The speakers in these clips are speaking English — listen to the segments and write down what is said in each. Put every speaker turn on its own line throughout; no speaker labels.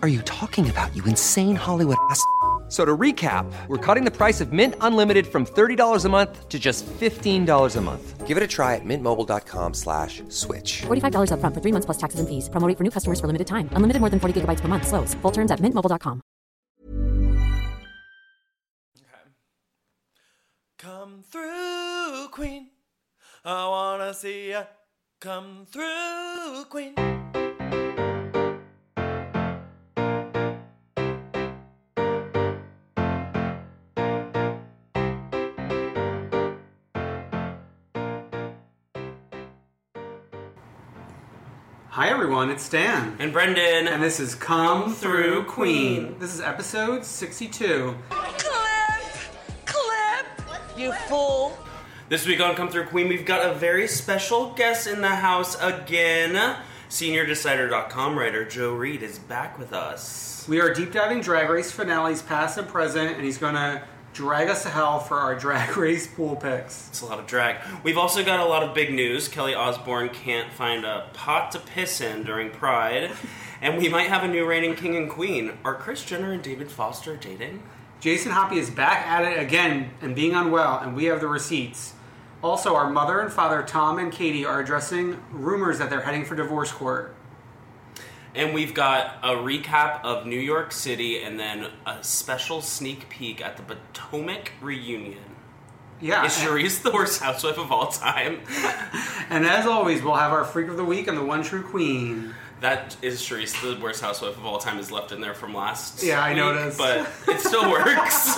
are you talking about, you insane Hollywood ass? f- So to recap, we're cutting the price of Mint Unlimited from $30 a month to just $15 a month. Give it a try at mintmobile.com slash switch.
$45 upfront for three months plus taxes and fees. Promo rate for new customers for limited time. Unlimited more than 40 gigabytes per month. Slows. Full terms at mintmobile.com.
Come through, Queen. I wanna see ya. Come through, Queen.
Hi everyone, it's Dan.
And Brendan.
And this is Come
Through
Through
Queen.
Queen. This is episode 62.
You fool.
This week on Come Through Queen, we've got a very special guest in the house again. SeniorDecider.com writer Joe Reed is back with us.
We are deep diving drag race finales past and present, and he's gonna drag us to hell for our drag race pool picks.
It's a lot of drag. We've also got a lot of big news. Kelly Osborne can't find a pot to piss in during Pride. And we might have a new reigning king and queen. Are Chris Jenner and David Foster dating?
Jason Hoppy is back at it again and being unwell, and we have the receipts. Also, our mother and father, Tom and Katie, are addressing rumors that they're heading for divorce court.
And we've got a recap of New York City and then a special sneak peek at the Potomac reunion.
Yeah.
Is Cherise the worst housewife of all time?
And as always, we'll have our freak of the week and the one true queen.
That is Cherise the worst housewife of all time is left in there from last.
Yeah, I
week,
noticed.
But it still works.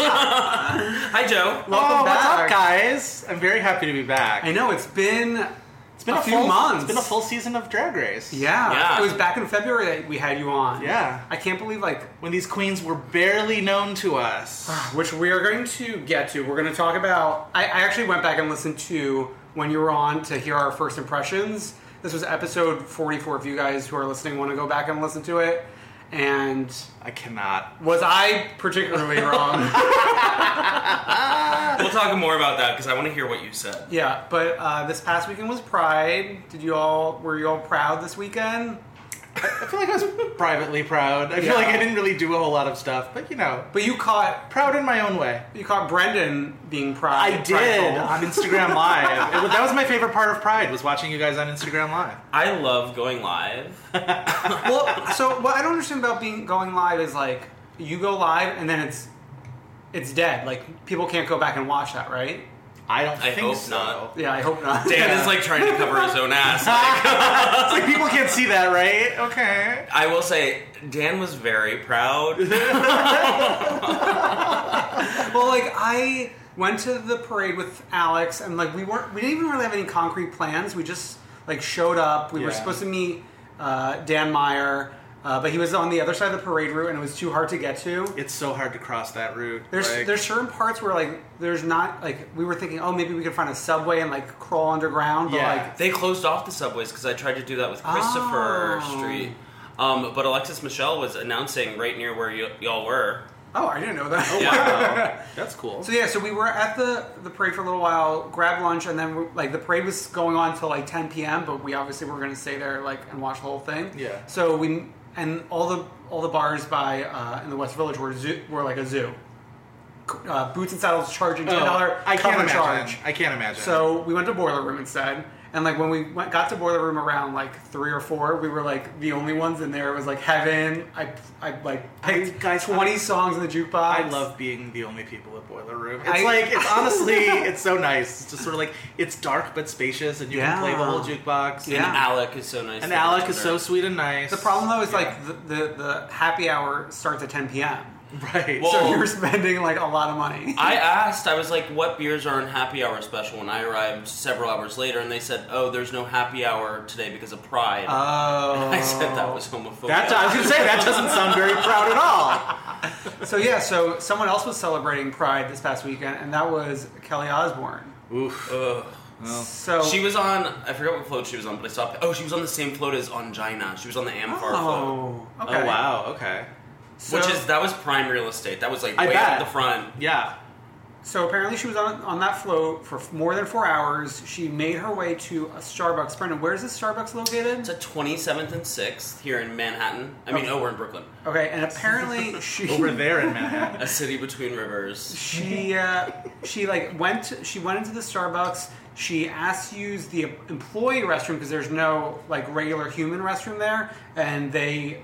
Hi, Joe.
Welcome
oh, what's
back.
up, guys? I'm very happy to be back.
I know it's been
It's been
a
a,
few
full,
months.
It's been a full season of Drag Race.
Yeah.
Yeah.
It was back in February that we had you on.
Yeah.
I can't believe, like,
When these queens were barely known to us.
which we are going to get to. We're going to talk about. I, I actually went back and listened to when you were on to hear our first impressions. This was episode 44. If you guys who are listening want to go back and listen to it. And
I cannot.
was I particularly wrong?
We'll talk more about that because I want to hear what you said.
yeah, but uh, this past weekend was Pride. Did you all were you all proud this weekend?
I feel like I was privately proud. I feel like
Yeah.
I didn't really do a whole lot of stuff, but you know,
But you caught
proud in my own way.
you caught Brendan being proud.
I did
prideful.
on Instagram Live. It was- that was my favorite part of Pride was watching you guys on Instagram Live.
I love going live.
well, so what I don't understand about being going live is like you go live and then it's it's dead. Like people can't go back and watch that, right?
I don't
I
think
hope
so.
not.
Yeah, I hope not.
Dan
Yeah.
is like trying to cover his own ass. Like,
It's like people can't see that, right? Okay.
I will say, Dan was very proud.
well, like I went to the parade with Alex and like we weren't we didn't even really have any concrete plans. We just like showed up. We were
Yeah.
supposed to meet uh, Dan Meyer. Uh, but he was on the other side of the parade route, and it was too hard to get to.
It's so hard to cross that route.
There's
like-
there's certain parts where like there's not like we were thinking oh maybe we could find a subway and like crawl underground but
Yeah.
like
They closed off the subways because I tried to do that with Christopher
Oh.
Street. Um, but Alexis Michelle was announcing right near where y- y'all were.
oh I didn't know that
Yeah.
that's cool.
so yeah so we were at the the parade for a little while grabbed lunch and then we, like the parade was going on till like 10 p.m. but we obviously were gonna stay there like and watch the whole thing
Yeah.
so we and all the all the bars by uh, in the West Village were zoo, were like a zoo uh, boots and saddles charging ten dollar
Oh, I can't imagine.
charge
I can't imagine.
So we went to Boiler Room instead. And like when we went, got to Boiler Room around like three or four, we were like the only ones in there. It was like heaven. I, I like picked
guys,
twenty
I-
songs in the jukebox.
I love being the only people at Boiler Room. It's
I-
like it's honestly it's so nice. It's just sort of like it's dark but spacious, and you
Yeah.
can play the whole jukebox.
Yeah.
And Alec is so nice.
And, and
to
Alec
watch
is
her.
so sweet and nice.
The problem though is like the, the the happy hour starts at ten p.m.
right?
Well-
So
Oh.
you're spending like a lot of money.
I asked, I was like, what beers are in happy hour special? And I arrived several hours later and they said, oh, there's no happy hour today because of Pride.
Oh.
I said that was homophobic.
that I was gonna say that doesn't sound very proud at all.
So yeah, so someone else was celebrating Pride this past weekend, and that was Kelly Osbourne.
Ugh.
So
She was on, I forgot what float she was on, but I saw, oh, she was on the same float as Angina. She was on the Amfar float.
Oh. Okay.
Oh wow, okay,
So-
Which is, that was prime real estate. That was like
I
way up
bet.
the front.
yeah.
So apparently she was on, on that float for f- more than four hours. She made her way to a Starbucks. Brendan, where's this Starbucks located?
It's a 27th and 6th here in Manhattan. I mean,
Okay.
oh, we're in Brooklyn.
Okay, and apparently she
Over there in Manhattan.
A city between rivers.
she uh, she like went she went into the Starbucks. She asked to use the employee restroom because there's no like regular human restroom there, and they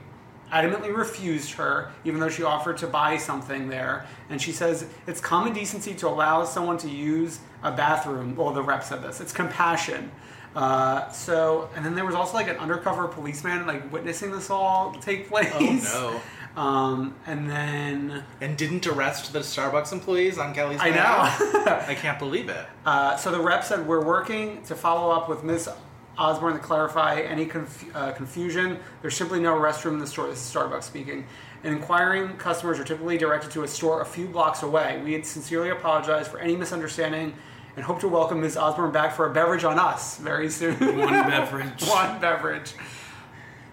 adamantly refused her, even though she offered to buy something there. And she says it's common decency to allow someone to use a bathroom. Well, the rep said this. It's compassion. Uh, so, and then there was also like an undercover policeman like witnessing this all take place.
Oh
no! Um, and then
And didn't arrest the Starbucks employees on Kelly's.
I
behalf?
know.
I can't believe it.
Uh, so the rep said, We're working to follow up with Ms. Osborne to clarify any conf- uh, confusion. There's simply no restroom in the store. This is Starbucks speaking. And inquiring customers are typically directed to a store a few blocks away. We sincerely apologize for any misunderstanding and hope to welcome Ms. Osborne back for a beverage on us very soon.
One beverage.
One beverage.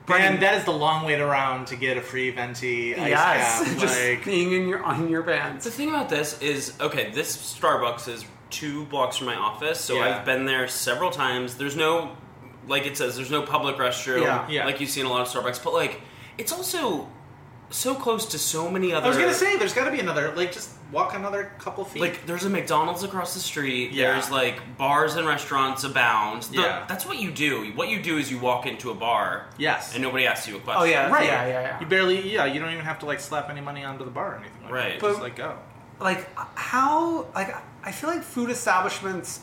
And that is the long wait around to get a free venti ice
yes.
cap.
Just
like,
being in your on your
The
pants.
thing about this is, okay, this Starbucks is two blocks from my office, so
Yeah.
I've been there several times. There's no, like it says, there's no public restroom,
Yeah.
Yeah.
like you see in a lot of Starbucks, but like, it's also so close to so many other.
I was gonna say, there's got to be another. Like, just walk another couple feet.
Like, there's a McDonald's across the street.
Yeah.
There's like bars and restaurants abound. The-
Yeah.
That's what you do. What you do is you walk into a bar.
Yes.
And nobody asks you a question.
Oh yeah,
Right.
yeah, yeah, yeah.
You barely, yeah, you don't even have to like slap any money onto the bar or anything like
Right.
that.
But-
just like go.
like how like I feel like food establishments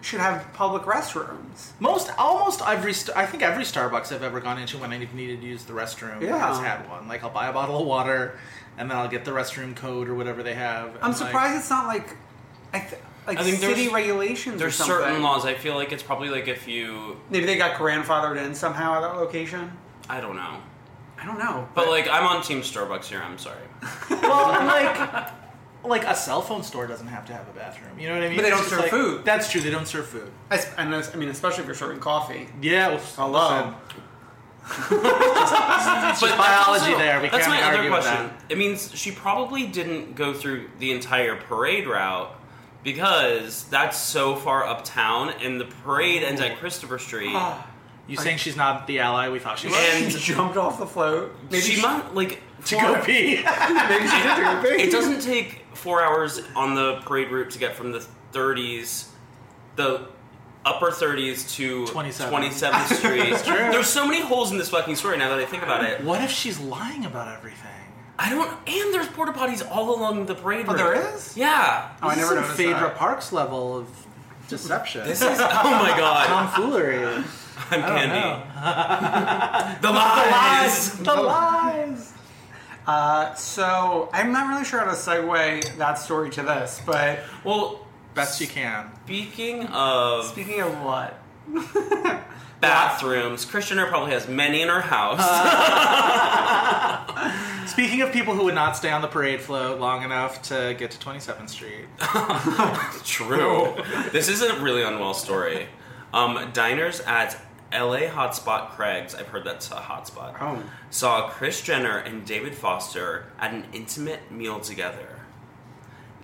should have public restrooms.
Most, almost every, st- I think every Starbucks I've ever gone into when I needed to use the restroom
Yeah.
has had one. Like, I'll buy a bottle of water and then I'll get the restroom code or whatever they have.
I'm surprised it's not like I th- like
I think there's-
city regulations.
There's
or something.
certain laws. I feel like it's probably like if you,
Maybe they got grandfathered in somehow at that location.
I don't know.
I don't know.
But like, I'm on Team Starbucks here. I'm sorry.
Like, well, and like, like a cell phone store doesn't have to have a bathroom. You know what I mean?
But they
It's
don't
just
serve
like-
food.
That's true. They don't serve food.
I, s- I know- I mean, especially if you're serving coffee.
Yeah. Well,
Hello.
listen,
But
biology
that's also-
there. We
that's
can't
my
argue
other
with
question. It means she probably didn't go through the entire parade route because that's so far uptown, and the parade ends at Christopher Street.
Oh.
You saying she's not the ally we thought she was?
And-
She jumped off the float. Maybe
she might like
to
four-
go pee.
Maybe she did do a thing.
It doesn't take four hours on the parade route to get from the 30s, the upper 30s to
27.
27th Street. There's so many holes in this fucking story now that I think about it.
What if she's lying about everything?
I don't. And there's porta potties all along the parade
Oh,
route.
there is?
Yeah.
Oh, I never
Some
noticed
Phaedra
that.
Parks level of deception.
This is. Oh my god.
tomfoolery.
I'm candy.
know.
the lies.
the lies.
Uh, So I'm not really sure how to segue that story to this, but
Well,
Best you can.
speaking of
speaking of what,
bathrooms. Christianer probably has many in her house.
Speaking of people who would not stay on the parade float long enough to get to 27th Street,
True. this is a really unwell story. Um, diners at LA hotspot Craig's, I've heard that's a hotspot,
Oh.
saw Chris Jenner and David Foster at an intimate meal together.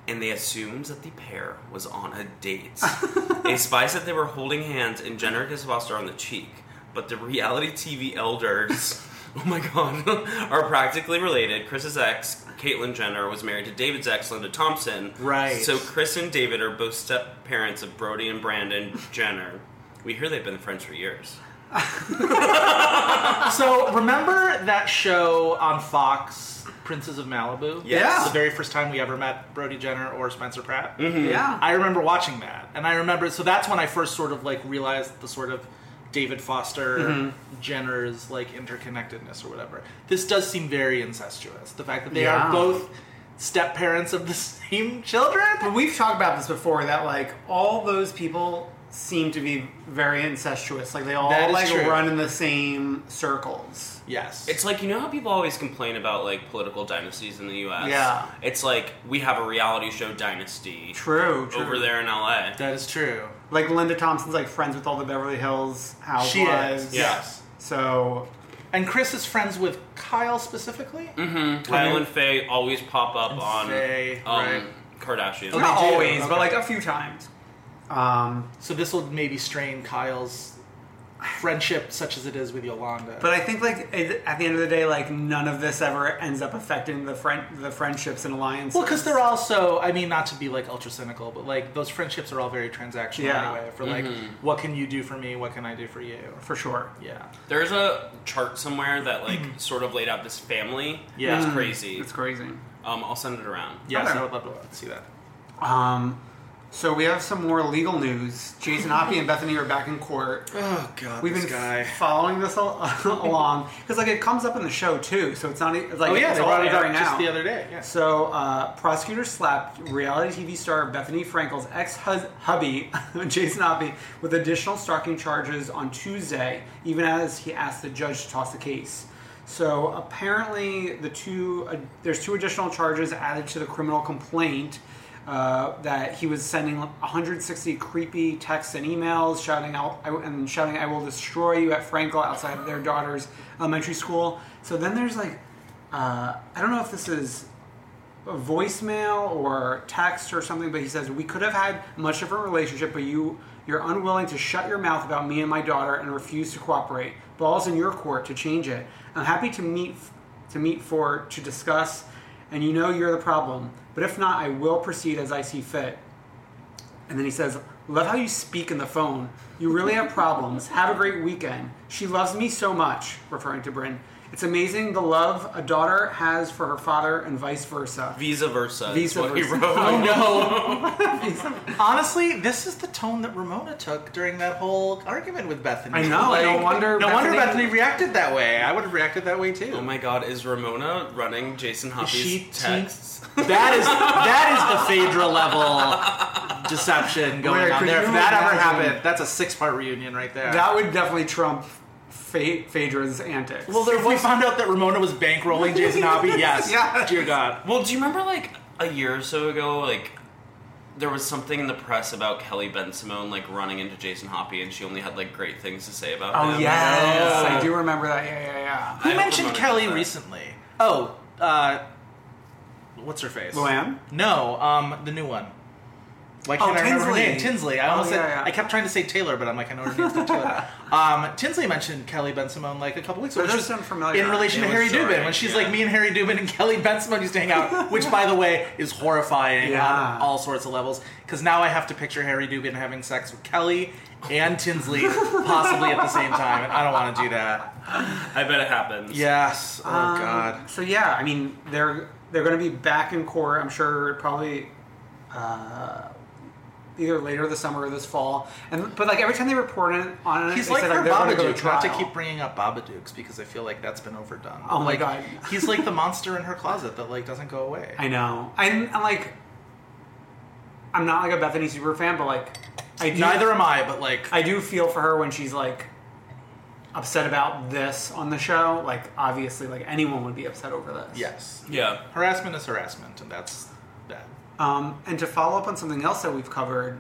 And they assumed that the pair was on a date. they spied that they were holding hands and Jenner kissed Foster on the cheek. But the reality TV elders, oh my god, are practically related. Chris's ex, Caitlyn Jenner, was married to David's ex, Linda Thompson.
Right.
So Chris and David are both step parents of Brody and Brandon Jenner. We hear they've been friends for years.
So remember that show on Fox, Princes of Malibu?
Yes.
The very first time we ever met Brody Jenner or Spencer Pratt.
Yeah.
I remember watching that, and I remember so that's when I first sort of like realized the sort of David Foster Jenner's like interconnectedness or whatever. This does seem very incestuous. The fact that they
Yeah.
are both step parents of the same children.
But we've talked about this before that like all those people seem to be very incestuous. Like they all
That is
like
true.
run in the same circles.
Yes.
It's like you know how people always complain about like political dynasties in the U.S.
Yeah.
It's like we have a reality show dynasty
True, true.
over there in L.A.
that is true.
Like Linda Thompson's like friends with all the Beverly Hills housewives.
She is.
Yeah.
Yes.
So
And Chris is friends with Kyle specifically.
Mm-hmm.
Kyle and Faye always pop up on
Faye,
um,
right.
Kardashian.
Not
They do,
always, but, like,
a few times. Um,
So this will maybe strain Kyle's friendship, such as it is with Yolanda.
but I think like at at the end of the day, like none of this ever ends up affecting the friend the friendships and alliances.
well, because they're also, I mean, not to be like ultra cynical, but like those friendships are all very transactional
Yeah.
anyway. For like, what can you do for me? What can I do for you?
for sure.
Yeah. Mm-hmm.
There's a chart somewhere that like sort of laid out this family.
Yeah.
It's crazy.
It's crazy.
Um, I'll send it around.
Yes,
Okay.
I would love to see that.
Um, so we have some more legal news. Jason Hoppy and Bethany are back in court.
Oh God,
We've been f- following this al- along because like it comes up in the show too. So it's not e- like
oh yeah,
it's
they
all
brought it up
airing
just
out.
the other day. Yes.
So, uh, prosecutors slapped reality TV star Bethany Frankel's ex hubby, Jason Hoppy, with additional stalking charges on Tuesday, even as he asked the judge to toss the case. So, apparently, the two uh, there's two additional charges added to the criminal complaint. Uh, that he was sending 160 creepy texts and emails, shouting out I, and shouting, "I will destroy you" at Frankel outside of their daughter's elementary school. So then there's like, uh, I don't know if this is a voicemail or text or something, but he says we could have had much of a relationship, but you you're unwilling to shut your mouth about me and my daughter and refuse to cooperate. Ball's in your court to change it. I'm happy to meet to meet for to discuss, and you know you're the problem. But if not, I will proceed as I see fit. And then he says, Love how you speak in the phone. You really have problems. Have a great weekend. She loves me so much, referring to Bryn. It's amazing the love a daughter has for her father and vice versa.
Visa versa. is
Visa
what he
versa.
wrote.
Honestly, this is the tone that Ramona took during that whole argument with Bethany.
I know, no wonder
No wonder
Bethany-
Bethany reacted that way. I would have reacted that way too.
Oh my god, is Ramona running Jason Hoppy's
she te-
texts?
That is that is the Phaedra level deception going
Wait,
on
could
there.
you
If that ever
imagine-
happened, that's a six part reunion right there.
That would definitely trump Pha- Phaedra's antics.
well, there we found out that Ramona was bankrolling Jason Hobby. Yes,
Yeah.
dear God.
well, do you remember like a year or so ago, like there was something in the press about Kelly Ben Simone like running into Jason Hoppy and she only had like great things to say about him.
oh, yes. I do remember that. Yeah, yeah,
Who
I
mentioned
remember
Kelly
that.
recently? Oh, uh, what's her face?
Luann?
No, um, the new one. Why can't
Oh,
I remember her
Tinsley. Oh,
name? Tinsley. I almost
yeah,
said
yeah.
I kept trying to say Taylor, but I'm like I know her name's not Taylor. Um, Tinsley mentioned Kelly Ben Simone like a couple weeks ago,
That
which
does
was
sound familiar.
in relation to
It was
Harry
jarring,
Dubin when she's
yeah.
like me and Harry Dubin and Kelly Ben Simone used to hang out, which by the way is horrifying
Yeah.
on all sorts of levels because now I have to picture Harry Dubin having sex with Kelly and Tinsley possibly at the same time, and I don't want to do that.
I bet it happens.
Yes. Oh
yeah.
God.
Um, So, yeah, I mean, they're, they're going to be back in court, I'm sure, probably uh, either later this summer or this fall. And But, like, every time they report it on it,
He's
they
like
said,
her
they're gonna go to
Babadooks. Not to
trial.
keep bringing up Babadooks because I feel like that's been overdone.
Oh my
Like,
God.
he's like the monster in her closet that like doesn't go away.
I know. I'm, I'm like, I'm not like a Bethany super fan, but like, I do,
Neither am I, but like
I do feel for her when she's like upset about this on the show, like obviously, like anyone would be upset over this.
Yes.
Yeah.
Harassment is harassment, and that's that.
Um, and to follow up on something else that we've covered,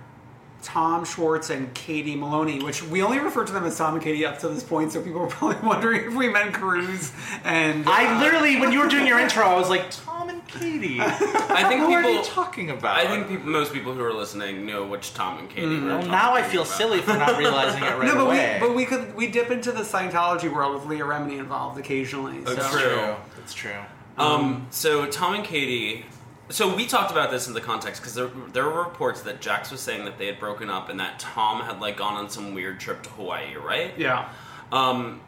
Tom Schwartz and Katie Maloney, which we only refer to them as Tom and Katie up to this point, so people are probably wondering if we meant Cruz and uh,
I literally, when you were doing your intro, I was like, Tom and Katie.
I think
Who are
people.
you talking about? Hmm,
I think people, most people who are listening know which Tom and Katie. we're
Well,
talking
now I
about.
feel silly for not realizing it right
no, but
away.
we but we could we dip into the Scientology world with Leah Remini involved occasionally. So.
That's true.
true. That's true.
Um, so Tom and Katie. So we talked about this in the context because there, there were reports that Jax was saying that they had broken up and that Tom had like gone on some weird trip to Hawaii, right?
Yeah.
Um,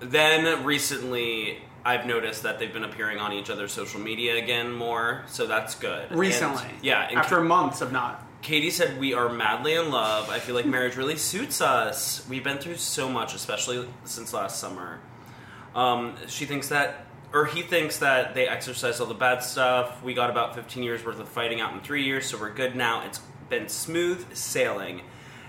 then recently, I've noticed that they've been appearing on each other's social media again more, so that's good.
Recently.
And- yeah. And
After
Ka-
months of not.
Katie said we are madly in love. I feel like marriage really suits us. We've been through so much, especially since last summer. Um, she thinks that, or he thinks that they exercised all the bad stuff. We got about 15 years worth of fighting out in three years, so we're good now. It's been smooth sailing.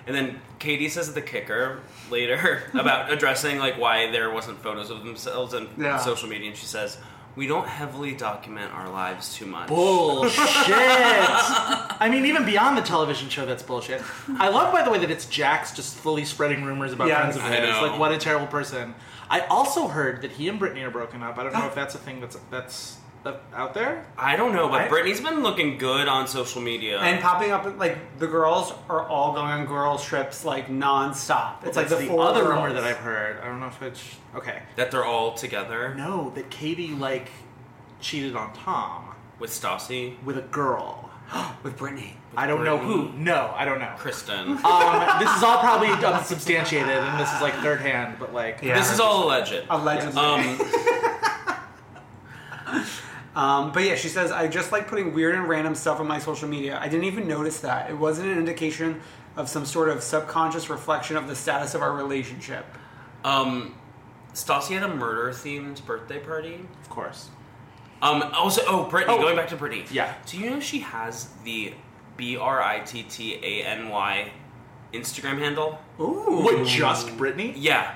And then Katie says the kicker later about addressing like why there wasn't photos of themselves and
Yeah.
social media, and she says we don't heavily document our lives too much.
Bullshit. I mean, even beyond the television show, that's bullshit. I love, by the way, that it's Jax just fully spreading rumors about
Yes.
friends of
I
his.
know.
Like, what a terrible person. I also heard that he and Brittany are broken up. I don't know if that's a thing that's that's uh, out there.
I don't know, but
I-
Brittany's been looking good on social media.
And popping up, like, the girls are all going on girl trips, like, nonstop. It's like
That's
the, four
other
girls.
rumor that I've heard. I don't know if it's okay.
that they're all together
No, that Katie like cheated on Tom
with Stassi,
with a girl.
With Brittany.
I don't know who.
Brittany.
No, I don't know.
Kristen.
Um, this is all probably unsubstantiated, and this is like third hand, but like
Yeah.
this is all alleged.
Allegedly.
Um,
Um, but yeah, she says, I just like putting weird and random stuff on my social media. I didn't even notice that. It wasn't an indication of some sort of subconscious reflection of the status of our relationship.
um, Stassi had a murder-themed birthday party.
of course.
Um, also, oh, Brittany.
Oh.
Going back to Brittany.
Yeah.
Do you know she has the B R I T T A N Y Instagram handle?
Ooh.
What, just Brittany?
Yeah.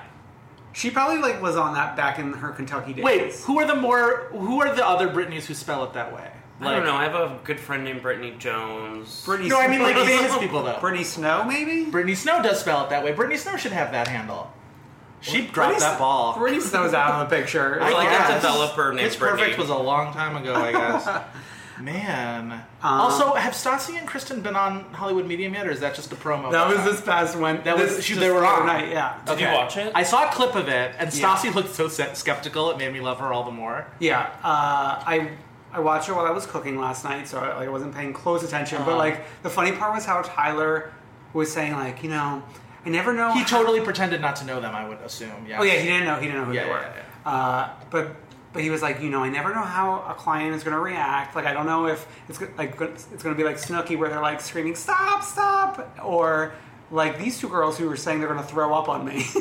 She probably, like, was on that back in her Kentucky days.
Wait, who are the more who are the other Britneys who spell it that way?
I don't know. I have a good friend named Brittany Jones.
Brittany
No, I mean, like,
Snow-
famous people, though.
Brittany Snow, maybe?
Britney Snow does spell it that way. Britney Snow should have that handle. She dropped
Brittany-
that ball.
Brittany Snow's out of the picture.
I
like a
guess.
developer named
Pitch Perfect
Brittany.
was a long time ago, I guess. Man.
Um,
also, have Stassi and Kristen been on Hollywood Medium yet, or is that just a promo?
That was this past one.
That was-
this,
she-
just
they were
the other
on.
night, yeah.
Did you watch it?
I saw a clip of it, and Stassi looked so se- skeptical. It made me love her all the more.
Yeah, uh, I I watched it while I was cooking last night, so I, like, I wasn't paying close attention.
Uh-huh.
But like the funny part was how Tyler was saying like, you know, I never know.
He
how-
totally pretended not to know them. I would assume. Yeah.
Oh yeah, he didn't know. He didn't know who
Yeah,
they
yeah,
were. Uh, but but he was like, you know, I never know how a client is going to react. Like I don't know if it's go- like go- it's going to be like Snooki where they're like screaming stop stop or. Like these two girls who were saying they're gonna throw up on me,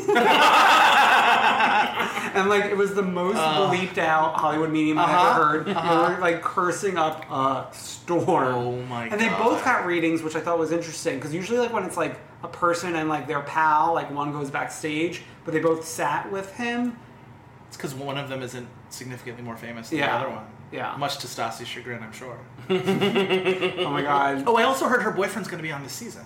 and like it was the most
Uh.
bleeped out Hollywood medium
Uh-huh.
I ever heard. They were like cursing up a storm.
Oh, my
And they
God.
both got readings, which I thought was interesting because usually, like when it's like a person and like their pal, like one goes backstage, but they both sat with him.
It's because one of them isn't significantly more famous than
Yeah.
the other one.
Yeah.
Much to Stassi's chagrin, I'm sure.
Oh my god!
Oh, I also heard her boyfriend's going to be on this season.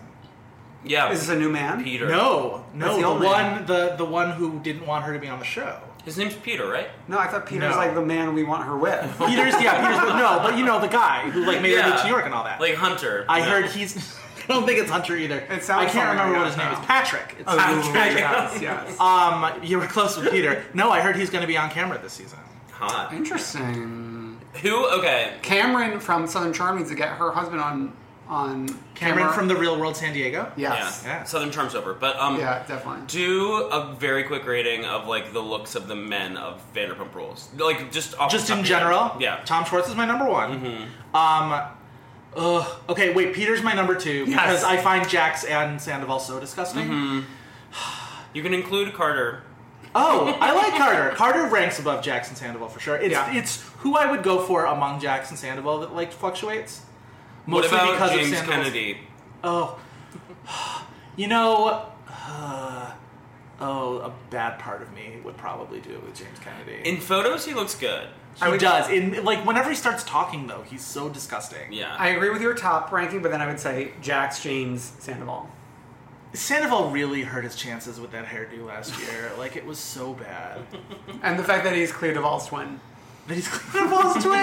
Yeah.
Is this a new man?
Peter.
No,
That's
no,
the
the,
old man.
one, the the one who didn't want her to be on the show.
His name's Peter, right?
No, I thought Peter's
No.
like the man we want her with.
Peter's, yeah, Peter's, but no, but you know the guy who like made her move to New York and all that.
Like Hunter.
I
No.
heard he's. I don't think it's Hunter either.
It sounds
I can't
familiar,
remember
yeah,
what his name
no.
is. Patrick. It's
Oh,
Patrick.
yes, yes.
Um, you were close with Peter. No, I heard he's going to be on camera this season.
Hot.
Interesting.
Who? Okay.
Cameron from Southern Charm needs to get her husband on on
Cameron
camera.
from the Real World San Diego.
yes, yeah,
Yeah.
Southern Charm's over, but um,
definitely.
do a very quick rating of like the looks of the men of Vanderpump Rules, like just off
Just
the top
in
of your head.
general,
Yeah, Mm-hmm.
Tom Schwartz is my number one. Um, ugh, okay, wait. Peter's my number two because I find Jax and Sandoval so disgusting.
Mm-hmm. you can include Carter.
Oh, I like Carter. Carter ranks above Jackson Sandoval for sure. It's
Yeah.
it's who I would go for among Jackson Sandoval that like fluctuates.
What
Mostly
about
because
James
of Oh. Sandoval's-
Kennedy?
Oh, you know, uh, oh, a bad part of me would probably do it with James Kennedy.
In photos, he looks good.
he does. In like whenever he starts talking though, he's so disgusting.
Yeah.
I agree with your top ranking, but then I would say Jax, James, Sandoval.
Sandoval really hurt his chances with that hairdo last year. like it was so bad.
And the fact that he's cleared of all twin.
That he's Sandoval's twin,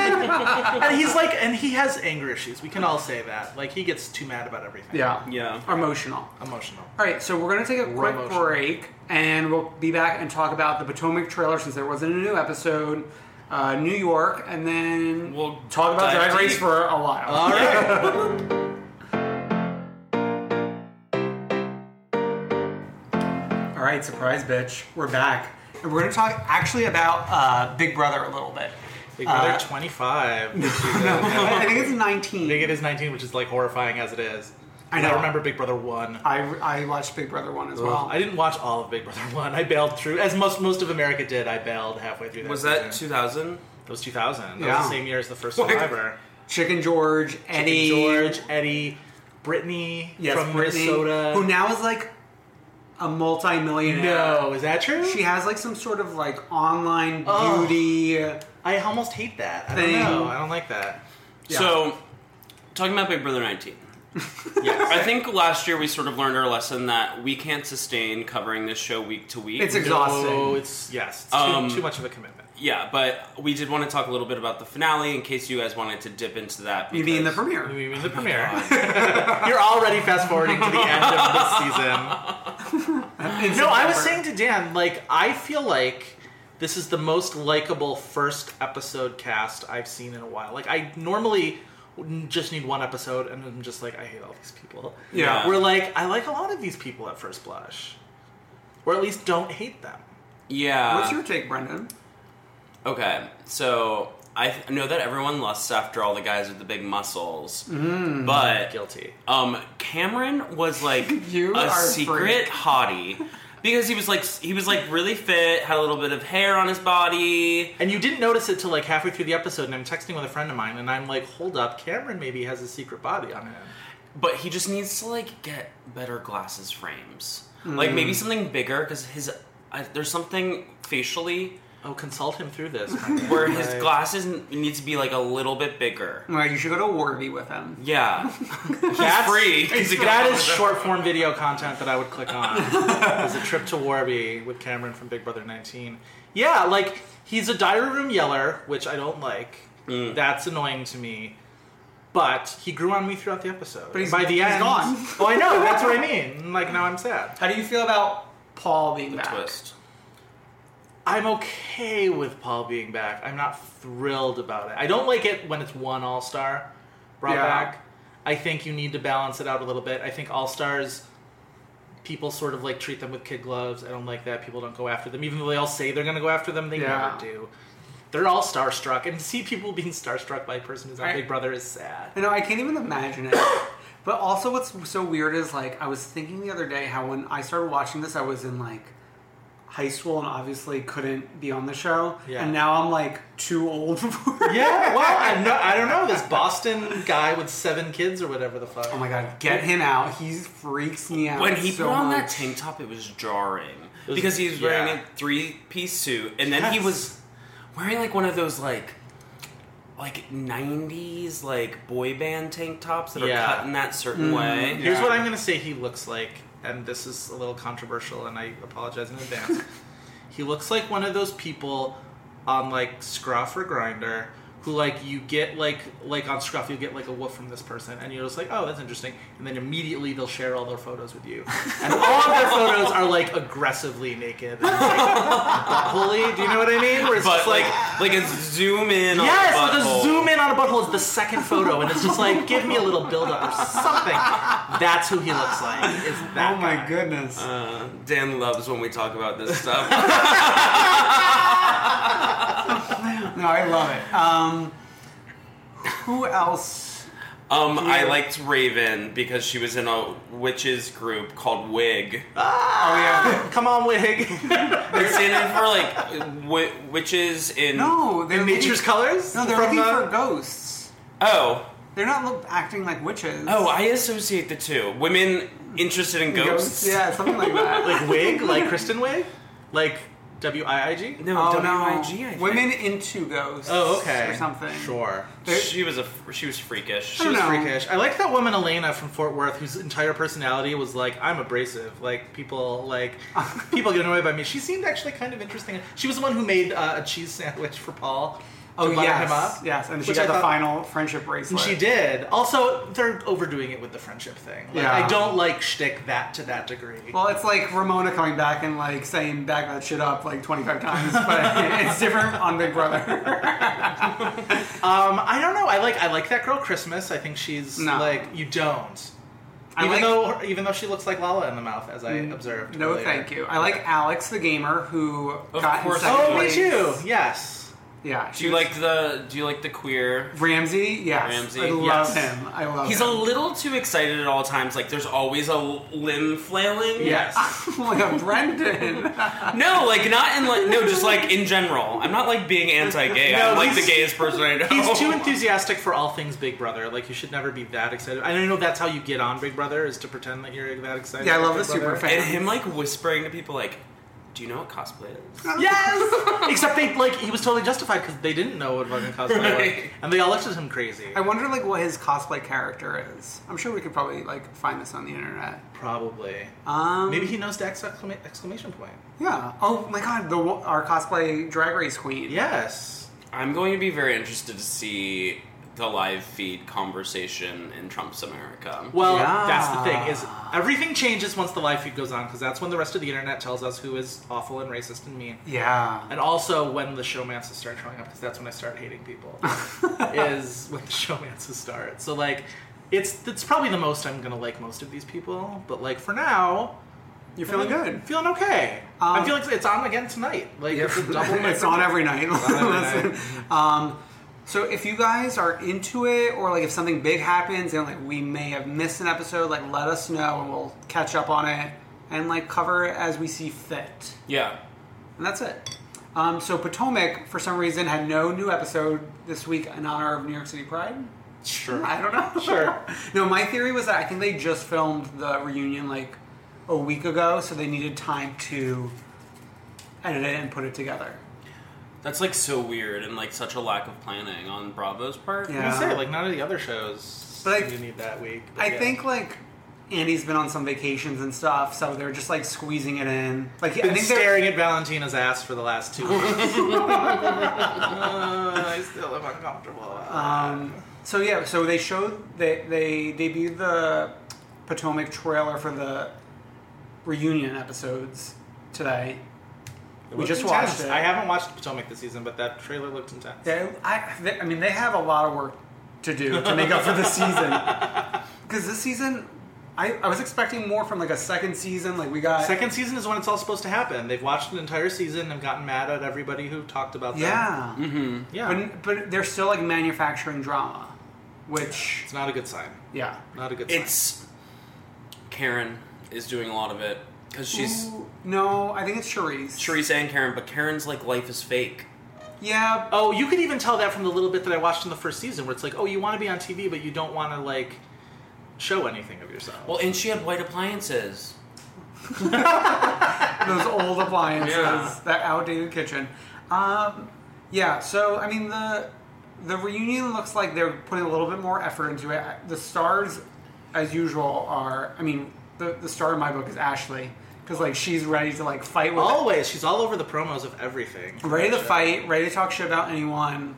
and he's like, and he has anger issues. We can all say that. Like he gets too mad about everything.
Yeah.
Yeah.
Emotional.
Emotional.
All right, so we're going to take a quick
emotional.
break, and we'll be back and talk about the Potomac trailer since there wasn't a new episode, uh, New York, and then
We'll
talk about
dive
Drag Race
deep.
for a while.
All right.
All right, surprise, bitch. We're back, and we're going to talk actually about uh, Big Brother a little bit.
Big Brother
Uh,
25.
I think it's 19.
Big It is 19, which is like horrifying as it is.
I know.
I remember Big Brother 1.
I, I watched Big Brother 1 as well.
I didn't watch all of Big Brother 1. I bailed through, as most most of America did, I bailed halfway through that.
Was that
season.
2000?
That was 2000. That
Yeah.
was the same year as the first Survivor.
Chicken George, Eddie.
George, Eddie, Brittany
yes,
from
Brittany,
Minnesota.
Who now is like a multi-millionaire.
No, is that true?
She has like some sort of like online
Oh.
beauty.
I almost hate that. I
Thing.
don't know. I don't like that.
So, talking about Big Brother 19.
Yes.
I think last year we sort of learned our lesson that we can't sustain covering this show week to week. Um,
It's exhausting.
Oh, it's yes, it's too, too much of a commitment.
Yeah, but we did want to talk a little bit about the finale in case you guys wanted to dip into that.
You mean the
because-
premiere? Oh
We mean the premiere. You're already fast forwarding to the end of this season. No, I was saying to Dan, like, I feel like this is the most likable first episode cast I've seen in a while. Like, I normally n- just need one episode, and I'm just like, I hate all these people.
Yeah.
We're like, I like a lot of these people at first blush. Or at least don't hate them.
Yeah.
What's your take, Brendan?
Okay, so I th- know that everyone lusts after all the guys with the big muscles,
Mm.
but
Guilty.
um, Cameron was like
You
a
are a
secret
freak.
hottie because he was like s- he was like really fit, had a little bit of hair on his body.
And you didn't notice it till like halfway through the episode, and I'm texting with a friend of mine, and I'm like, hold up, Cameron maybe has a secret body on him.
But he just needs to like get better glasses frames, like maybe something bigger because his uh, there's something facially
Oh, consult him through this.
where his glasses n- need to be like a little bit bigger.
Like, you should go to Warby with him.
Yeah,
That's
free.
That is short form video content that I would click on. Is a trip to Warby with Cameron from Big Brother 19. Yeah, like he's a diary room yeller, which I don't like. That's annoying to me. But he grew on me throughout the episode.
But he's-
by the
he's
end,
gone.
Oh, I know. That's what I mean. Like now I'm sad.
How do you feel about Paul being back?
twist.
I'm okay with Paul being back. I'm not thrilled about it. I don't like it when it's one All Star brought
Yeah.
back. I think you need to balance it out a little bit. I think All Stars, people sort of like treat them with kid gloves. I don't like that. People don't go after them, even though they all say they're going to go after them. They
Yeah.
never do. They're all starstruck, and to see people being starstruck by a person who's on
I-
Big Brother is sad.
I know, I can't even imagine it. but also, what's so weird is like, I was thinking the other day how when I started watching this, I was in like high school and obviously couldn't be on the show.
Yeah.
And now I'm like too old for it.
Yeah, well, I, no, I don't know. This Boston guy with seven kids or whatever the fuck.
Oh my god, get him out. He freaks me out.
When he
so
put on
much.
that tank top, it was jarring
was-
because he was wearing
yeah.
a three-piece suit, and then he
Yes.
was wearing like one of those like like '90s like boy band tank tops that
Yeah.
are cut in that certain way.
Here's what I'm going to say he looks like, and this is a little controversial, and I apologize in advance. he looks like one of those people on like Scruff or Grinder who like you get like like on Scruff you get like a woof from this person, and you're just like, oh, that's interesting, and then immediately they'll share all their photos with you, and all of their photos are like aggressively naked, and, like, butt-hole-y. Do you know what I mean? Where it's
But
just
like
like
like a zoom in.
Yes,
on
with
the
a
butthole.
zoom in on a butthole is the second photo, and it's just like, give me a little build up or something. That's who he looks like. Is that
Oh my
guy.
goodness.
Uh, Dan loves when we talk about this stuff.
no, I love it. Um, who else?
um, I liked Raven because she was in a witches group called Wig.
Ah.
Oh yeah.
Come on, wig.
It's standing for like w- witches in
No, Oh, they're
In
looking,
nature's colors.
No, they're
From
looking
the-
for ghosts.
oh.
They're not look, acting like witches.
Oh, I associate the two. Women interested in ghosts.
Ghosts? Yeah, something like that.
Like wig, like Kristen wig, like W I I G.
No,
Oh,
W I G. I
no.
think.
Women into ghosts.
Oh, okay.
Or something.
Sure.
They're-
She was a she was freakish.
I don't
She was
know.
freakish. I like that woman Elena from Fort Worth, whose entire personality was like, "I'm abrasive." Like people, like people get annoyed by me. She seemed actually kind of interesting. She was the one who made uh, a cheese sandwich for Paul. to
Oh,
butter
yes.
him up.
Yes, and she
which
got
I
the
thought-
final friendship bracelet.
She did. Also, they're overdoing it with the friendship thing. Like,
Yeah.
I don't like shtick that to that degree.
Well, it's like Ramona coming back and like saying back that shit up like 25 times, but it's different on Big Brother.
Um, I don't know. I like I like that girl Christmas. I think she's
No.
like you don't.
I
even
like- Mm,
though her- even though she looks like Lala in the mouth, as I observed.
No,
earlier.
thank you. I like Alex the gamer who got
course.
in second
Oh, me
place.
too. Yes.
Yeah.
Do you like the Do you like the queer?
Ramsey? Yes.
Ramsey?
I love
Yes.
him. I love
He's a
him.
little too excited at all times. Like there's always a limb flailing.
Yes.
like a Brendan.
No, like not in like no, just like in general. I'm not like being anti-gay.
No,
I'm like the
he's-
gayest person I know.
He's too enthusiastic for all things Big Brother. Like you should never be that excited. I know that's how you get on Big Brother is to pretend that you're that excited.
Yeah, I love
about
the
Big
super
Brother.
fan.
And him like whispering to people like, "Do you know what cosplay is?"
Yes. Except they like he was totally justified because they didn't know what fucking cosplay was,
Right.
and they all looked at him crazy.
I wonder like what his cosplay character is. I'm sure we could probably like find this on the internet.
Probably.
Um,
Maybe he knows the exclama- exclamation point.
Yeah. Oh my god, the wo- our cosplay drag race queen.
Yes.
I'm going to be very interested to see the live feed conversation in Trump's America.
Well,
Yeah.
that's the thing is everything changes once the live feed goes on because that's when the rest of the internet tells us who is awful and racist and mean.
Yeah.
And also when the showmances start showing up because that's when I start hating people. is when the showmances start. So like, it's it's probably the most I'm gonna like most of these people. But like for now,
You're feeling
I'm
good. Um,
Feeling okay. I'm feeling it's on again tonight. Like it's a double.
it's on every night.
every night.
um, so if you guys are into it, or like if something big happens and like we may have missed an episode, like let us know and we'll catch up on it and like cover it as we see fit.
yeah.
And that's it. Um, so Potomac, for some reason, had no new episode this week in honor of New York City Pride.
Sure.
I don't know.
Sure.
no, my theory was that I think they just filmed the reunion like a week ago, so they needed time to edit it and put it together.
That's like so weird and like such a lack of planning on Bravo's part.
Yeah.
I was gonna say like none of the other shows
But I-
you need that week. but
I
yeah.
think like Andy's been on some vacations and stuff, so they're just like squeezing it in. Like I
Been
think they're
staring at Valentina's ass for the last two weeks. Uh, I still am uncomfortable.
Um, so yeah. So they showed they they debuted the Potomac trailer for the reunion episodes today. We
Looked
just
intense.
watched it.
I haven't watched Potomac this season, but that trailer looked intense.
They, I, they, I mean, they have a lot of work to do to make up for this season. Because this season, I, I was expecting more from like a second season. Like we got
Second season is when it's all supposed to happen. They've watched an entire season and gotten mad at everybody who talked about them.
yeah,
Yeah, yeah.
but but they're still like manufacturing drama, which
It's not a good sign.
yeah,
Not a good sign.
It's Karen is doing a lot of it because she's
no, I think it's Charisse.
Charisse and Karen, but Karen's like life is fake.
Yeah,
Oh, you could even tell that from the little bit that I watched in the first season, where it's like, oh, you want to be on TV, but you don't want to like show anything of yourself.
Well, and she had white appliances.
those old appliances,
Yeah.
uh, that outdated kitchen. Um, yeah, so I mean the the reunion looks like they're putting a little bit more effort into it. The stars, as usual, are I mean the the star in my book is Ashley because like she's ready to like fight with
Always, she's all over the promos of everything.
ready to fight, ready to talk shit about anyone.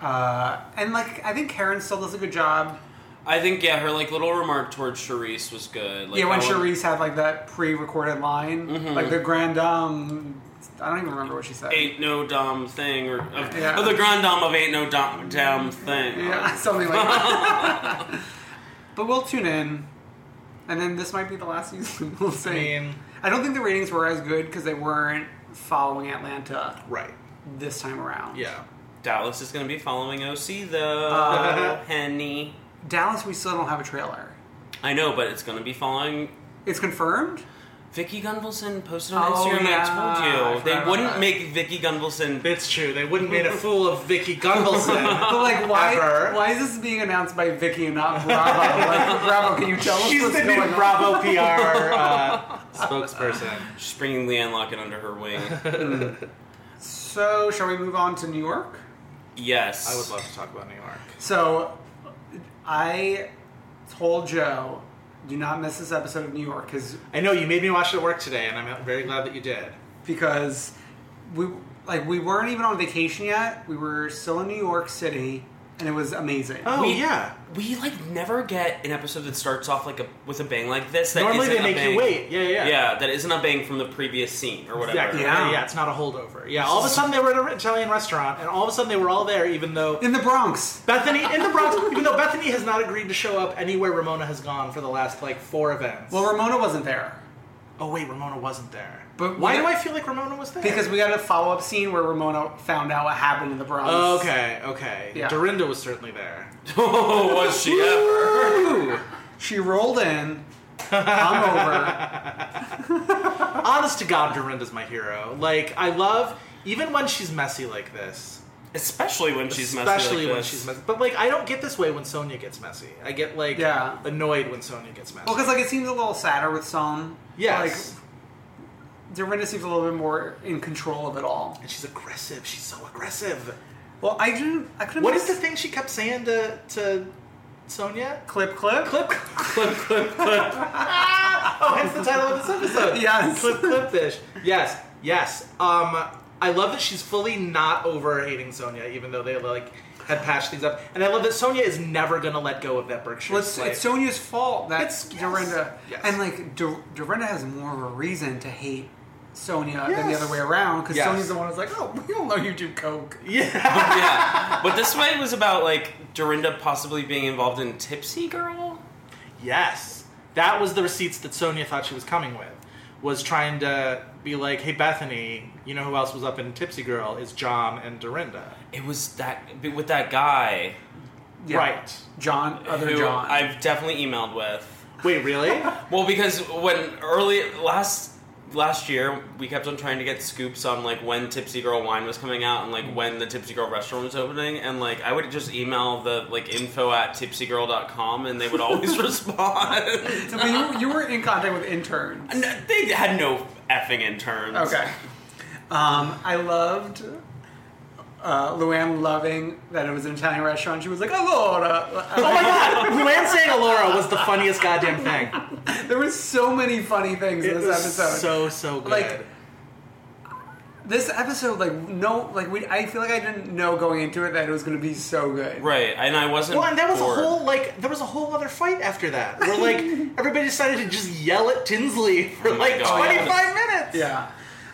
Uh, and like I think Karen still does a good job.
I think yeah, her like little remark towards Charisse was good. Like, Mm-hmm.
yeah, when
oh,
Charisse had like that pre-recorded line, like the grand um, I don't even remember what she said.
ain't no dumb thing or of,
Yeah.
of the grand dame of ain't no dumb damn thing.
Yeah, something like that. but we'll tune in, and then this might be the last season. We'll see.
I mean,
I don't think the ratings were as good because they weren't following Atlanta
right?
this time around.
Yeah.
Dallas is going to be following OC though. Uh,
Oh.
Uh,
Henny.
Dallas, we still don't have a trailer.
I know, but it's going to be following.
It's confirmed.
Vicky Gunvalson posted on
Oh,
Instagram.
yeah.
I
I
told you
forgot
they
about
wouldn't
that.
make Vicky Gunvalson.
It's true. They wouldn't made a fool of Vicky Gunvalson.
But like, why?
Ever.
Why is this being announced by Vicky and not Bravo? Like, Bravo, can you tell us
She's
what's
the new
going on?
Bravo PR uh, spokesperson.
She's bringing Leanne Lockett under her wing.
Mm.
So, shall we move on to New York?
yes,
I would love to talk about New York.
So, I told Joe, do not miss this episode of New York because
I know you made me watch it at work today, and I'm very glad that you did.
because we like we weren't even on vacation yet. We were still in New York City, and it was amazing.
Oh
We-
yeah.
We like never get an episode that starts off like a with a bang like this. That
Normally
isn't
they
a
make you
bang-
wait. Yeah, yeah, yeah.
Yeah, that isn't a bang from the previous scene or whatever.
Exactly.
Yeah.
Yeah. yeah, it's not a holdover. Yeah, all of a sudden they were at an Italian restaurant, and all of a sudden they were all there, even though
in the Bronx.
Bethany in the Bronx, even though Bethany has not agreed to show up anywhere Ramona has gone for the last like four events.
Well, Ramona wasn't there
oh wait, Ramona wasn't there.
But
why
we-
do I feel like Ramona was there?
because we got a follow up scene where Ramona found out what happened in the Bronx.
Okay, okay.
Yeah.
Dorinda was certainly there.
Oh, was she ever?
She rolled in. I'm over.
Honest to God, Dorinda's my hero. Like I love even when she's messy like this.
Especially when she's messy
Especially
like
when
this.
she's messy. But like I don't get this way when Sonia gets messy. I get like
Yeah.
annoyed when Sonia gets messy.
Well, because like it seems a little sadder with some.
yes.
Like Dorinda seems a little bit more in control of it all.
and she's aggressive. She's so aggressive.
Well, I didn't. I couldn't.
What is the thing she kept saying to to Sonia?
Clip, clip,
Clip, clip, clip, clip. Ah! oh, hence the title of this episode.
Yes.
Clip, clip, fish. Yes, yes. Um, I love that she's fully not over hating Sonia, even though they like had patched things up. And I love that Sonia is never gonna let go of that Berkshire.
Well, it's,
slave.
it's Sonya's fault that
It's- yes.
Dorinda
Yes.
and like Dor- Dorinda has more of a reason to hate Sonya than the
Yes.
other way around because
Yes.
Sonya's the one who's like, oh, we all know you do coke.
yeah.
yeah, but this way was about like Dorinda possibly being involved in Tipsy Girl.
Yes, that was the receipts that Sonia thought she was coming with. Was trying to be like, hey Bethany, you know who else was up in Tipsy Girl is John and Dorinda.
It was that with that guy
Yeah.
Right.
John, other
who
John.
I've definitely emailed with.
Wait, really?
Well, because when early last last year we kept on trying to get scoops on like when Tipsy Girl wine was coming out and like when the Tipsy Girl restaurant was opening and like I would just email the like info at tipsygirl.com and they would always respond.
so, but you, you were in contact with interns.
No, they had no effing interns.
Okay. Um, I loved uh, Luann loving that it was an Italian restaurant. She was like, Allora.
Oh my god! Luann saying Alora was the funniest goddamn thing.
there was so many funny things in
It
this
was
episode.
so so good.
Like, this episode, like no, like we, I feel like I didn't know going into it that it was going to be so good.
Right, and I wasn't.
well, and that was
bored.
a whole like there was a whole other fight after that where like everybody decided to just yell at Tinsley for
Oh my
like
God.
twenty five minutes.
Yeah.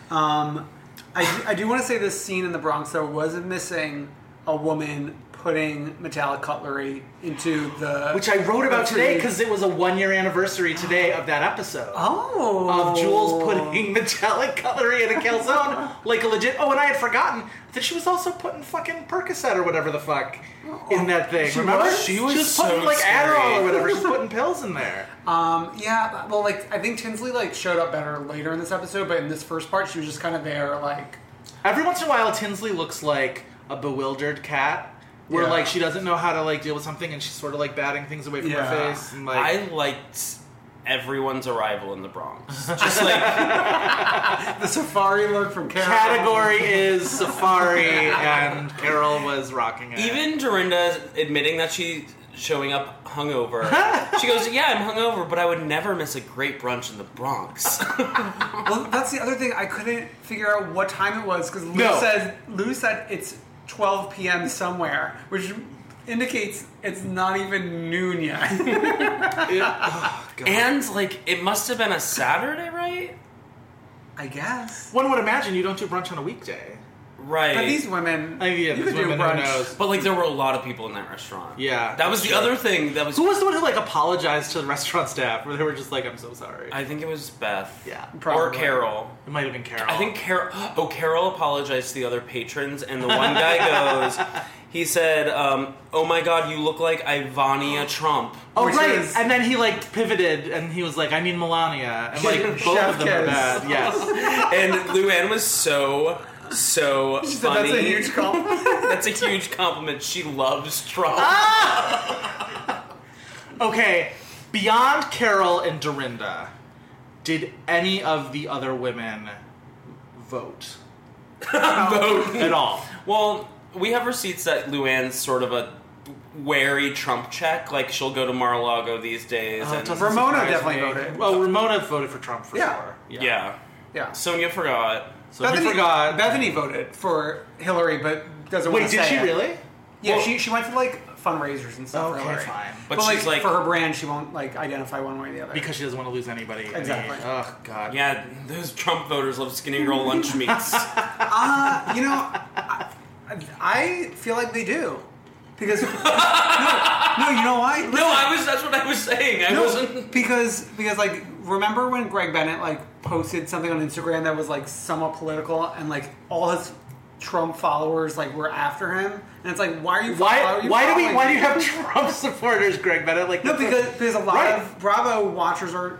Um, I, I do want to say this scene in the Bronx though was missing a woman putting metallic cutlery into the
Which I wrote about
the
today
food.
because it was a one year anniversary today of that episode.
oh
Of Jules putting metallic cutlery in a calzone like a legit. Oh, and I had forgotten that she was also putting fucking Percocet or whatever the fuck in that thing.
Oh, She
Remember?
was?
She was
putting
so
like
scary.
Adderall or whatever. She's putting pills in there.
Um, yeah, well, like I think Tinsley like showed up better later in this episode, but in this first part she was just kind of there, like
Every once in a while, Tinsley looks like a bewildered cat, where
Yeah.
like she doesn't know how to like deal with something, and she's sort of like batting things away from
Yeah.
her face. And like,
I liked everyone's arrival in the Bronx. Just like
the safari look from Carol.
category is safari, and Carol was rocking it.
even Dorinda admitting that she's showing up hungover. she goes, "Yeah, I'm hungover, but I would never miss a great brunch in the Bronx."
Well, that's the other thing. I couldn't figure out what time it was because Lou
No.
said Lou said it's 12 p.m. somewhere, which indicates it's not even noon yet.
oh,
And like it must have been a Saturday, right?
I guess.
One would imagine you don't do brunch on a weekday.
Right.
But these women,
I mean, yeah,
you
these
could do
women, who
brunch.
knows?
But, like there were a lot of people in that restaurant.
Yeah,
That was the
sure.
other thing that was
Who was the one who like apologized to the restaurant staff, where they were just like, "I'm so sorry."
I think it was Beth.
Yeah,
Or
probably.
Carol.
it might have been Carol.
I think Carol Oh, Carol apologized to the other patrons and the one guy goes He said, um, "Oh my God, you look like Ivania Trump."
Oh
Which
right,
is-
and then he like pivoted and he was like, "I mean Melania," and like both
Chef
of them are
kiss.
bad. Yes,
And Luann was so so
So
funny.
that's a huge compliment.
That's a huge compliment. She loves Trump.
okay. Beyond Carol and Dorinda, did any of the other women vote
Vote.
at all?
Well, we have receipts that Luann's sort of a wary Trump check. Like she'll go to Mar-a-Lago these days. and,
Doesn't
Oh, Uh, Ramona
surprise
definitely
me.
voted.
Well, Ramona voted for Trump for
Yeah.
sure.
yeah.
Yeah.
Sonia forgot.
So he forgot.
Bethany voted for Hillary, but doesn't
Wait,
want to
did she
it.
really?
Yeah,
Well-
she, she went to like fundraisers and stuff. for
Okay,
Hillary.
fine.
But
But,
she's, like-
like, for her brand, she won't like identify one way or the other.
Because she doesn't want to lose anybody. Any-
Exactly.
oh God.
Yeah, those Trump voters love skinny girl lunch meats.
Uh, you know, I, I feel like they do. Because no, no, you know why?
no, I was. That's what I was saying. I wasn't.
because because like remember when Greg Bennett like posted something on Instagram that was like somewhat political and like all his Trump followers like were after him and it's like why are you why
Why?
are you
Why do we?
following
Why do
me?
you have Trump supporters, Greg Bennett? Like
no
that's a-
because because a lot
Right.
of Bravo watchers are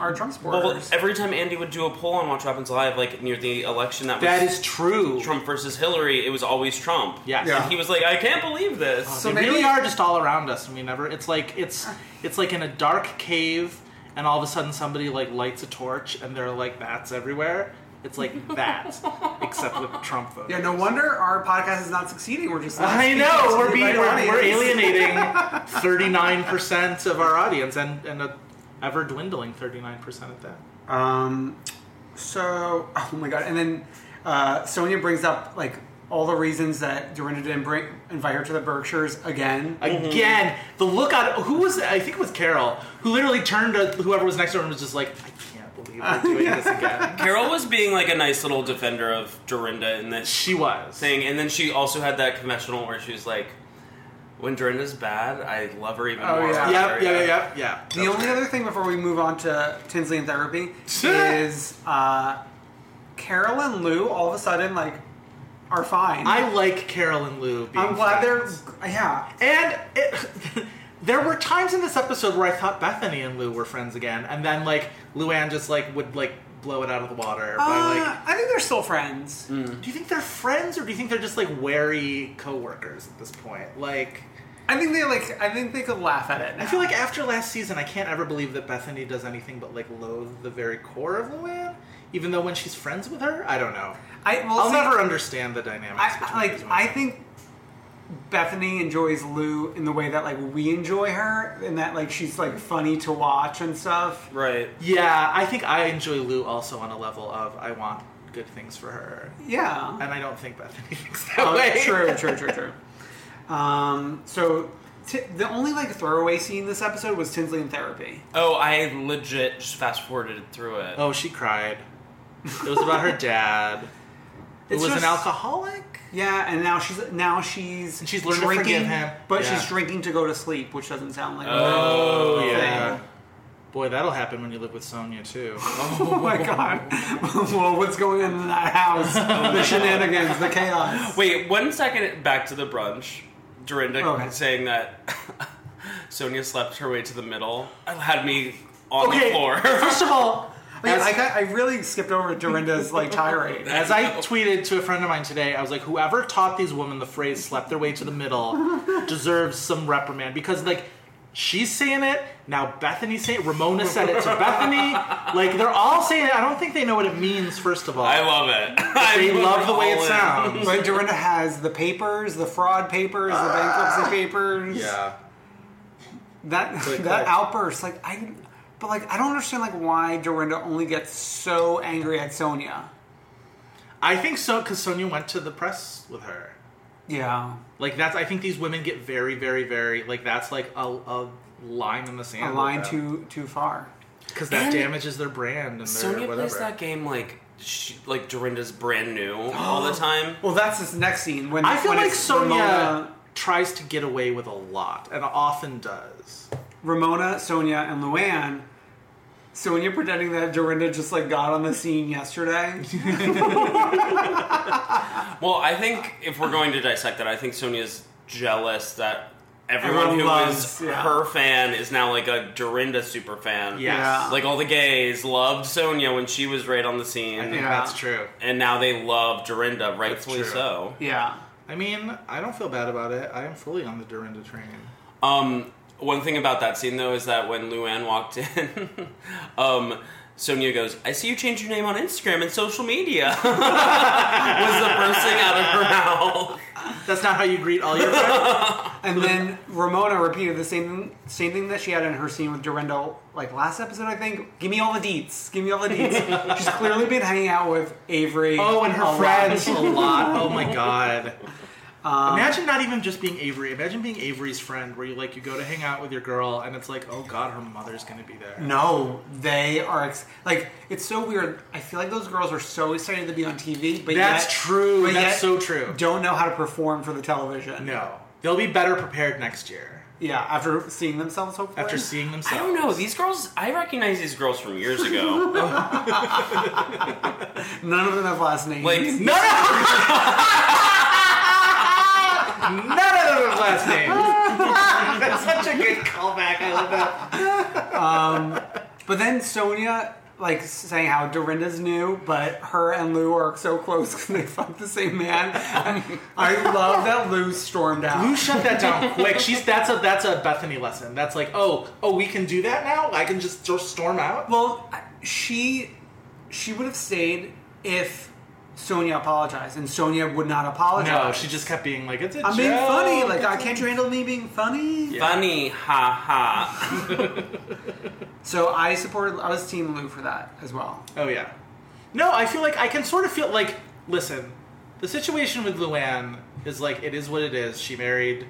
are Trump supporters.
Well, every time Andy would do a poll on Watch What Happens Live, like near the election, that was
that is true.
Trump versus Hillary. It was always Trump.
Yes. Oh,
Yeah.
And he was like, I can't believe this.
So
they
maybe-
really are just all around us, and we never. It's like it's it's like in a dark cave, and all of a sudden somebody like lights a torch, and they're like, "That's everywhere." It's like that, except with Trump voters.
yeah, no wonder our podcast is not succeeding. We're just not
I
speaking
know
to
we're
the
being
right
we're, we're
audience.
alienating thirty nine percent of our audience, and and a ever dwindling thirty nine percent at that.
Um, so, oh my god! And then uh, Sonia brings up like all the reasons that Dorinda didn't bring, invite her to the Berkshires again.
Again, the look on who was I think it was Carol who literally turned to whoever was next to her and was just like, I can't believe we're doing this again.
Carol was being like a nice little defender of Dorinda in this
She was.
thing, and then she also had that confessional where she was like, "When Dorinda's bad, I love her even
Oh,
more."
yeah.
Yep,
after."
yeah, yeah, yeah, yeah.
The only other thing before we move on to Tinsley and therapy is uh, Carol and Lou all of a sudden like are fine.
I like Carol and Lou. Being
am glad
friends.
they're yeah.
And it, there were times in this episode where I thought Bethany and Lou were friends again, and then like Luann just like would like blow it out of the water by
Uh,
like.
I think they're still friends.
Do you think they're friends, or do you think they're just like wary coworkers at this point? Like,
I think they like. I think they could laugh at it.
I feel like after last season, I can't ever believe that Bethany does anything but like loathe the very core of Luann. Even though when she's friends with her, I don't know.
I, well,
I'll
see,
never understand the dynamics.
I,
between
I-
these
like
women.
I think Bethany enjoys Lou in the way that like we enjoy her, and that like she's like funny to watch and stuff.
Right.
Yeah, I think I enjoy Lou also on a level of I want good things for her,
Yeah.
and I don't think Bethany thinks that
Oh,
way.
true, true, true, true. Um, so t- the only like throwaway scene this episode was Tinsley in therapy.
Oh, I legit just fast forwarded through it.
Oh, she cried. It was about her dad, who
It's
was an
just-
alcoholic.
Yeah, and now she's now she's
And she's learned to
drinking,
forgive him.
but
Yeah.
she's drinking to go to sleep, which doesn't sound like.
Oh,
a
yeah.
thing.
Boy, that'll happen when you live with Sonia too.
Oh my god! well, what's going on in that house? The shenanigans, the chaos.
Wait, one second. Back to the brunch. Dorinda
Okay.
saying that Sonia slept her way to the middle had me on the
Okay.
floor.
First of all,
Wait,
as-
I, got, I really skipped over Dorinda's like tirade.
As I tweeted to a friend of mine today, I was like, whoever taught these women the phrase slept their way to the middle deserves some reprimand because, like, she's saying it, now Bethany's saying it, Ramona said it to Bethany. Like, they're all saying it. I don't think they know what it means, first of all.
I love it. I
they love the way
all
it
in.
sounds.
But Dorinda has the papers, the fraud papers, the
Ah.
bankruptcy papers. That that
click.
outburst, like I, but like I don't understand like why Dorinda only gets so angry at Sonia.
I think so because Sonia went to the press with her.
Yeah,
Like, that's, I think these women get very, very, very, like, that's like a, a line in the sand.
a line too too far.
Because that
And-
damages their brand and their
Sonia
whatever.
plays that game like she, like Dorinda's brand new all the time.
Well, that's this next scene when
I feel
when
like
it's
Sonia
Ramona,
tries to get away with a lot, and often does.
Ramona, Sonia, and Luann. Sonia pretending that Dorinda just like got on the scene yesterday.
Well, I think if we're going to dissect that, I think Sonia's jealous that everyone
Everyone
who
loves,
was
yeah.
her fan is now like a Dorinda super fan.
Yes.
Yeah.
Like all the gays loved Sonia when she was right on the scene.
I think
Yeah.
that's true.
And now they love Dorinda, rightfully
true.
so.
Yeah.
I mean, I don't feel bad about it. I am fully on the Dorinda train.
Um, one thing about that scene though is that when Luann walked in, um, Sonia goes, "I see you changed your name on Instagram and social media." was the first thing out of her mouth.
That's not how you greet all your friends.
And then Ramona repeated the same same thing that she had in her scene with Dorinda, like last episode, I think. Give me all the deets. Give me all the deets. She's clearly been hanging out with Avery.
Oh, and
a
her
lot.
friends a lot. Oh my god.
Um,
Imagine not even just being Avery. Imagine being Avery's friend, where you like you go to hang out with your girl, and it's like, oh god, her mother's gonna be there.
No, they are ex- like it's so weird. I feel like those girls are so excited to be on TV, but
That's
yet-
true.
but
That's
yet
so true.
Don't know how to perform for the television.
No, they'll be better prepared next year
Yeah, after seeing themselves, hopefully.
after seeing themselves.
I don't know. These girls, I recognize these girls from years ago.
none of them have last names.
like
None of them have last names. That's such a good callback. I love that.
Um, But then Sonia, like saying how Dorinda's new, but her and Lou are so close because they fuck the same man. And I love that Lou stormed out.
Who shut that down quick? She's that's a that's a Bethany lesson. That's like, oh, oh, we can do that now. I can just just storm out.
well, she she would have stayed if Sonia apologized, and Sonia would not apologize.
No, she just kept being like, it's a
I'm being
joke.
funny. Like, I can't you handle me being funny?
funny, ha ha.
So I supported. I was Team Lou for that as well.
Oh yeah. No, I feel like I can sort of feel like listen, the situation with Luann is like it is what it is. She married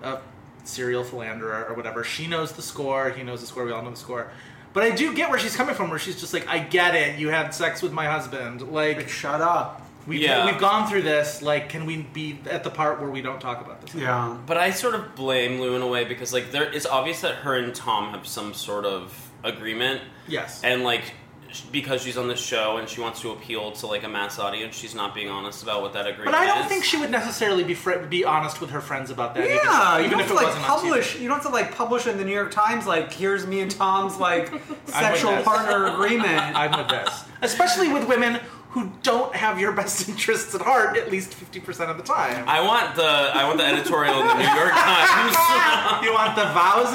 a serial philanderer or whatever. She knows the score, he knows the score, we all know the score. But I do get where she's coming from, where she's just like, I get it, you had sex with my husband.
Like,
Like
shut up.
we've,
Yeah.
we've gone through this, like can we be at the part where we don't talk about this?
Yeah.
But I sort of blame Lou in a way because like there, it's obvious that her and Tom have some sort of agreement,
Yes.
and like sh- because she's on the show and she wants to appeal to like a mass audience, she's not being honest about what that agreement
but I
is.
don't think she would necessarily be fr- be honest with her friends about that. even-
Yeah, you
even,
don't
if
have to
it
like
wasn't on TV.
publish. You don't have to like publish in the New York Times. Like, here's me and Tom's like sexual
this.
partner agreement.
I'm with this. Especially with women who don't have your best interests at heart at least 50% of the time.
I want the I want the editorial in the New York Times.
You want the vows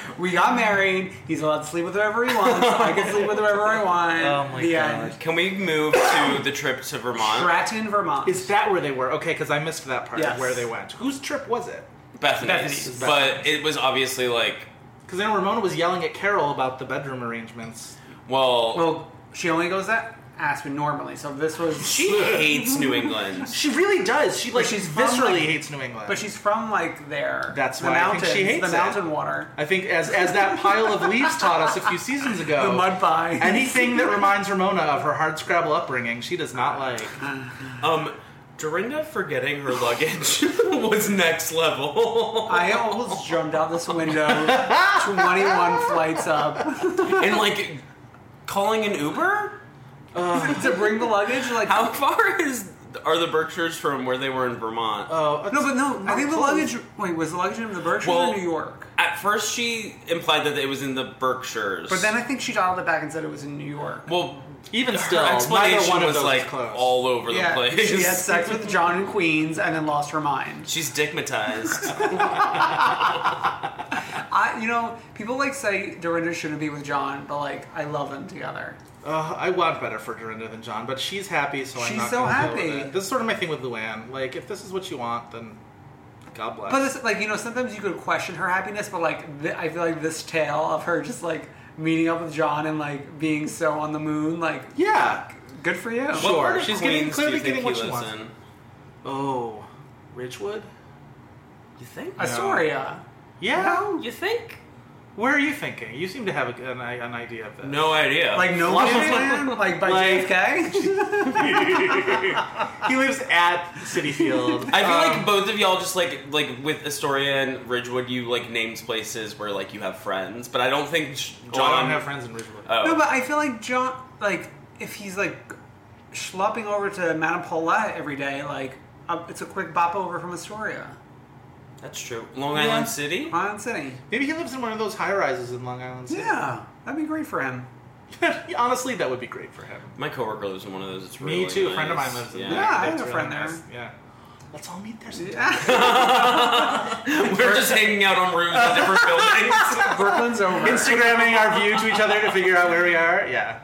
We got married. He's allowed to sleep with whoever he wants. I can sleep with whoever I want.
Oh my
the
God.
End.
Can we move to the trip to
Uh,
Vermont?
Stratton, Vermont.
Is that where they were? Okay, because I missed that part
Yes.
of where they went. Whose trip was it?
Bethany's,
Bethany's.
but it was obviously like
Because then Ramona was yelling at Carol about the bedroom arrangements.
well,
well, she only goes that Aspen normally. So this was
she hates New England.
She really does. She like
But she's
she's
from,
viscerally
like-
hates New England.
But she's from like there.
That's
the
why I think
mountains,
she hates
the
it.
mountain water.
I think as as that pile of leaves taught us a few seasons ago.
The mud pie.
Anything that reminds Ramona of her hard scrabble upbringing, she does not like.
Um, Dorinda forgetting her luggage was next level.
I almost jumped out this window, 21 flights up,
and like calling an Uber?
to bring the luggage. Like,
How far is are the Berkshires from where they were in Vermont?
Oh,
No, but no. I think uh, the
close.
luggage. Wait, was the luggage in the Berkshires
Well-
or New York?
At first, she implied that it was in the Berkshires,
But then I think she dialed it back and said it was in New York.
well,
Even
her
still,
explanation
neither one of
was
those
like
is close.
all over
yeah,
the place.
she had sex with John in Queens and then lost her mind.
She's digmatized.
I, you know, people like say Dorinda shouldn't be with John, but like I love them together.
Uh, I want better for Dorinda than John, but she's happy, so I'm
She's
not
so
gonna Deal
happy.
with it. This is sort of my thing with Luann. Like, if this is what you want, then God bless.
But it's like you know, sometimes you could question her happiness, but like th- I feel like this tale of her just like meeting up with John and like being so on the moon, like
yeah.
good for you.
What part of
she's getting-
Queens do
clearly
you think
getting
he
what she
lives
wants.
in?
Oh, Ridgewood.
You think?
Astoria.
Yeah.
You think?
Where are you thinking? You seem to have a, an, i- an idea of this.
No idea.
Like no
Flush-
man's land, like by
Like-
JFK.
he lives at City Field.
I feel
Um,
like both of y'all just like like with Astoria and Ridgewood, you like named places where like you have friends, but I don't think sh-
John Oh, I
John.
don't have friends in Ridgewood.
Oh.
No, but I feel like John, like if he's like schlepping over to Madame Paulette every day, like uh, it's a quick bop over from Astoria,
That's true. Long
Yeah.
Island City?
Long Island City.
Maybe he lives in one of those high rises in Long Island City.
Yeah, that'd be great for him.
Yeah. Honestly, that would be great for him.
My coworker lives in one of those. It's
Me
really
too. A
nice.
friend of mine lives in
yeah.
there.
Yeah, I
That's
have a
really
friend
nice.
there.
Yeah. Let's all meet there sometime.
We're just hanging out on roofs in different buildings.
Brooklyn's over.
Instagramming our view to each other to figure out where we are. Yeah.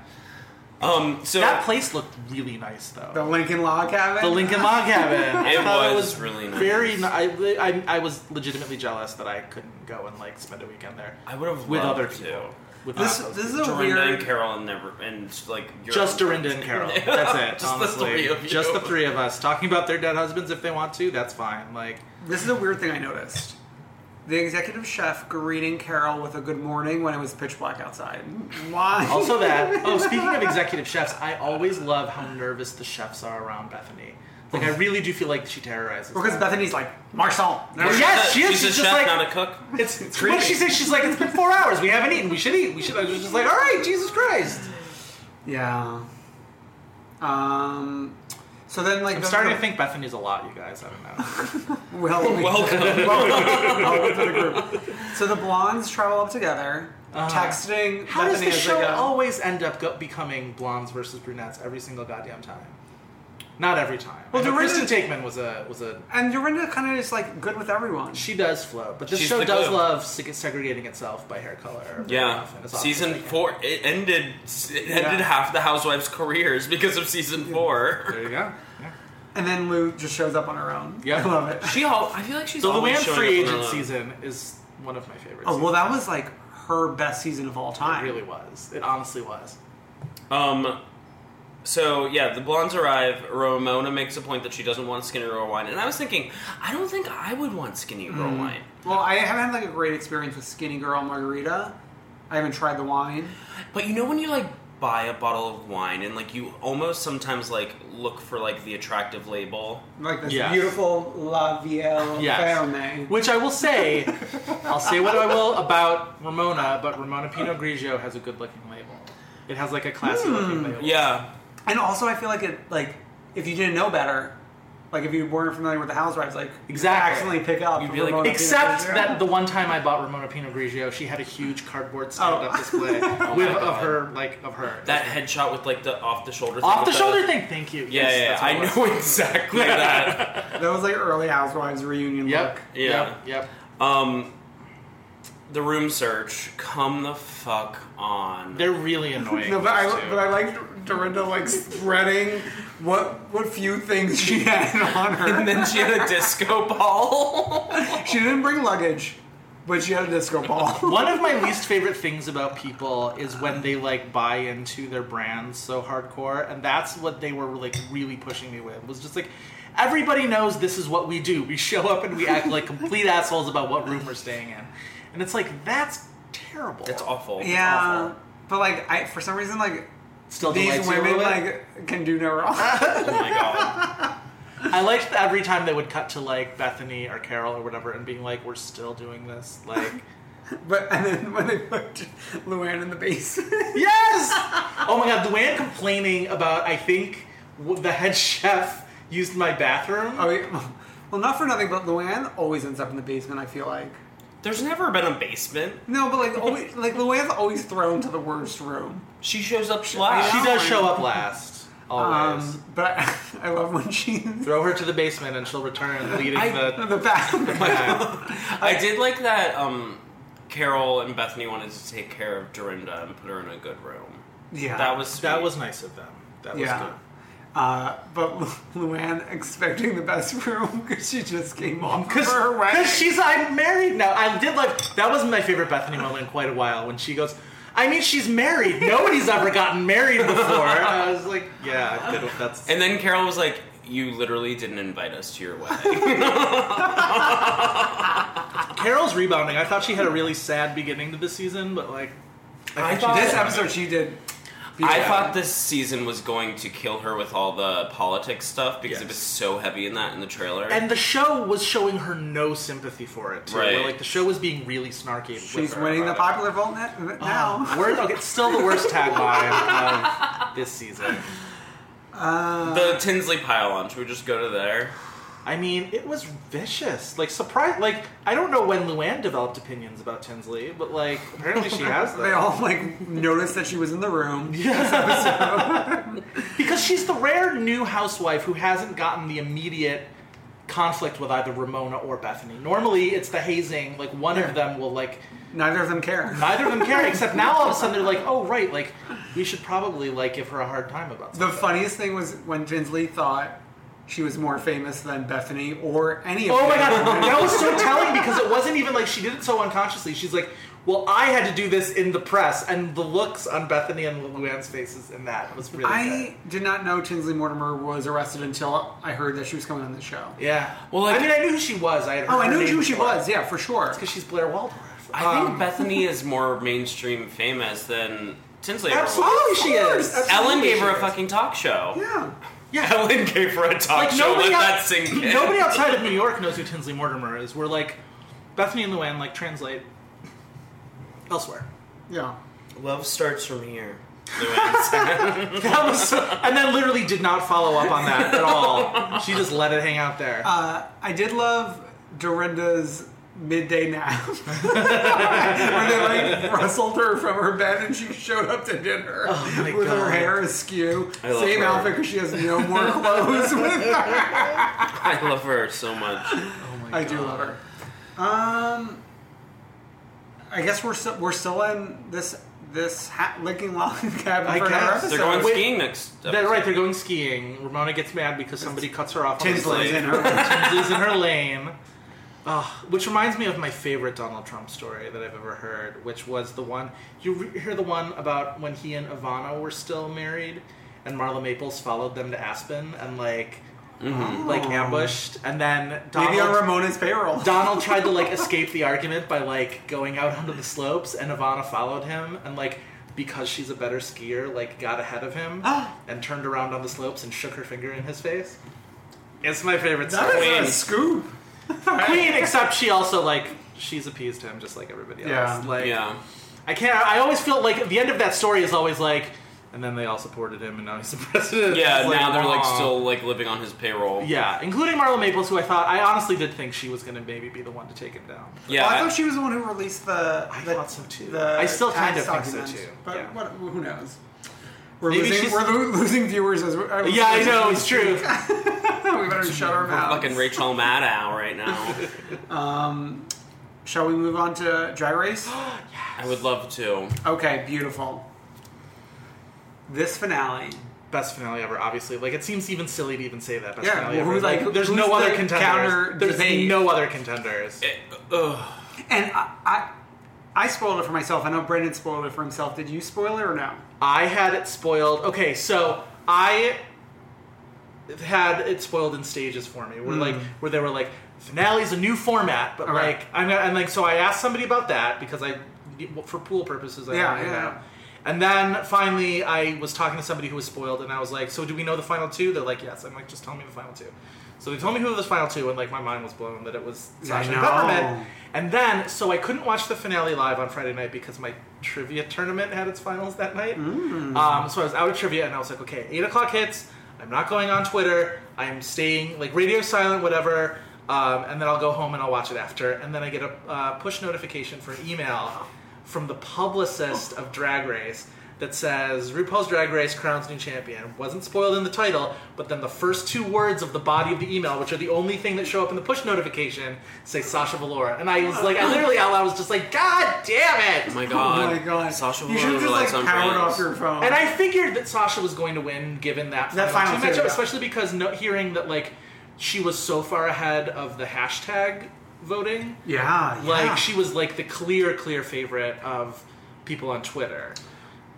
Um, so
That place looked really nice, though.
the Lincoln Log Cabin.
The Lincoln Log Cabin. I
It
thought
was really nice.
Very ni- I, I, I was legitimately jealous that I couldn't go and like spend a weekend there.
I would have
with
loved
other
to.
people. With
This
not those
this is
people.
a weird.
Dorinda and Carol and never and like your
just
own
Dorinda and
friends.
Carol. That's it.
Just the
honestly.
three of you.
Just the three of us talking about their dead husbands if they want to. That's fine. Like
This is a weird thing I noticed. The executive chef greeting Carol with a good morning when it was pitch black outside. Why?
also that. Oh, speaking of executive chefs, I always love how nervous the chefs are around Bethany. Like
Oh.
I really do feel like she terrorizes.
because
them.
Bethany's like Marcel.
Yes, she is.
She's,
She's
a
just
chef,
like-
not a cook.
It's, what did she say? She's like, it's been four hours. We haven't eaten. We should eat. We should. I was just like, all right, Jesus Christ.
Yeah. Um. So then, like,
I'm
the-
starting
the-
to think Bethany's a lot, you guys. I don't know.
Well, welcome. welcome to the group. So the blondes travel up together,
Uh, Uh-huh.
texting.
How does
Bethany
the
as
show
they go.
always end up go- becoming blondes versus brunettes every single goddamn time? Not every time.
Well,
Well,
there is-
Kristen Takeman was a was a
And Dorinda kind of is like good with everyone.
she does flow, but this
She's
show
the
does
glue.
love se- segregating itself by hair color. or
Yeah,
stuff, and it's often
season
like-
four. It ended. It ended
Yeah.
half the housewives' careers because of season four.
There you go. Yeah.
And then Lou just shows up on her own.
Yeah.
I love it.
She, all, I feel like she's
The
always
Luann
showing
free
up on her
agent
own.
season is one of my favorites.
Oh well, that was like her best season of all
it
time.
really was. It honestly was.
Um, so yeah, the blondes arrive. Ramona makes a point that she doesn't want skinny girl wine, and I was thinking, I don't think I would want skinny girl
Mm.
wine.
Mm. Well, I haven't had like a great experience with Skinny Girl Margarita. I haven't tried the wine.
But you know when you like buy a bottle of wine and like you almost sometimes like look for like the attractive label.
Like this
Yes.
beautiful La Vielle Ferme.
Which I will say, I'll say what I will about Ramona, but Ramona Pinot Grigio has a good looking label. It has like a classy looking label.
Yeah,
And also, I feel like it like if you didn't know better, like if you weren't familiar with the housewives, like
Exactly.
accidentally pick up.
You'd be like,
Ramona
Except
Pinto.
that the one time I bought Ramona Pinot Grigio, she had a huge cardboard stand-up display with of
Oh. God.
her like of her
that headshot with like the off the shoulder.
off the
with
shoulder thing. Thank you.
Yeah,
Yes,
yeah,
that's
I
what it was.
know exactly that.
that was like early housewives reunion
Yep.
look.
Yeah.
Yep. Yep.
Um, the room search. Come the fuck on.
They're really annoying.
No, but I,
those two.
but I like Dorinda like spreading what what few things she had on her.
and then she had a disco ball.
She didn't bring luggage, but she had a disco ball.
One of my least favorite things about people is when they like buy into their brands so hardcore, and that's what they were like really pushing me with. Was just like, everybody knows this is what we do. We show up and we act like complete assholes about what room we're staying in, and it's like that's terrible.
That's awful.
yeah,
Awful.
but like I for some reason like
Still
these
delights you a
women
little bit?
like can do no wrong.
Oh my god.
I liked that every time they would cut to like Bethany or Carol or whatever, and being like, we're still doing this. Like,
but and then when they put Luann in the basement,
yes. Oh my god, Luann complaining about I think w- the head chef used my bathroom.
oh yeah. well not for nothing, but Luann always ends up in the basement. I feel like
There's never been a basement.
no, but like always, like Luann's always thrown to the worst room.
She shows up last.
She does show up last. Always.
Um, but I, I love when she
Throw her to the basement and she'll return leading the.
the back.
I did like that. Um, Carol and Bethany wanted to take care of Dorinda and put her in a good room.
Yeah,
That was sweet.
That was nice of them. That was
Yeah. Uh, but Lu- Luann expecting the best room because she just came off
good.
for her wedding.
Because she's I'm married now. I did like that was my favorite Bethany moment in quite a while when she goes. I mean, she's married. Nobody's ever gotten married before. I was like, yeah, good, that's.
And then Carol was like, "You literally didn't invite us to your wedding."
Carol's rebounding. I thought she had a really sad beginning to the season, but like,
I
think she
thought-
did-
this episode she did.
I thought this season was going to kill her with all the politics stuff because it
Yes.
was so heavy in that in the trailer.
And the show was showing her no sympathy for it. Too,
Right.
Where, like the show was being really snarky. with
She's
her
winning the
about it.
popular vote na- now.
Uh,
Word, okay, it's still Ah, the worst tagline of this season.
the Tinsley pile on. Should we just go to there?
Uh, I mean, it was vicious. Like surprise. Like I don't know when Luann developed opinions about Tinsley, but like apparently she has them.
They all like noticed that she was in the room.
Because she's the rare new housewife who hasn't gotten the immediate conflict with either Ramona or Bethany. Normally, it's the hazing. Like one
Yeah.
of them will like
Neither of them care.
neither of them care. Except now, all of a sudden, they're like, "Oh right, like we should probably like give her a hard time about." Something.
The funniest thing was when Tinsley thought she was more famous than Bethany or any of
Oh my
them.
god, that was so telling because it wasn't even like she did it so unconsciously. She's like, "Well, I had to do this in the press," and the looks on Bethany and Luann's faces in that was really. good.
I did not know Tinsley Mortimer was arrested until I heard that she was coming on the show.
yeah.
Well, like-
I mean, I knew who she was. I had
Oh, I
heard her
knew
name
who she
before.
was. Yeah, for sure.
because she's Blair Waldorf.
I
um,
think Bethany is more mainstream famous than Tinsley. ever was.
Absolutely, she
course.
is. Absolutely
Ellen gave her
she
a
is.
fucking talk show.
Yeah.
Ellen gave her a talk
Like
show. Let
nobody,
that
out-
sink in.
nobody outside of New York knows who Tinsley Mortimer is. We're like Bethany and Luann like translate elsewhere.
Yeah.
Love starts from here. Luann said.
That was so, and then literally did not follow up on that at all. She just let it hang out there.
Uh, I did love Dorinda's midday nap. When they like wrestled her from her bed and she showed up to dinner
Oh my
with her
God.
hair askew.
I love
Same
her.
outfit because she has no more clothes with her.
I love her so much.
I do love her. Um, I guess we're still we're still in this this hat licking lolling cabin
I
for another
guess.
episode.
They're going
Wait.
skiing next.
They're right. They're going skiing. Ramona gets mad because somebody cuts her off. on the
Tinsley's
slide.
in her.
Tinsley's in her lane. Ah, which reminds me of my favorite Donald Trump story that I've ever heard, which was the one you re- hear the one about when he and Ivana were still married, and Marla Maples followed them to Aspen and like
Mm-hmm.
like ambushed, and then Donald,
Maybe on Ramona's payroll.
Donald tried to like escape the argument by like going out onto the slopes, and Ivana followed him, and like because she's a better skier, like got ahead of him
Ah.
and turned around on the slopes and shook her finger in his face. It's my favorite
That
story.
is a scoop.
Queen, except she also like she's appeased him just like everybody else.
Yeah.
Like
Yeah.
I can't. I always feel like the end of that story is always like, and then they all supported him, and now he's the president.
Yeah.
It's like,
now they're like
aw.
still like living on his payroll.
Yeah, including Marla Maples, who I thought I honestly did think she was going to maybe be the one to take him down.
Yeah.
Well, I thought she was the one who released the.
I
the-
thought so too.
the
Uh, I still kind
tax
of think so
document.
too.
But
Yeah.
what, who knows? We're
Maybe
losing,
she's-
we're lo- losing viewers as we're,
Yeah, I know it's true.
we better shut our mouths.
fucking Rachel Maddow right now.
Um, Shall we move on to Drag Race?
I would love to.
Okay, beautiful. This finale.
Best finale ever, obviously. Like it seems even silly to even say that. Best
Yeah,
finale
well,
ever.
who's, like,
there's
who's
no
the
other
counter
contenders. There's
debate?
no other contenders.
And I, I, I spoiled it for myself. I know Brandon spoiled it for himself. Did you spoil it or no?
I had it spoiled. Okay, so I had it spoiled in stages for me, where
Hmm.
like where they were like finale's a new format, but
Okay.
like I'm not- and like so I asked somebody about that because I for pool purposes I
Yeah,
don't know.
yeah, yeah.
And then finally, I was talking to somebody who was spoiled, and I was like, "So do we know the final two? They're like, "Yes." I'm like, "Just tell me the final two. So they told me who the final two, and like my mind was blown that it was Sasha and
know.
Peppermint. And then, so I couldn't watch the finale live on Friday night because my trivia tournament had its finals that night. Um, so I was out of trivia, and I was like, okay, eight o'clock hits. I'm not going on Twitter. I'm staying like radio silent, whatever. Um, and then I'll go home and I'll watch it after. And then I get a uh, push notification for an email from the publicist of Drag Race that says RuPaul's Drag Race crowns new champion. Wasn't spoiled in the title, but then the first two words of the body of the email, which are the only thing that show up in the push notification, say Sasha Valora. And I was like, I literally out loud was just like, God damn it!
Oh my god.
oh my god.
Sasha
you should have
Velour
just like
relies on
powered
friends.
off your phone.
And I figured that Sasha was going to win given that final,
That final
two
two,
matchup,
yeah.
especially because no, hearing that like she was so far ahead of the hashtag voting,
yeah, yeah.
like she was like the clear, clear favorite of people on Twitter.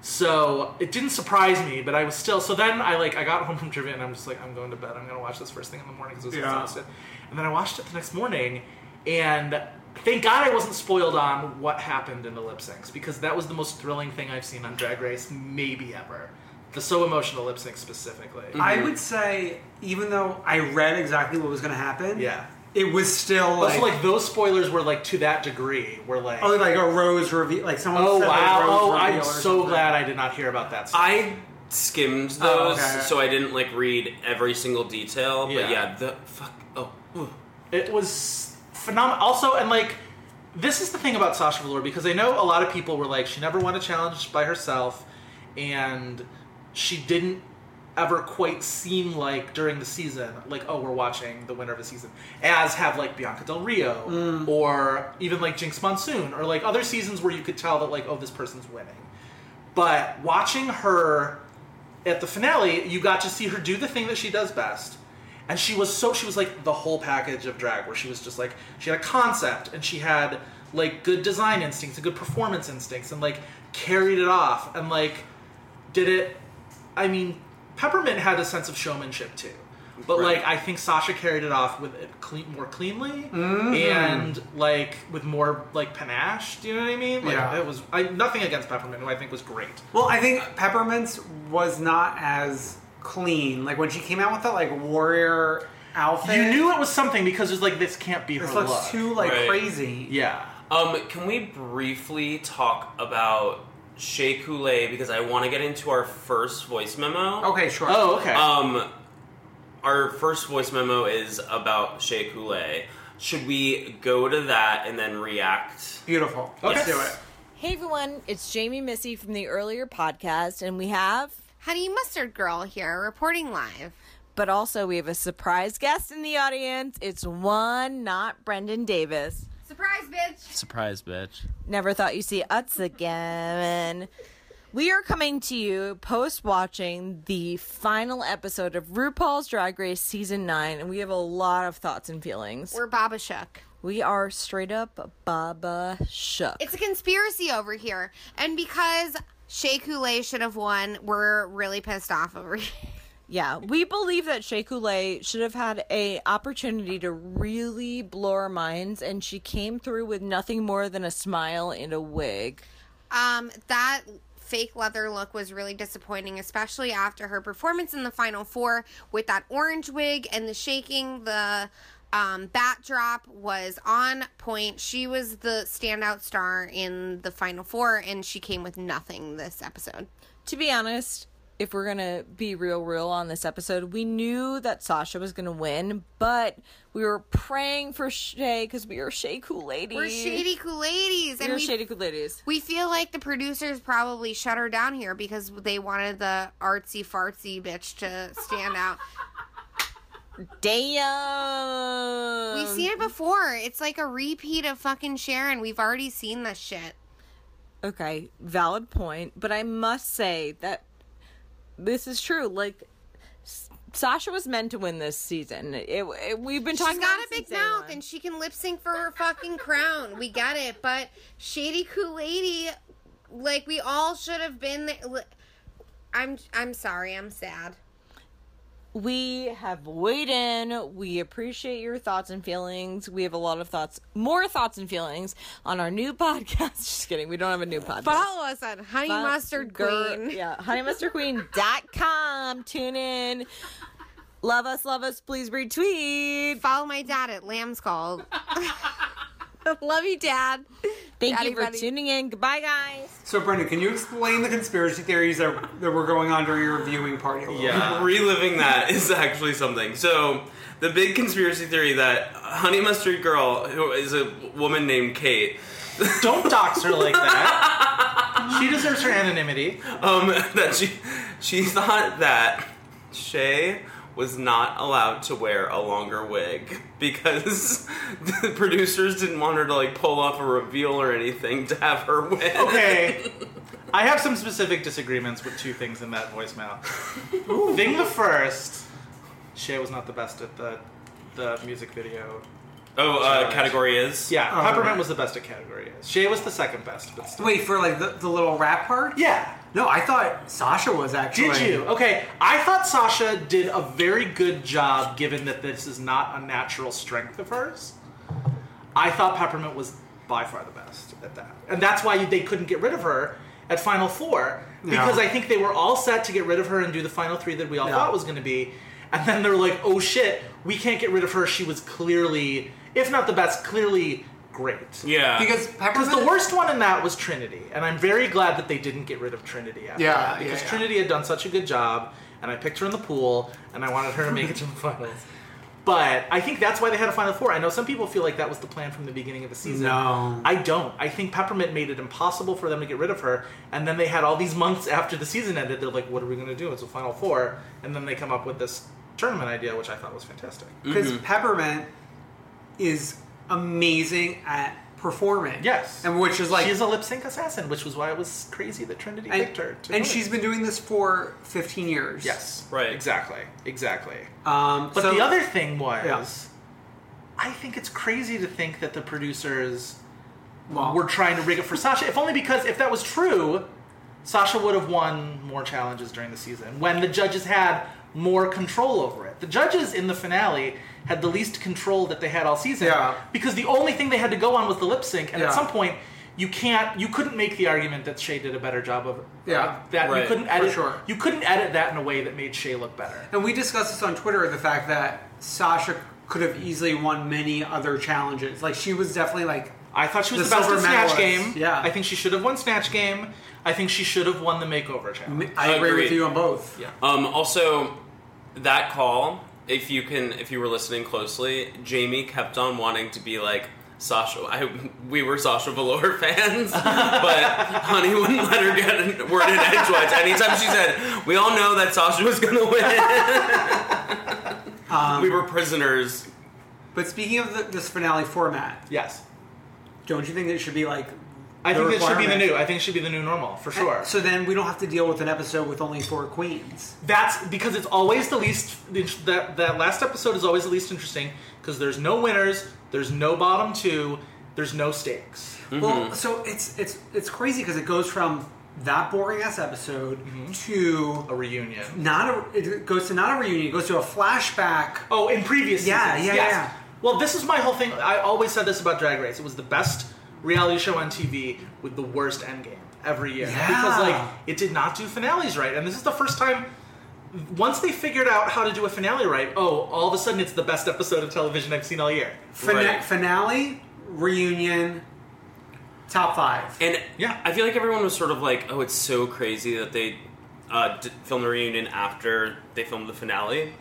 So it didn't surprise me, but I was still. So then I like I got home from trivia and I'm just like I'm going to bed. I'm going to watch this first thing in the morning because I was
Yeah.
exhausted. And then I watched it the next morning, and thank God I wasn't spoiled on what happened in the lip syncs because that was the most thrilling thing I've seen on Drag Race maybe ever. The so emotional lip sync specifically.
I would say, even though I read exactly what was going to happen,
Yeah.
it was still like,
also, like those spoilers were like to that degree were like
oh, like a rose reveal. Like someone.
Oh
said, like,
wow!
rose
Oh,
reveal
I'm
or
so
something.
glad I did not hear about that. Stuff.
I skimmed those,
Oh, okay.
so I didn't like read every single detail.
Yeah.
But yeah, the fuck. Oh,
It was phenomenal. Also, and like, this is the thing about Sasha Velour because I know a lot of people were like, she never won a challenge by herself, and she didn't ever quite seem like during the season, like, oh, we're watching the winner of the season, as have like Bianca Del Rio or even like Jinx Monsoon or like other seasons where you could tell that like, oh, this person's winning. But watching her at the finale, you got to see her do the thing that she does best. And she was so she was like the whole package of drag where she was just like she had a concept and she had like good design instincts and good performance instincts and like carried it off and like did it I mean Peppermint had a sense of showmanship too. But
Right.
like I think Sasha carried it off with it clean, more cleanly and like with more like panache, do you know what I mean? Like
Yeah.
it was I, nothing against Peppermint who I think was great.
Well, I think Peppermint's was not as clean. Like when she came out with that like warrior outfit,
You knew it was something because it was like this can't be her
this looks
look.
too like
Right.
crazy.
yeah.
Um, can we briefly talk about Shea Coulee because I want to get into our first voice memo.
Okay, sure.
Oh, okay.
Um, our first voice memo is about Shea Coulee. Should we go to that and then react?
beautiful.
Oh.
Let's do it.
Hey everyone, it's Jamie Missy from the earlier podcast, and we have,
Honey Mustard Girl here, reporting live.
but also we have a surprise guest in the audience. It's one, not Brendan Davis.
Surprise, bitch!
Surprise, bitch.
Never thought you'd see Utz again. We are coming to you post watching the final episode of RuPaul's Drag Race Season 9, and we have a lot of thoughts and feelings.
We're Baba Shook.
We are straight up Baba Shook.
It's a conspiracy over here. And because Shea Coulee should have won, we're really pissed off over here.
Yeah, we believe that Shea Coulee should have had a opportunity to really blow our minds, and she came through with nothing more than a smile and a wig.
Um, that fake leather look was really disappointing, especially after her performance in the final four with that orange wig and the shaking. The um, bat drop was on point. She was the standout star in the final four, and she came with nothing this episode.
To be honest, if we're gonna be real, real on this episode, we knew that Sasha was gonna win, but we were praying for Shea because we are Shea Coulee.
We're shady cool ladies,
We
and
are
we
shady Coulees.
We feel like the producers probably shut her down here because they wanted the artsy fartsy bitch to stand out.
Damn.
We've seen it before. It's like a repeat of fucking Sharon. We've already seen this shit.
Okay, valid point, but I must say that this is true. Like S- Sasha was meant to win this season. It, it- we've been talking
She's got
about
a
it
big
since day
mouth
one.
and she can lip sync for her fucking crown. We get it, but shady cool lady, like we all should have been. There. I'm I'm sorry. I'm sad.
we have weighed in. We appreciate your thoughts and feelings. We have a lot of thoughts, more thoughts and feelings on our new podcast. Just kidding. We don't have a new podcast.
Follow us on Honey
Fun-
Mustard
Gir-
Queen.
Yeah, honeymustardqueen.com. Tune in. Love us, love us. Please retweet.
Follow my dad at Lamb's Call. Love you, Dad.
Thank you
Daddy
for
buddy.
tuning in. Goodbye, guys.
So, Brendan, can you explain the conspiracy theories that, that were going on during your viewing party? a little bit?
Yeah.
Reliving that is actually something. So, the big conspiracy theory that Honey Mustard Girl, who is a woman named Kate,
Don't dox her like that. she deserves her anonymity.
um, that she she thought that Shay was not allowed to wear a longer wig because the producers didn't want her to like pull off a reveal or anything to have her win.
Okay. I have some specific disagreements with two things in that voicemail. Thing the first, Shay was not the best at the the music video.
Oh, uh, category is
Yeah,
Oh,
Peppermint
right.
was the best at category. Shay was the second best, but still.
Wait for like the, the little rap part.
Yeah.
No, I thought Sasha was actually. Oh,
Did you? Okay, I thought Sasha did a very good job given that this is not a natural strength of hers. I thought Peppermint was by far the best at that. And that's why they couldn't get rid of her at Final Four. Because
Yeah.
I think they were all set to get rid of her and do the Final Three that we all
Yeah.
thought was going to be. And then they're like, oh shit, we can't get rid of her. She was clearly, if not the best, clearly great.
yeah
Because Peppermint.
Because the worst one in that was Trinity, and I'm very glad that they didn't get rid of Trinity after
Yeah,
that
yeah,
Uh, because
yeah.
Trinity had done such a good job, and I picked her in the pool, and I wanted her to make it to the finals. But I think that's why they had a Final Four. I know some people feel like that was the plan from the beginning of the season.
No.
I don't. I think Peppermint made it impossible for them to get rid of her, and then they had all these months after the season ended. They're like, "What are we going to do? It's a Final Four. and then they come up with this tournament idea, which I thought was fantastic.
Because Peppermint is amazing at performing.
Yes.
And which is like
she's a lip sync assassin, which was why it was crazy that Trinity
and,
picked her. to
and
win.
she's been doing this for 15 years.
yes, right, exactly, exactly.
Um,
But
so-
the other thing was,
Yeah.
I think it's crazy to think that the producers were trying to rig it for Sasha. If only because if that was true, Sasha would have won more challenges during the season when the judges had more control over it. The judges in the finale had the least control that they had all season
Yeah.
because the only thing they had to go on was the lip sync, and
Yeah.
at some point. You can't. You couldn't make the argument that Shay did a better job of
Yeah.
of that
Right.
you couldn't
For
edit.
sure.
You couldn't edit that in a way that made Shay look better.
And we discussed this on Twitter the fact that Sasha could have easily won many other challenges. Like she was definitely like
I thought she was the, best at Snatch Game. Yeah. I think she should have won Snatch Game. I think she should have won the Makeover Challenge.
I agree with you on both. Yeah.
Um, also, that call, if you can, if you were listening closely, Jamie kept on wanting to be like Sasha. I, we were Sasha Velour fans, but honey wouldn't let her get worded edgewise. Anytime she said, "We all know that Sasha was going to win," we were prisoners.
But speaking of the, this finale format,
yes,
don't you think it should be like?
I think
the
that should be the
requirement?
new. I think it should be the new normal for sure.
So then we don't have to deal with an episode with only four queens.
That's because it's always the least. That that last episode is always the least interesting because there's no winners, there's no bottom two, there's no stakes. Mm-hmm.
Well, so it's it's it's crazy because it goes from that boring ass episode to
Mm-hmm. a reunion.
Not a it goes to not a reunion. It goes to a flashback.
Oh, in previous
yeah,
seasons,
yeah,
yes.
yeah.
Well, this is my whole thing. I always said this about Drag Race. It was the best reality show on TV with the worst endgame every year
Yeah.
because like it did not do finales right, and this is the first time. Once they figured out how to do a finale right, oh, all of a sudden it's the best episode of television I've seen all year.
Fina- Finale, reunion, top five.
And yeah, I feel like everyone was sort of like, "Oh, it's so crazy that they uh, d- filmed the reunion after they filmed the finale."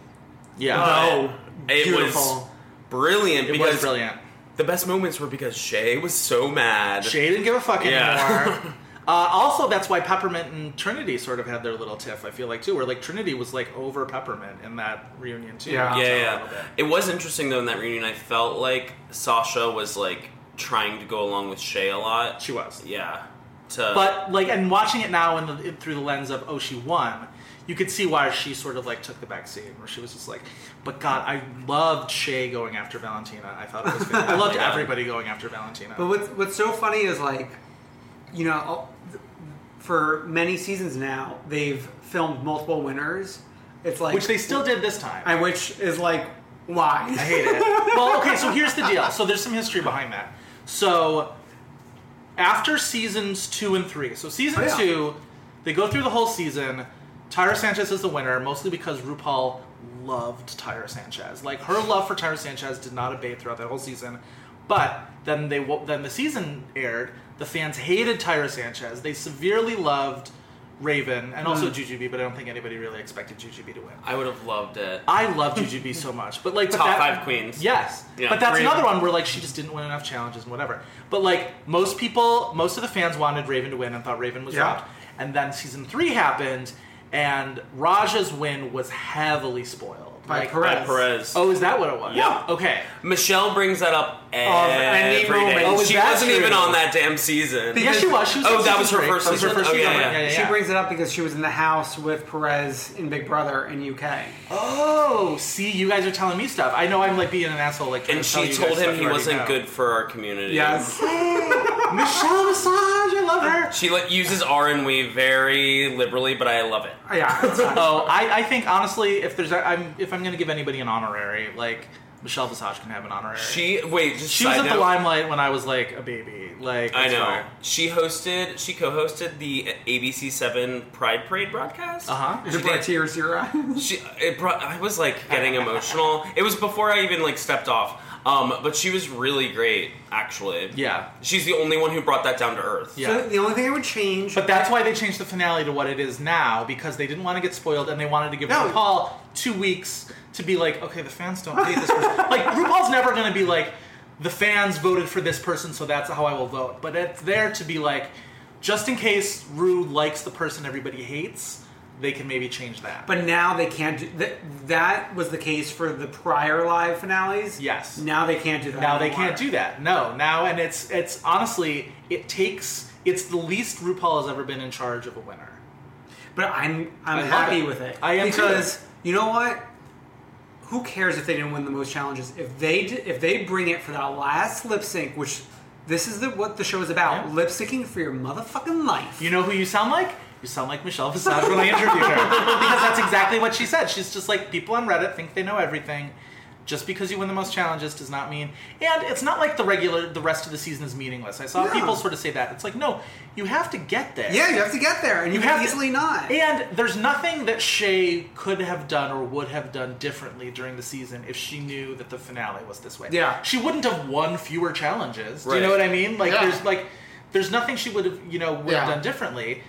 Yeah.
But
Oh,
it was
beautiful.
brilliant.
It was
because
brilliant.
The best moments were because Shay was so mad.
Shay didn't give a fuck
Yeah.
anymore. uh, also, that's why Peppermint and Trinity sort of had their little tiff. I feel like too, where like Trinity was like over Peppermint in that reunion too.
yeah,
So,
yeah. It was interesting though in that reunion. I felt like Sasha was like trying to go along with Shay a lot. She
was,
yeah. To
But like, and watching it now in the, in- through the lens of oh, she won. You could see why she sort of like took the back seat, where she was just like, "But God, I loved Shay going after Valentina. I thought it was. Fantastic. I loved
Yeah.
everybody going after Valentina."
But what's what's so funny is like, you know, all- th- for many seasons now they've filmed multiple winners. It's like
Which they still did this time,
and which is like why
I hate it. well, okay, so here's the deal. So there's some history behind that. So after seasons two and three, so season
Oh, yeah.
two, they go through the whole season. Tyra Sanchez is the winner, mostly because RuPaul loved Tyra Sanchez. Like her love for Tyra Sanchez did not abate throughout that whole season. But then they wo- then the season aired. The fans hated Tyra Sanchez. They severely loved Raven and also
Mm.
Jujubee, but I don't think anybody really expected Jujubee to win.
I would have loved it.
I love Jujubee so much, but like but
top
that-
five queens.
Yes,
Yeah.
but that's
Three.
another one where like she just didn't win enough challenges and whatever. But like most people, most of the fans wanted Raven to win and thought Raven was
Yeah.
robbed. And then season three happened, and Raja's win was heavily spoiled
By
Like-
Perez. By Perez.
Oh, is that what it was?
Yeah.
Okay.
Michelle brings that up
any
every
moment.
day.
Oh, is
she
that
wasn't even
true?
on that damn season.
Because-
oh, that was her first.
That was her
season?
first
Oh,
season.
yeah, yeah.
She brings it up because she was in the house with Perez in Big Brother in UK.
Oh, see, you guys are telling me stuff. I know I'm like being an asshole. Like, trying
And
to tell
she
you
told
guys
him
stuff
he
you already
wasn't
know.
good for our community.
Michelle Massage, I love her.
She like, uses R and we very liberally, but I love it.
Yeah.
oh, I, I think honestly, if there's, a, I'm, if I'm gonna give anybody an honorary, like Michelle Visage can have an honorary.
She wait, just
she was
side
at the
note.
limelight when I was like a baby. Like
I know. She hosted. She co-hosted the ABC Seven Pride Parade broadcast.
Uh huh.
She did-
tears to your eyes?
She. It brought. I was like getting emotional. It was before I even like stepped off. Um, but she was really great, actually.
Yeah.
She's the only one who brought that down to earth.
Yeah.
the only thing I would change,
but that's why they changed the finale to what it is now because they didn't want to get spoiled and they wanted to give RuPaul two weeks to be like, okay, the fans don't hate this person. like RuPaul's never gonna be like, the fans voted for this person, so that's how I will vote. But it's there to be like, just in case Ru likes the person everybody hates, they can maybe change that.
But now they can't do that. That was the case for the prior live finales. Yes. Now they can't do that.
now they
anymore.
can't do that. No, now and it's it's honestly it takes it's the least RuPaul has ever been in charge of a winner.
But I'm I'm
I love
happy
it.
with it.
I am too.
because you know what? Who cares if they didn't win the most challenges? If they d- if they bring it for that last lip sync, which this is the, what the show is about lip syncing for your motherfucking life.
You know who you sound like? You sound like Michelle Visage when I interviewed her because that's exactly what she said. She's just like people on Reddit think they know everything. Just because you win the most challenges does not mean, and it's not like the regular the rest of the season is meaningless. I saw
No.
people sort of say that. It's like no, you have to get there.
Yeah, you have to get there, and you can easily not.
And there's nothing that Shay could have done or would have done differently during the season if she knew that the finale was this way.
Yeah.
she wouldn't have won fewer challenges. Do
Right.
you know what I mean? Like
Yeah.
there's like there's nothing she would have you know would have
Yeah.
done differently.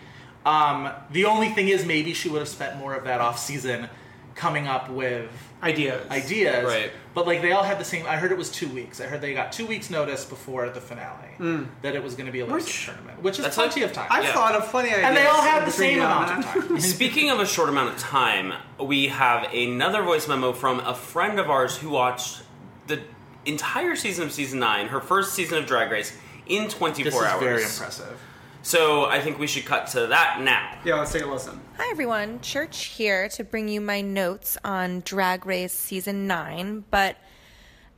Um, the only thing is maybe she would have spent more of that off season coming up with
ideas
ideas right but like they all had the same i heard it was two weeks i heard they got two weeks notice before the finale
Mm.
that it was going to be a lip sync tournament which is
That's
plenty
like-
of time
I've Yeah. thought
of plenty of
and they
ideas
all had the
between
same
now and
amount of
then.
time
Speaking of a short amount of time, we have another voice memo from a friend of ours who watched the entire season of season nine, her first season of Drag Race, in 24
this is
hours.
very impressive
So I think we should cut to that now.
Yeah, let's take a listen.
Hi everyone, Church here to bring you my notes on Drag Race Season 9, but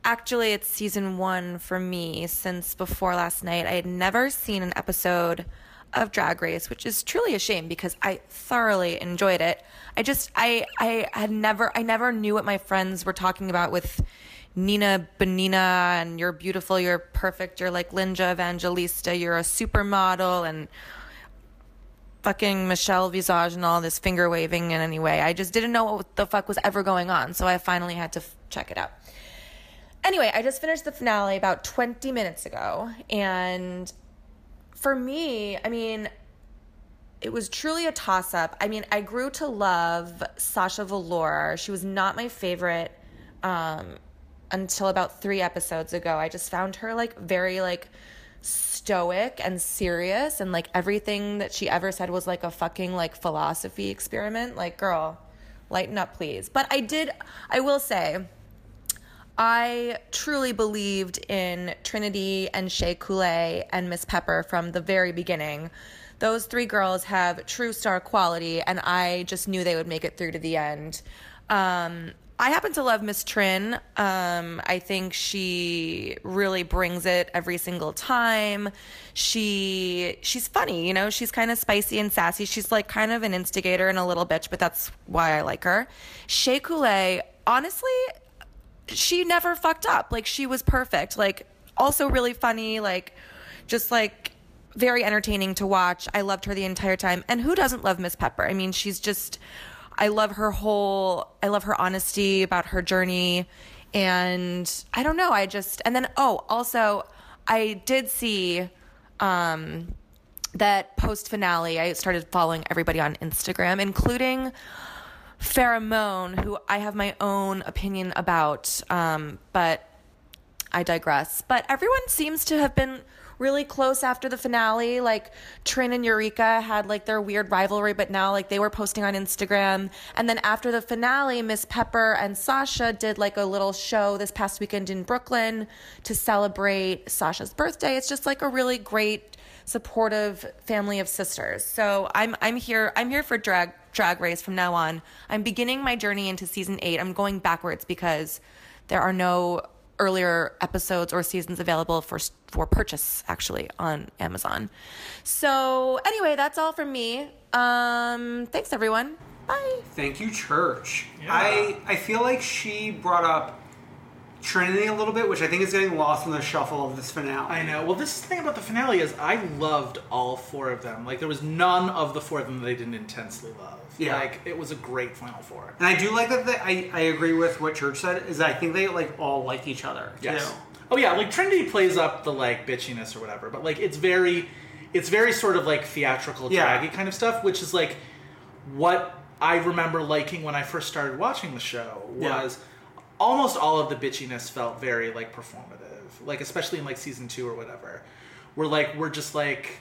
actually it's Season 1 for me since before last night I had never seen an episode of Drag Race, which is truly a shame because I thoroughly enjoyed it. I just I I had never I never knew what my friends were talking about with Nina Benina and you're beautiful, you're perfect, you're like Linda Evangelista, you're a supermodel and fucking Michelle Visage and all this finger waving in any way. I just didn't know what the fuck was ever going on, so I finally had to f- check it out. Anyway, I just finished the finale about 20 minutes ago, and for me, I mean, it was truly a toss up. I mean, I grew to love Sasha Velour. She was not my favorite um, until about three episodes ago. I just found her like very like stoic and serious, and like everything that she ever said was like a fucking like philosophy experiment. Like, girl, lighten up, please. But I did, I will say, I truly believed in Trinity and Shea Coulee and Miss Pepper from the very beginning. Those three girls have true star quality, and I just knew they would make it through to the end. Um, I happen to love Miss Trin. Um, I think she really brings it every single time. She she's funny, you know. She's kind of spicy and sassy. She's like kind of an instigator and a little bitch, but that's why I like her. Shea Coulee, honestly, she never fucked up. Like she was perfect. Like also really funny. Like just like very entertaining to watch. I loved her the entire time. And who doesn't love Miss Pepper? I mean, she's just I love her whole I love her honesty about her journey and I don't know, I just and then oh, also I did see um that post finale I started following everybody on Instagram including Pheromone, who I have my own opinion about, um, but I digress. But everyone seems to have been really close after the finale. Like Trin and Eureka had like their weird rivalry, but now like they were posting on Instagram. And then after the finale, Miss Pepper and Sasha did like a little show this past weekend in Brooklyn to celebrate Sasha's birthday. It's just like a really great supportive family of sisters. So I'm I'm here I'm here for drag drag race from now on. I'm beginning my journey into season 8. I'm going backwards because there are no earlier episodes or seasons available for for purchase actually on Amazon. So anyway, that's all from me. Um thanks everyone.
Thank you, Church. I I feel like she brought up Trinity a little bit, which I think is getting lost in the shuffle of this finale.
I know. Well, this thing about the finale is I loved all four of them. Like there was none of the four of them that I didn't intensely love.
Yeah.
Like it was a great final four.
And I do like that. They, I I agree with what Church said. Is that I think they like all like each other.
Yes.
too.
Oh yeah, like Trinity plays up the like bitchiness or whatever, but like it's very it's very sort of like theatrical
Yeah.
draggy kind of stuff, which is like what I remember liking when I first started watching the show
Yeah.
was almost all of the bitchiness felt very like performative, like especially in like season two or whatever, where like we're just like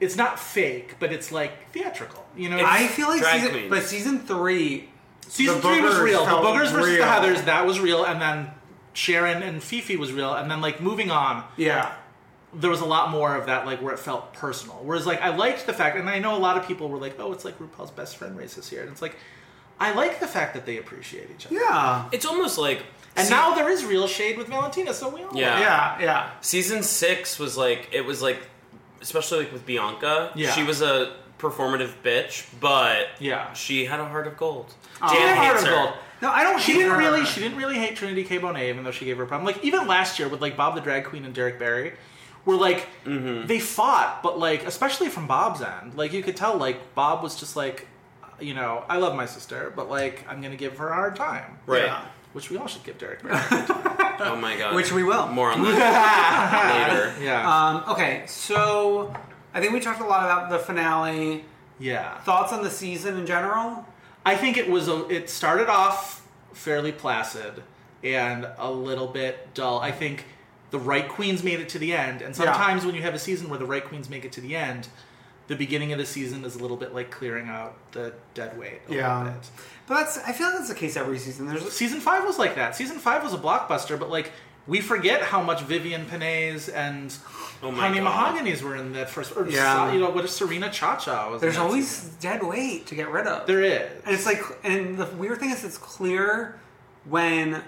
it's not fake, but it's like theatrical. You know,
I feel like
Drag
season,
queens.
but season three,
Season
the
three was
boogers
real. The
felt
boogers versus
real.
the heathers that was real, and then Sharon and Fifi was real, and then like moving on.
Yeah.
There was a lot more of that, like where it felt personal. Whereas, like, I liked the fact, and I know a lot of people were like, "Oh, it's like RuPaul's best friend race this year," and it's like, I like the fact that they appreciate each other.
Yeah,
it's almost like,
and now there is real shade with Valentina, so we all
Yeah.
yeah, yeah.
Season six was like it was like, especially like with Bianca.
Yeah.
she was a performative bitch, but
yeah,
she had a heart of gold.
She had a heart
hates
of
her.
gold. No, I don't. She
hate
didn't
her.
really. She didn't really hate Trinity K. Bonet, even though she gave her a problem. Like even last year with like Bob the drag queen and Derek Barry, were like they fought, but like especially from Bob's end, like you could tell like Bob was just like, you know, I love my sister, but like I'm gonna give her a hard time,
Right.
Which we all should give Derek Barry.
Oh my god.
Which we will.
More on that later.
Yeah. Um, okay, so I think we talked a lot about the finale.
Yeah.
Thoughts on the season in general?
I think it was a, it started off fairly placid and a little bit dull. I think the right queens made it to the end, and
Yeah.
sometimes when you have a season where the right queens make it to the end, the beginning of the season is a little bit like clearing out the dead weight. A little
Yeah.
bit.
But that's I feel like that's the case every season. There's
season five was like that. Season five was a blockbuster, but like we forget how much Vivian Panay's and
Oh my
Honey
God.
Mahogany's were in that first. Or
Yeah.
you know what if Serena Cha Cha was? in
There's
that
always
season?
dead weight to get rid of.
There is.
And it's like, and the weird thing is, it's clear when,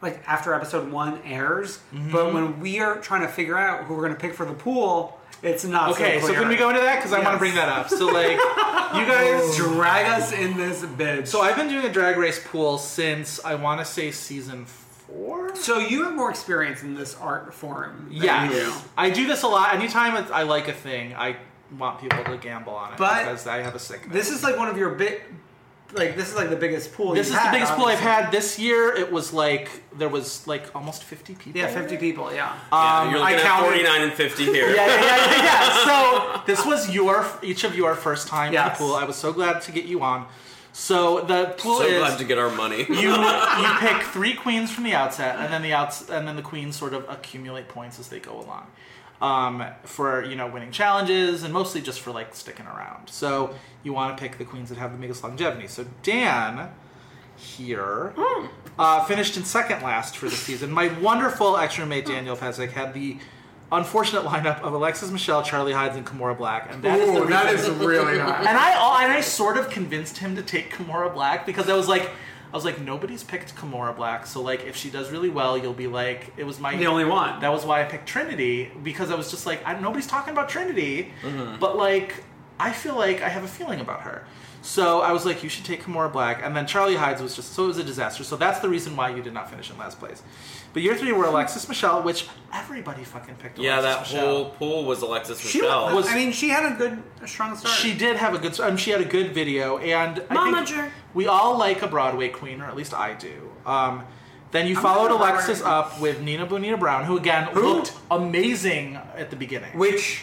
like, after episode one airs, but
Mhm.
when we are trying to figure out who we're going to pick for the pool, it's not
Okay, so
clear.
can we go into that? Because I want to
Yes.
bring that up. So like, you
Oh.
Oh.
guys
drag us in this bitch.
So I've been doing a drag race pool since I want to say season four.
So you have more experience in this art form. than
Yes,
we do.
I do this a lot. Anytime it's- I like a thing, I want people to gamble on it
But
because I have a sickness.
This is like one of your big, like this is like the biggest pool.
This
you've
is
had,
the biggest pool I've
obviously.
had this year. It was like there was like almost fifty people.
Yeah, 50 people. Yeah.
Um,
Yeah, you're looking
I
at
counted-
49 and 50 here.
yeah, yeah, yeah, yeah, yeah. So this was your each of your first time at the pool. I was so glad to get you on. So the pool
so
is
glad to get our money.
you you pick three queens from the outset, and then the outs and then the queens sort of accumulate points as they go along, um, for you know winning challenges and mostly just for like sticking around. So you want to pick the queens that have the biggest longevity. So Dan here uh, finished in second last for the season. My wonderful ex roommate Daniel Pesek had the. Unfortunate lineup of Alexis Michelle, Charlie Hides, and Kimora Black, and that is the
Ooh, that
reason-
is really high.
And I all, and I sort of convinced him to take Kimora Black because I was like, I was like, nobody's picked Kimora Black, so like if she does really well, you'll be like, it was my
The only one.
That was why I picked Trinity because I was just like, I, nobody's talking about Trinity,
Mm-hmm.
but like I feel like I have a feeling about her. So I was like, you should take Kimora Black, and then Charlie Hides was just so it was a disaster. So that's the reason why you did not finish in last place. But your three were Alexis Michelle, which everybody fucking picked.
Yeah,
Alexis
that
Michelle.
whole pool was Alexis
She
Michelle.
was-
I mean, she had a good, a strong start.
She did have a good. Um, she had a good video, and I think we all like a Broadway queen, or at least I do. Um, then you
I'm
followed
not a Broadway
Alexis
queen.
up with Nina Bonita Brown, who again looked amazing at the beginning.
Which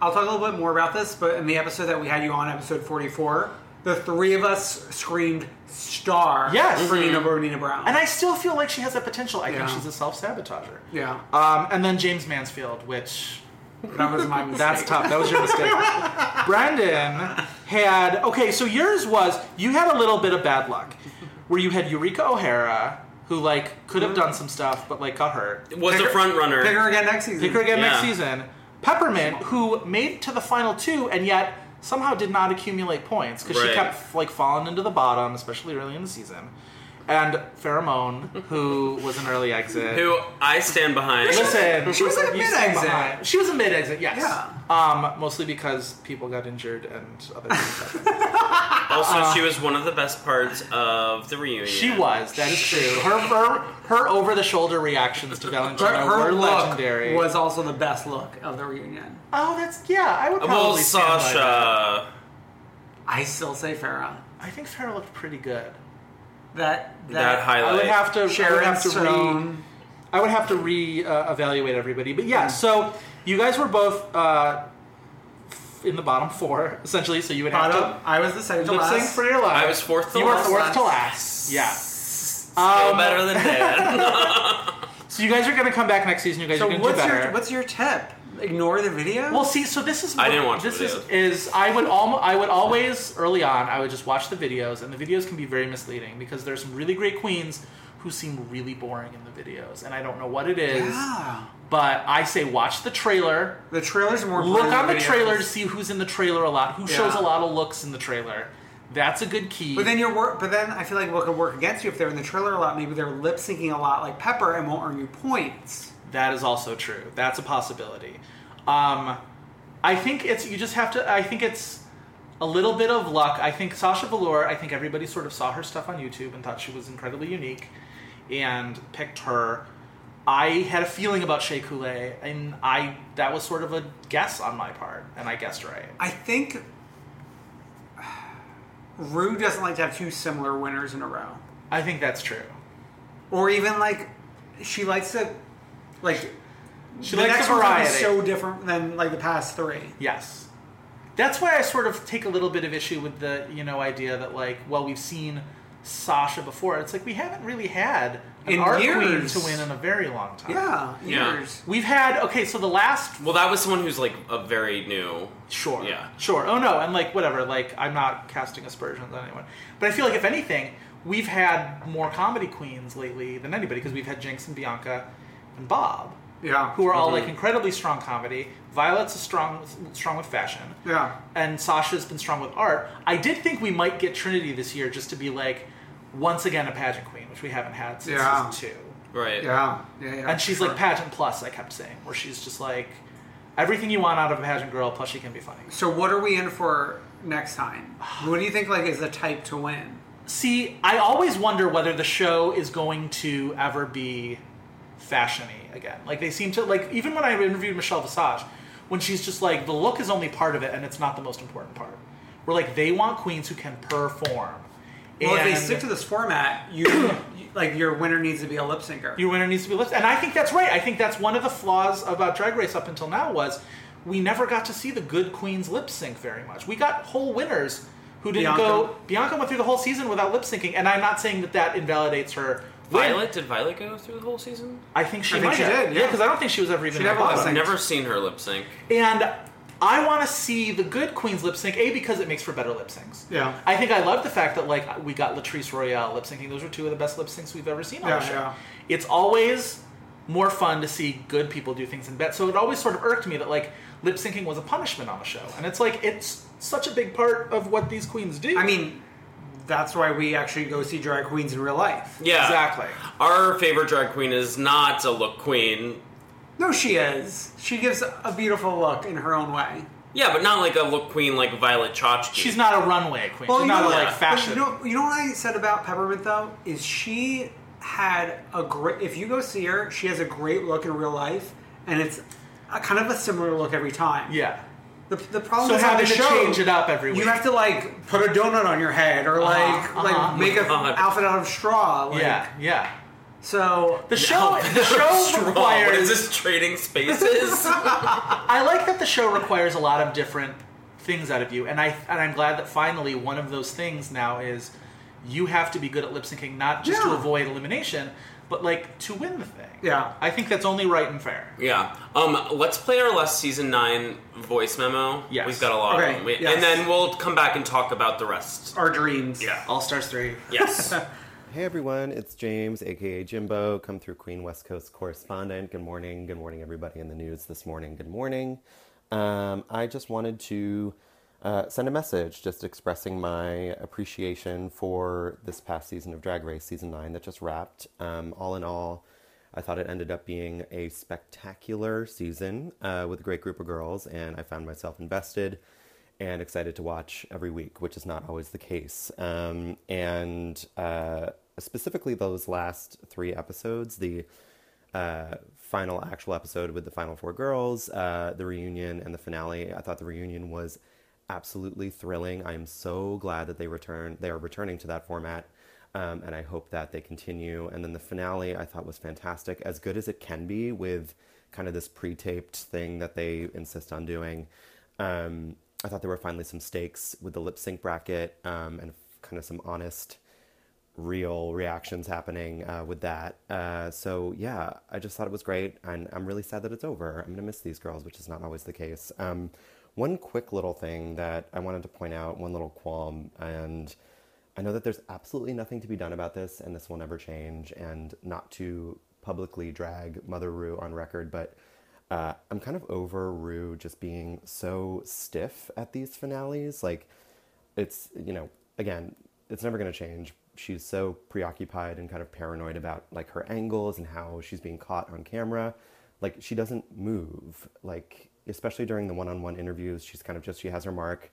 I'll talk a little bit more about this, but in the episode that we had you on, episode 44, the three of us screamed star
Yes.
for
Mhm.
Nina Bonina Brown.
and I still feel like she has that potential. I
Yeah.
think she's a self sabotager.
yeah.
Um, and then James Mansfield, which
that was my mistake.
That's tough. That was your mistake. Brendan had okay. So yours was you had a little bit of bad luck, where you had Eureka O'Hara, who like could have done some stuff, but like got hurt.
Was Pick a her- front runner.
pick her again next season.
Pick her again next
Yeah.
season. Peppermint, who made to the final two and yet somehow did not accumulate points because
Right.
she kept like falling into the bottom, especially early in the season. And Pheromone, who was an early exit.
who I stand behind.
Listen,
She was like a
you
mid-exit.
stand behind. She was a mid exit, yes.
Yeah.
Um, mostly because people got injured and other things. happened.
Also, she was one of the best parts of the reunion.
Uh-uh. she was. That is true. Her her, her over the shoulder reactions to Valentino
Her, her
were
look
legendary.
was also the best look of the reunion.
oh, that's yeah. I would probably
Well,
stand by that.
Sasha.
I still say Farah.
I think Farrah looked pretty good.
That that,
That highlight.
I would have to. I would
Sharon
have to re.
Stone. Mm.
I would have to re uh, evaluate everybody, but yeah. So you guys were both uh, in the bottom four essentially. So you would
Bottom-
have to.
I was the second to
lip
last.
sync for your
I
life.
was fourth to
you
last.
were fourth to
Last.
last. Yeah. Um,
Still better than Dan.
so you guys are going to come back next season. You guys
So
are going to do
what's
better.
your what's your tip? Ignore the video.
Well, see, so this is
I didn't watch the
this is
videos.
is I would almost I would always early on I would just watch the videos, and the videos can be very misleading because there's some really great queens who seem really boring in the videos, and I don't know what it is.
Yeah.
But I say watch the trailer.
The trailer's more
look
boring
on the
than videos.
trailer to see who's in the trailer a lot, who
Yeah.
shows a lot of looks in the trailer. That's a good key.
But then you're wor- but then I feel like what could work against you if they're in the trailer a lot. Maybe they're lip syncing a lot like Pepper and won't earn you points.
That is also true. That's a possibility. Um, I think it's you just have to. I think it's a little bit of luck. I think Sasha Velour. I think everybody sort of saw her stuff on YouTube and thought she was incredibly unique, and picked her. I had a feeling about Shea Coulee, and I that was sort of a guess on my part, and I guessed right.
I think Rue doesn't like to have two similar winners in a row.
I think that's true.
Or even like she likes to like
She
the
likes
next
the
one's gonna be
variety.
so different than like the past three.
Yes. That's why I sort of take a little bit of issue with the, you know, idea that like, well, we've seen Sasha before. It's like we haven't really had an
In
art queen
years.
to win in a very long time.
Yeah,
Yeah.
years.
We've had okay, so the last
Well, that was someone who's like a very new.
Sure.
Yeah.
Sure. Oh no, and like whatever, like I'm not casting aspersions on anyone. But I feel like if anything, we've had more comedy queens lately than anybody because we've had Jinx and Bianca and Bob.
Yeah.
Who are all
Mhm.
like incredibly strong comedy. Violet's a strong strong with fashion.
Yeah.
And Sasha's been strong with art. I did think we might get Trinity this year just to be like once again a pageant queen, which we haven't had since
Yeah.
season two.
Right.
Yeah. Yeah, yeah.
and she's
sure.
like pageant plus, I kept saying, where she's just like everything you want out of a pageant girl, plus she can be funny.
So what are we in for next time? What do you think like is the type to win?
See, I always wonder whether the show is going to ever be fashiony again. Like they seem to like even when I interviewed Michelle Visage, when she's just like the look is only part of it and it's not the most important part. We're like they want queens who can perform.
Well, if they
And-
stick to this format, you like your winner needs to be a lip syncer.
your winner needs to be lifted. And I think that's right. I think that's one of the flaws about Drag Race up until now was we never got to see the good queens lip sync very much. We got whole winners who didn't
Bianca.
go. Bianca went through the whole season without lip syncing, and I'm not saying that that invalidates her. win.
Violet did Violet go through the whole season?
I think she
I think
might
she
have.
did,
Yeah,
yeah.
because I don't think she was ever even.
She
in the
never
bottom.
I've never seen her lip sync.
And I want to see the good queens lip sync. A because it makes for better lip syncs.
Yeah.
I think I love the fact that like we got Latrice Royale lip syncing. Those are two of the best lip syncs we've ever seen on
Yeah,
the show.
yeah.
It's always more fun to see good people do things in bet. So it always sort of irked me that like lip syncing was a punishment on the show, and it's like it's such a big part of what these queens do.
I mean, that's why we actually go see drag queens in real life.
Yeah.
Exactly.
Our favorite drag queen is not a look queen.
No, she is. She gives a beautiful look in her own way.
Yeah, but not like a look queen like Violet Chachki.
She's not a runway queen.
Well,
She's
you
not
know,
a,
what-
like fashion.
You know, you know what I said about Peppermint though is she had a great. If you go see her, she has a great look in real life, and it's a, kind of a similar look every time.
Yeah.
The, the problem
So
is on
having
the
to
show,
change it up every
You
week.
have to like put a donut on your head, or
Uh-huh,
like
uh-huh.
like make an
God.
outfit out of straw. Like,
yeah, yeah.
So
The show, the show
Straw. What
requires
is this trading spaces?
I like that the show requires a lot of different things out of you, and I and I'm glad that finally one of those things now is you have to be good at lip syncing, not just to
Yeah.
avoid elimination, but like to win the thing.
Yeah.
I think that's only right and fair.
yeah. Um. Let's play our last season nine voice memo. Yes. We've got a lot
Okay,
of them, We-
yes.
and then we'll come back and talk about the rest.
Our dreams.
Yeah.
All Stars three.
Yes.
Hey everyone, it's James, aka Jimbo, come through Queen West Coast correspondent. Good morning, good morning, everybody in the news this morning. Good morning. Um, I just wanted to uh, send a message just expressing my appreciation for this past season of Drag Race, season nine, that just wrapped. Um, all in all, I thought it ended up being a spectacular season uh, with a great group of girls, and I found myself invested and excited to watch every week, which is not always the case. Um, and uh, specifically, those last three episodes the uh, final actual episode with the final four girls, uh, the reunion, and the finale. I thought the reunion was absolutely thrilling. I am so glad that they return. They are returning to that format, um, and I hope that they continue. And then the finale, I thought was fantastic, as good as it can be with kind of this pre-taped thing that they insist on doing. Um, I thought there were finally some stakes with the lip sync bracket um, and kind of some honest, real reactions happening uh, with that. Uh, so yeah, I just thought it was great, and I'm really sad that it's over. I'm gonna miss these girls, which is not always the case. Um, one quick little thing that I wanted to point out, one little qualm, and I know that there's absolutely nothing to be done about this, and this will never change, and not to publicly drag Mother Rue on record, but uh, I'm kind of over Rue just being so stiff at these finales. Like, it's, you know, again, it's never going to change. She's so preoccupied and kind of paranoid about like her angles and how she's being caught on camera. Like, she doesn't move. Like, especially during the one on one interviews, she's kind of just, she has her mark,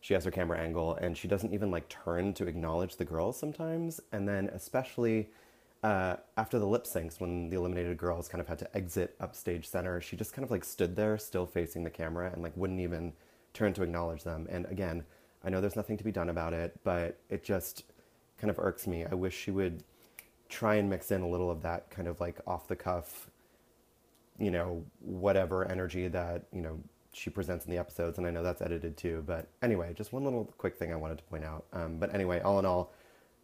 she has her camera angle, and she doesn't even like turn to acknowledge the girls sometimes. And then, especially, uh, after the lip syncs, when the eliminated girls kind of had to exit upstage center, she just kind of like stood there, still facing the camera, and like wouldn't even turn to acknowledge them. And again, I know there's nothing to be done about it, but it just kind of irks me. I wish she would try and mix in a little of that kind of like off the cuff, you know, whatever energy that, you know, she presents in the episodes. And I know that's edited too. But anyway, just one little quick thing I wanted to point out. Um, but anyway, all in all,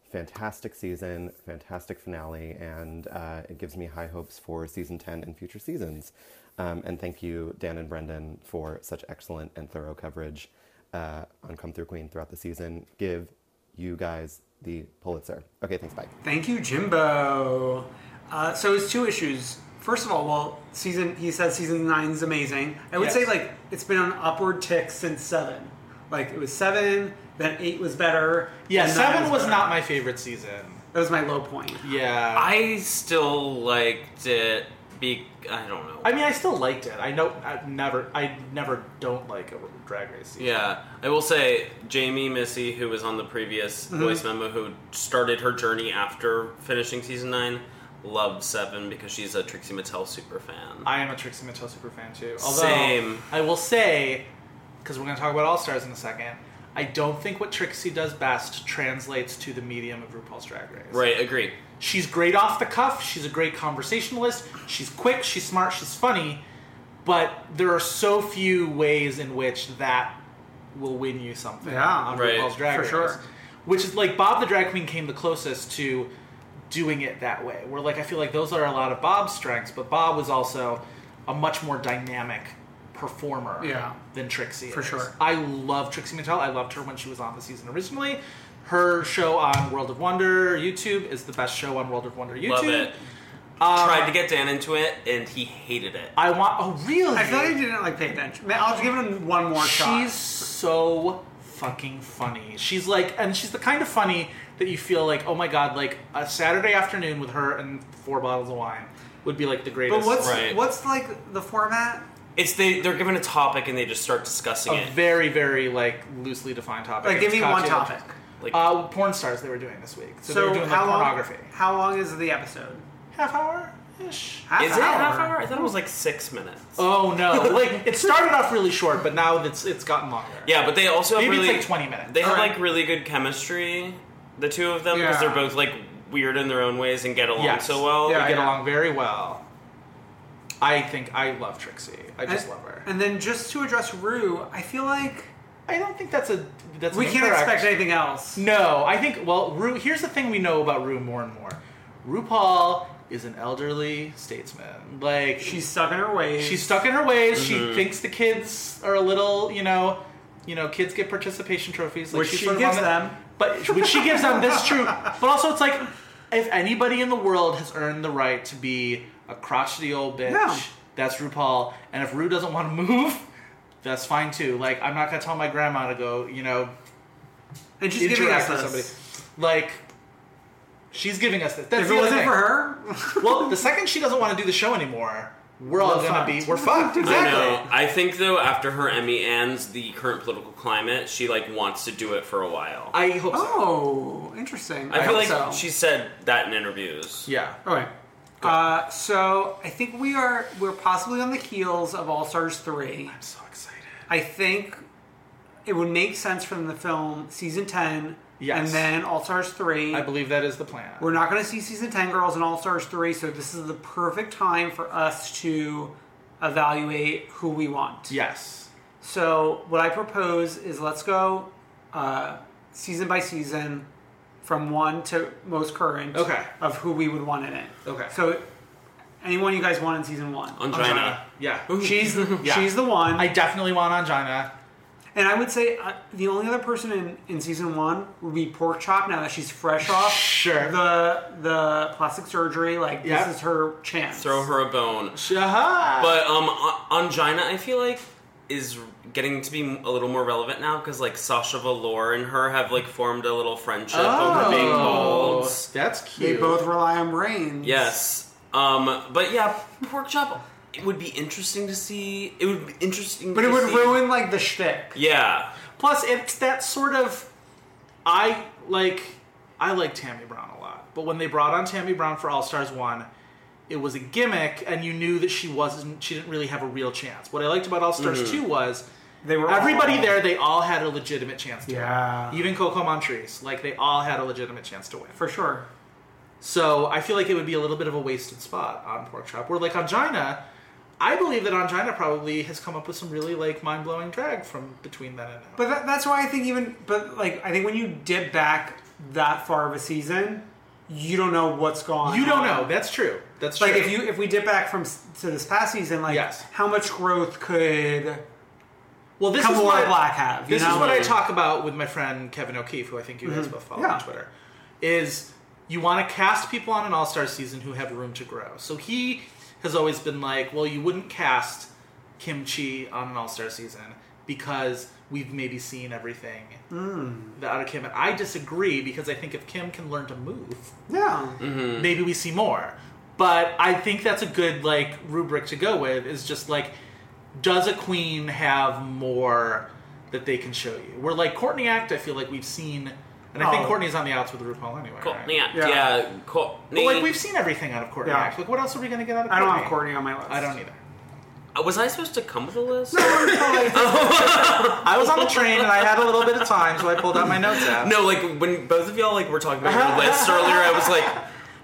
fantastic season, fantastic finale, and uh, it gives me high hopes for season 10 and future seasons. Um, and thank you, Dan and Brendan, for such excellent and thorough coverage uh, on Come Through Queen throughout the season. Give you guys the Pulitzer. Okay, thanks, bye.
Thank you, Jimbo. Uh, so it's two issues. First of all, well, season he says season nine is amazing. I would
Yes.
say like it's been an upward tick since seven. Like it was seven, then eight was better.
Yeah,
and nine
seven was
better.
not my favorite season.
That was my low point.
Yeah.
I still liked it. Be I don't know.
I mean, I still liked it. I know I never, I never don't like a drag race. Season.
Yeah, I will say Jamie Missy, who was on the previous
Mhm.
voice memo, who started her journey after finishing season nine, loved Seven because she's a Trixie Mattel super fan.
I am a Trixie Mattel super fan too. Although
Same.
I will say, because we're going to talk about All Stars in a second, I don't think what Trixie does best translates to the medium of RuPaul's Drag Race.
Right, agree.
She's great off the cuff. She's a great conversationalist. She's quick. She's smart. She's funny. But there are so few ways in which that will win you something
Yeah,
on
right,
RuPaul's Drag
for
Race.
sure.
Which is like Bob the Drag Queen came the closest to doing it that way. Where like I feel like those are a lot of Bob's strengths, but Bob was also a much more dynamic performer
Yeah.
than Trixie.
For
is.
sure.
I love Trixie Mattel. I loved her when she was on the season originally. Her show on World of Wonder YouTube is the best show on World of Wonder YouTube.
Love it.
Um,
Tried to get Dan into it, and he hated it.
I want. Oh, really?
I thought he didn't like pay attention. Man, I'll give him one more
she's
shot.
so fucking funny. She's like, and she's the kind of funny that you feel like, oh my god, like a Saturday afternoon with her and four bottles of wine would be like the greatest.
But what's what's like the format?
It's they they're given a topic and they just start discussing
a
it.
very very like loosely defined topic?
Like, give me
It's
one
cocktail-
topic.
uh, porn stars they were doing this week. So,
So
they were doing like
how long-
pornography.
How long is the episode?
Half hour ish.
Half
Is
hour.
it half hour? I thought it was like six minutes.
Oh no! like it started off really short, but now it's it's gotten longer.
Yeah, but they also have
Maybe it's
really
like 20 minutes.
They have
Alright.
like really good chemistry, the two of them, because
Yeah.
they're both like weird in their own ways and get along
Yes.
so well.
they get along very well. I think I love Trixie. I just
and,
love her.
And then just to address Rue, I feel like
I don't think that's a that's
we
an
can't
incorrect-
expect anything else.
No, I think well, Ru, here's the thing we know about Rue more and more. RuPaul is an elderly statesman. Like she's
stuck in her ways.
She's stuck in her ways.
Mhm.
She thinks the kids are a little, you know, you know, kids get participation trophies, like
Which
she's
she
sort of
gives
on the-
them.
But which she gives them. That's true. But also, it's like if anybody in the world has earned the right to be a crotchety old bitch,
Yeah.
that's RuPaul. And if Ru doesn't want to move, that's fine too. Like I'm not gonna tell my grandma to go, you know,
And she's giving us
interact with
this.
Like she's giving us this. That's
If
the
it
other
wasn't
thing.
for her,
well, the second she doesn't want to do the show anymore, we're all
We're
gonna
fucked.
be we're fucked. Exactly.
I know. I think though, after her Emmy ends, the current political climate, she like wants to do it for a while.
I hope so.
Oh, interesting.
I, feel like
hope so.
she said that in interviews.
Yeah.
Okay. Uh, so I think we are we're possibly on the heels of All Stars three. I'm
so excited.
I think it would make sense from the film season ten,
Yes.
and then All Stars three.
I believe that is the plan.
We're not going to see season 10 girls in All Stars 3, so this is the perfect time for us to evaluate who we want.
Yes.
So what I propose is let's go uh, season by season from one to most current
Okay.
of who we would want in it.
Okay.
So anyone you guys want in season one?
Angina. Yeah.
She's
Yeah.
she's the one.
I definitely want Angina.
And I would say uh, the only other person in, in season one would be Pork Chop. Now that she's fresh off
Sure.
the the plastic surgery, like
Yeah.
this is her chance.
Throw her a bone.
Shaha.
But um, on Gina, I feel like is getting to be a little more relevant now because like Sasha Valor and her have like formed a little friendship over being
Oh,
called.
That's
They
cute.
both rely on brains.
Yes. Um. But yeah, pork chop. It would be interesting to see. It would be interesting,
But
to
it would
see-
ruin like the shtick.
Yeah.
Plus, it's that sort of. I like. I like Tammy Brown a lot, but when they brought on Tammy Brown for All Stars One, it was a gimmick, and you knew that she wasn't. She didn't really have a real chance. What I liked about All Stars
Mhm.
Two was
they were
everybody
all-
there. They all had a legitimate chance to
Yeah.
win. Even Coco Montrese, like they all had a legitimate chance to win
for sure.
So I feel like it would be a little bit of a wasted spot on Pork Chop. Where like Angina, I believe that Angina probably has come up with some really like mind blowing drag from between then and now.
But that, that's why I think even but like I think when you dip back that far of a season, you don't know what's gone.
You don't
on.
know. That's true. That's
like
true.
if you if we dip back from s- to this past season, like how much growth could
well, this
Kamala
is what,
Black have? you
This
know?
is what I talk about with my friend Kevin O'Keefe, who I think you guys
Mhm.
both follow
Yeah.
on Twitter. Is you want to cast people on an All Star season who have room to grow. So he has always been like, well, you wouldn't cast Kimchi on an All Star season because we've maybe seen everything
Mm.
that out of Kim. And I disagree because I think if Kim can learn to move,
Yeah.
Mm.
maybe we see more. But I think that's a good like rubric to go with is just like does a queen have more that they can show you? We're like Courtney Act, I feel like we've seen and I think
Oh.
Courtney's on the outs with RuPaul anyway.
Courtney
right?
Act, Yeah. yeah, Courtney-
But like we've seen everything out of Courtney
Yeah.
Act. Like what else are we gonna get out of
I
Courtney?
don't have
Courtney on my list.
I don't either.
Uh, Was I supposed to come with a list?
I was on the train and I had a little bit of time, so I pulled out my notes app.
No, like when both of y'all like were talking about your list earlier, I was like,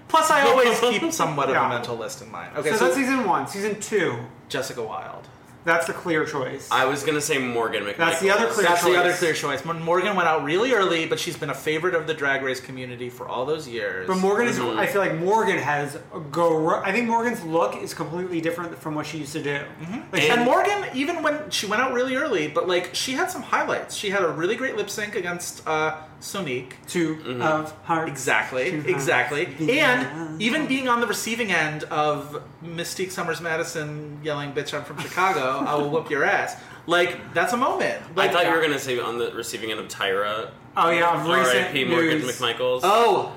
Plus I always keep somewhat of
Yeah.
a mental list in mind.
Okay, so, that's season one. Season two,
Jessica Wilde.
that's the clear choice.
I was gonna say Morgan McMichael.
That's the other clear
That's
choice.
the other clear choice. Mor- Morgan went out really early, but she's been a favorite of the drag race community for all those years.
But Morgan is.
Mm-hmm.
I feel like Morgan has a go. I think Morgan's look is completely different from what she used to do. Like,
Mm-hmm. and Morgan, even when she went out really early, but like she had some highlights. She had a really great lip sync against uh, Sonique.
2
Mm-hmm.
of hearts.
Exactly,
Two hearts.
exactly.
Yeah.
And even being on the receiving end of Mystique Summers Madison yelling, "Bitch, I'm from Chicago. I will whoop your ass." Like that's a moment.
I
Like,
thought you were gonna say on the receiving end of Tyra.
Oh, yeah, of recent
R.I.P. Morgan
news.
McMichaels.
Oh,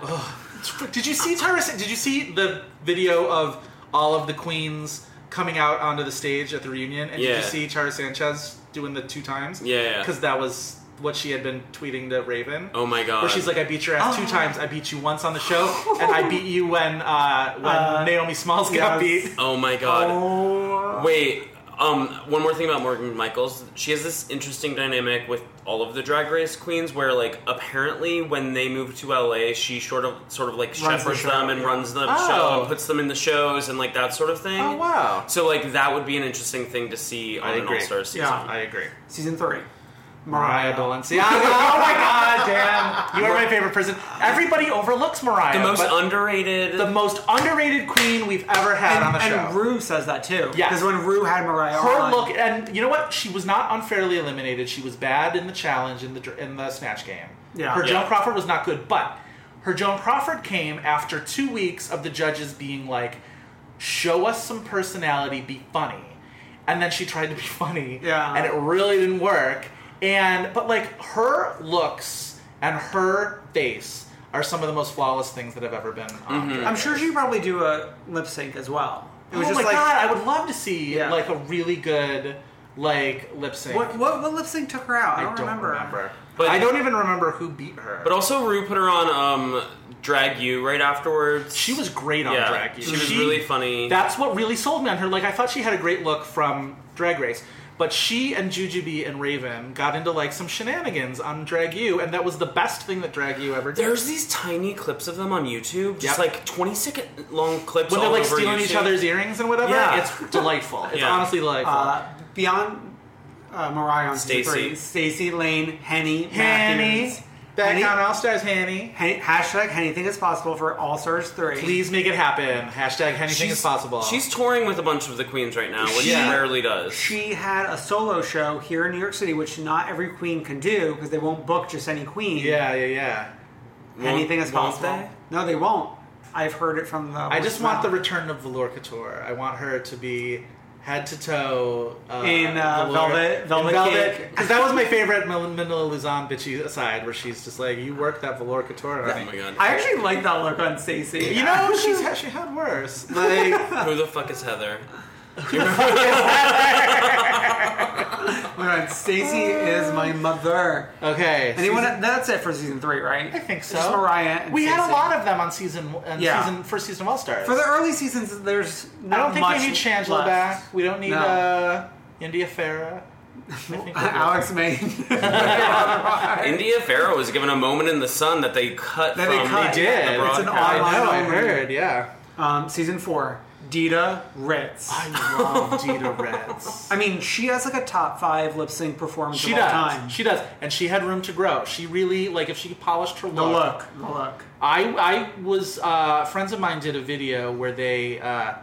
ugh. did you see Tyrus? Did you see the video of all of the queens coming out onto the stage at the reunion? And did
Yeah.
you see Tara Sanchez doing the two times?
Yeah, yeah.
because that was what she had been tweeting to Raven.
Oh my god.
Where she's like, I beat your ass two times. I beat you once on the show, and I beat you when uh, when
Uh,
Naomi Smalls got beat.
Oh my god.
Oh.
Wait, um, one more thing about Morgan Michaels. She has this interesting dynamic with all of the drag race queens where like apparently when they move to LA, she sort of sort of like
Runs the
shepherds
show,
them and
yeah.
runs the
Oh.
show and puts them in the shows and like that sort of thing.
Oh, wow.
So like that would be an interesting thing to see on
I
an
agree.
All Star season.
Yeah, I agree.
Season three.
Mariah Balenciaga. oh my god, damn! You are my favorite person. Everybody overlooks Mariah.
The most
but-
underrated.
the most underrated queen we've ever had on the
and
show.
Rue says that too.
Yes.
Because when Rue had Mariah
her
on,
look, and you know what? She was not unfairly eliminated. She was bad in the challenge in the dr- in the snatch game.
Yeah.
her
Yeah.
Joan Crawford was not good, but her Joan Crawford came after two weeks of the judges being like, "Show us some personality, be funny," and then she tried to be funny, yeah, and it really didn't work. And but like her looks and her face are some of the most flawless things that have ever been. On Drag
I'm sure she'd probably do a lip sync as well. It was
oh
just
my
like,
god, I would love to see like a really good like lip sync.
What, what, what lip sync took her out? I don't, remember.
But-
I don't even remember who beat her.
But also, Rue put her on um, Drag You right afterwards. She
was great on Drag U.
She was
She-
really funny.
That's what really sold me on her. Like I thought she had a great look from Drag Race. But she and Jujubee and Raven got into like some shenanigans on Drag U, and that was the best thing that Drag U ever did.
There's these tiny clips of them on YouTube, just
Yep.
like 20 second long clips.
when they're
all
like
over
stealing each
YouTube.
other's earrings and whatever.
Yeah.
It's delightful. It's
Yeah.
honestly delightful.
Uh, beyond uh, Mariah on season
Stacey.
three. Stacy Lane, Henny,
Henny.
Matthews.
Back
Henny-
on All Stars, Henny.
Henny. Hashtag anything is possible for All Stars three.
Please make it happen. Hashtag anything is possible.
She's touring with a bunch of the queens right now, which
Yeah.
she rarely does.
She had a solo show here in New York City, which not every queen can do because they won't book just any queen.
Yeah, yeah, yeah.
Anything is
Won't- won't
possible. No, they won't. I've heard it from the.
I just want the return of Velour Couture. I want her to be head to toe uh,
In, uh,
Velour-
velvet-
in
velvet
velvet.
cake.
Because that was my favorite Mel- Manila Luzon bitchy aside, where she's just like, "You work that Velour Couture."
Oh my God. I actually
like that look on Stacey.
You know, she's had- she had worse. Like,
Who the fuck is Heather?
Stacy is my mother.
Okay.
Anyone?
season-
That's it for season three, right? I
think so.
Just Mariah. And
we had a
Stacey.
lot of them on season on
Yeah.
season first season of All Stars.
for the early seasons. There's
I
not
don't think
much
we need Shangela
left.
back. We don't need
No.
uh, India Farah. I think we're good.
Alex May.
India Farrow was given a moment in the sun that they cut
That
from
they cut.
the
It's an
broadcast.
online. only.
Yeah.
Um, season four. Dita Ritz.
I love Dita Ritz.
I mean, she has like a top five lip sync performance
She
of all
does.
time.
She does, and she had room to grow. She really like if she polished her
The
look.
look. The look.
I I was uh, friends of mine did a video where they uh,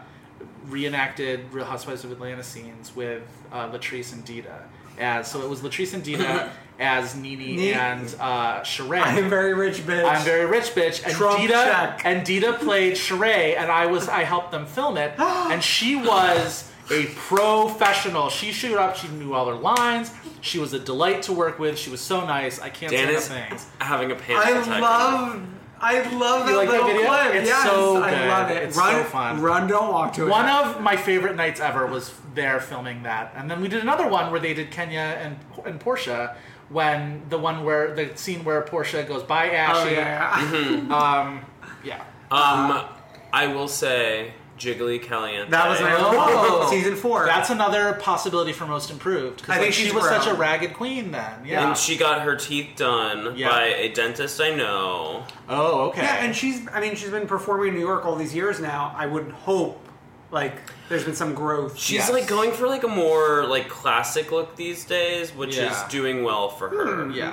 reenacted Real Housewives of Atlanta scenes with uh, Latrice and Dita. As so, it was Latrice and Dita as Nene
Ne-
and uh, Sheree.
I'm very rich, bitch.
I'm very rich, bitch. And
Trump
Dita
check.
and Dita played Sheree, and I was I helped them film it, and she was a professional. She showed up. She knew all her lines. She was a delight to work with. She was so nice. I can't
Dan is
say enough things.
having a panic
I
attack.
love. I love
You
that
like that
little
video?
clip.
It's
yes,
so
I
good.
love it.
It's
run,
so fun.
Run, don't walk to it.
One of my favorite nights ever was there filming that, and then we did another one where they did Kenya and and Portia. When the one where the scene where Portia goes by Ashley,
Oh, yeah.
Mhm.
um, yeah, Uh,
Um, I will say Jiggly Caliente.
That was my oh,
season four.
That's another possibility for most improved. 'cause,
I
like,
think
she
she's
was
grown.
such a ragged queen then. Yeah.
And she got her teeth done by a dentist I know.
Oh, okay.
Yeah, and she's. I mean, she's been performing in New York all these years now. I would hope, like, there's been some growth.
She's like going for like a more like classic look these days, which
Yeah. Hmm.
is doing well for
Mm,
her.
yeah.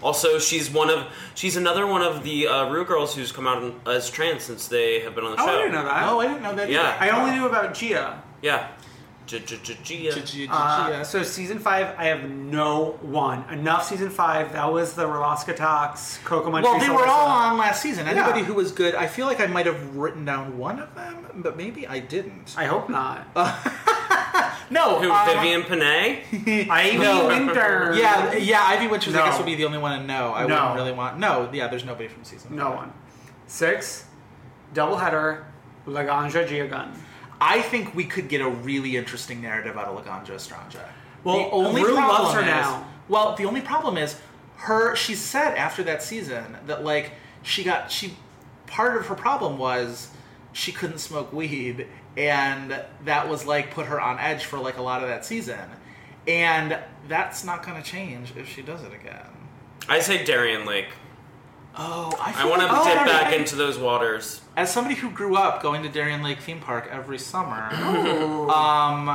Also, she's one of she's another one of the uh, Rue girls who's come out as trans since they have been on the
Oh,
show.
I didn't know that.
No, I didn't know that
Yeah,
I only knew about Gia.
Yeah, Gia.
Uh, so season five, I have no one. Enough season five. That was the Rolaska talks, Coco Montrese.
Well, they were all
stuff.
on last season.
uh, Yeah.
Anybody who was good, I feel like I might have written down one of them, but maybe I didn't.
I hope not.
no,
Who?
um,
Vivian Panay.
Ivy Winter.
Yeah, yeah. Ivy Winters,
No.
I guess, would be the only one. And no, I
No.
wouldn't really want. No, yeah. There's nobody from season.
No one. Six, doubleheader, Laganja Giagun.
I think we could get a really interesting narrative out of Laganja Estranja.
Well,
the only
Rue
problem
loves her
is,
now.
Well, the only problem is her. She said after that season that like she got she part of her problem was she couldn't smoke weed, and that was like put her on edge for like a lot of that season, and that's not going to change if she does it again.
I say Darian Lake.
Oh, I,
I
feel
want to
like- oh,
dip
I-
back
I-
into those waters.
as somebody who grew up going to Darien Lake Theme Park every summer,
Ooh.
um,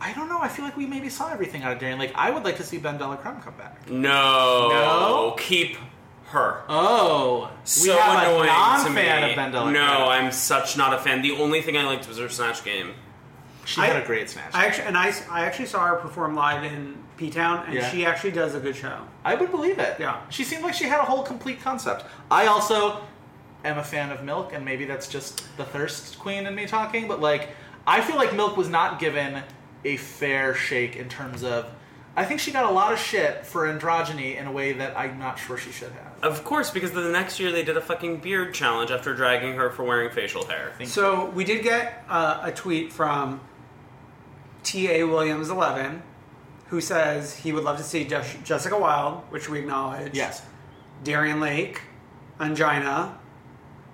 I don't know. I feel like we maybe saw everything out of Darien Lake. I would like to see Ben Delacreme come back.
No,
No?
keep her.
Oh,
so
we have
annoying
a
to me.
non-fan of Ben Delacreme.
No, I'm such not a fan. The only thing I liked was her Snatch game.
She
had a
great Snatch.
I actually and I, I actually saw her perform live in P Town, and
Yeah.
she actually does a good show.
I would believe it.
Yeah.
She seemed like she had a whole complete concept. I also am a fan of Milk, and maybe that's just the thirst queen in me talking, but like, I feel like Milk was not given a fair shake in terms of. I think she got a lot of shit for androgyny in a way that I'm not sure she should have.
Of course, because the next year they did a fucking beard challenge after dragging her for wearing facial hair.
So we did get uh, a tweet from T.A. Williams eleven, who says he would love to see Jes- Jessica Wilde, which we acknowledge.
Yes.
Darian Lake, Angina,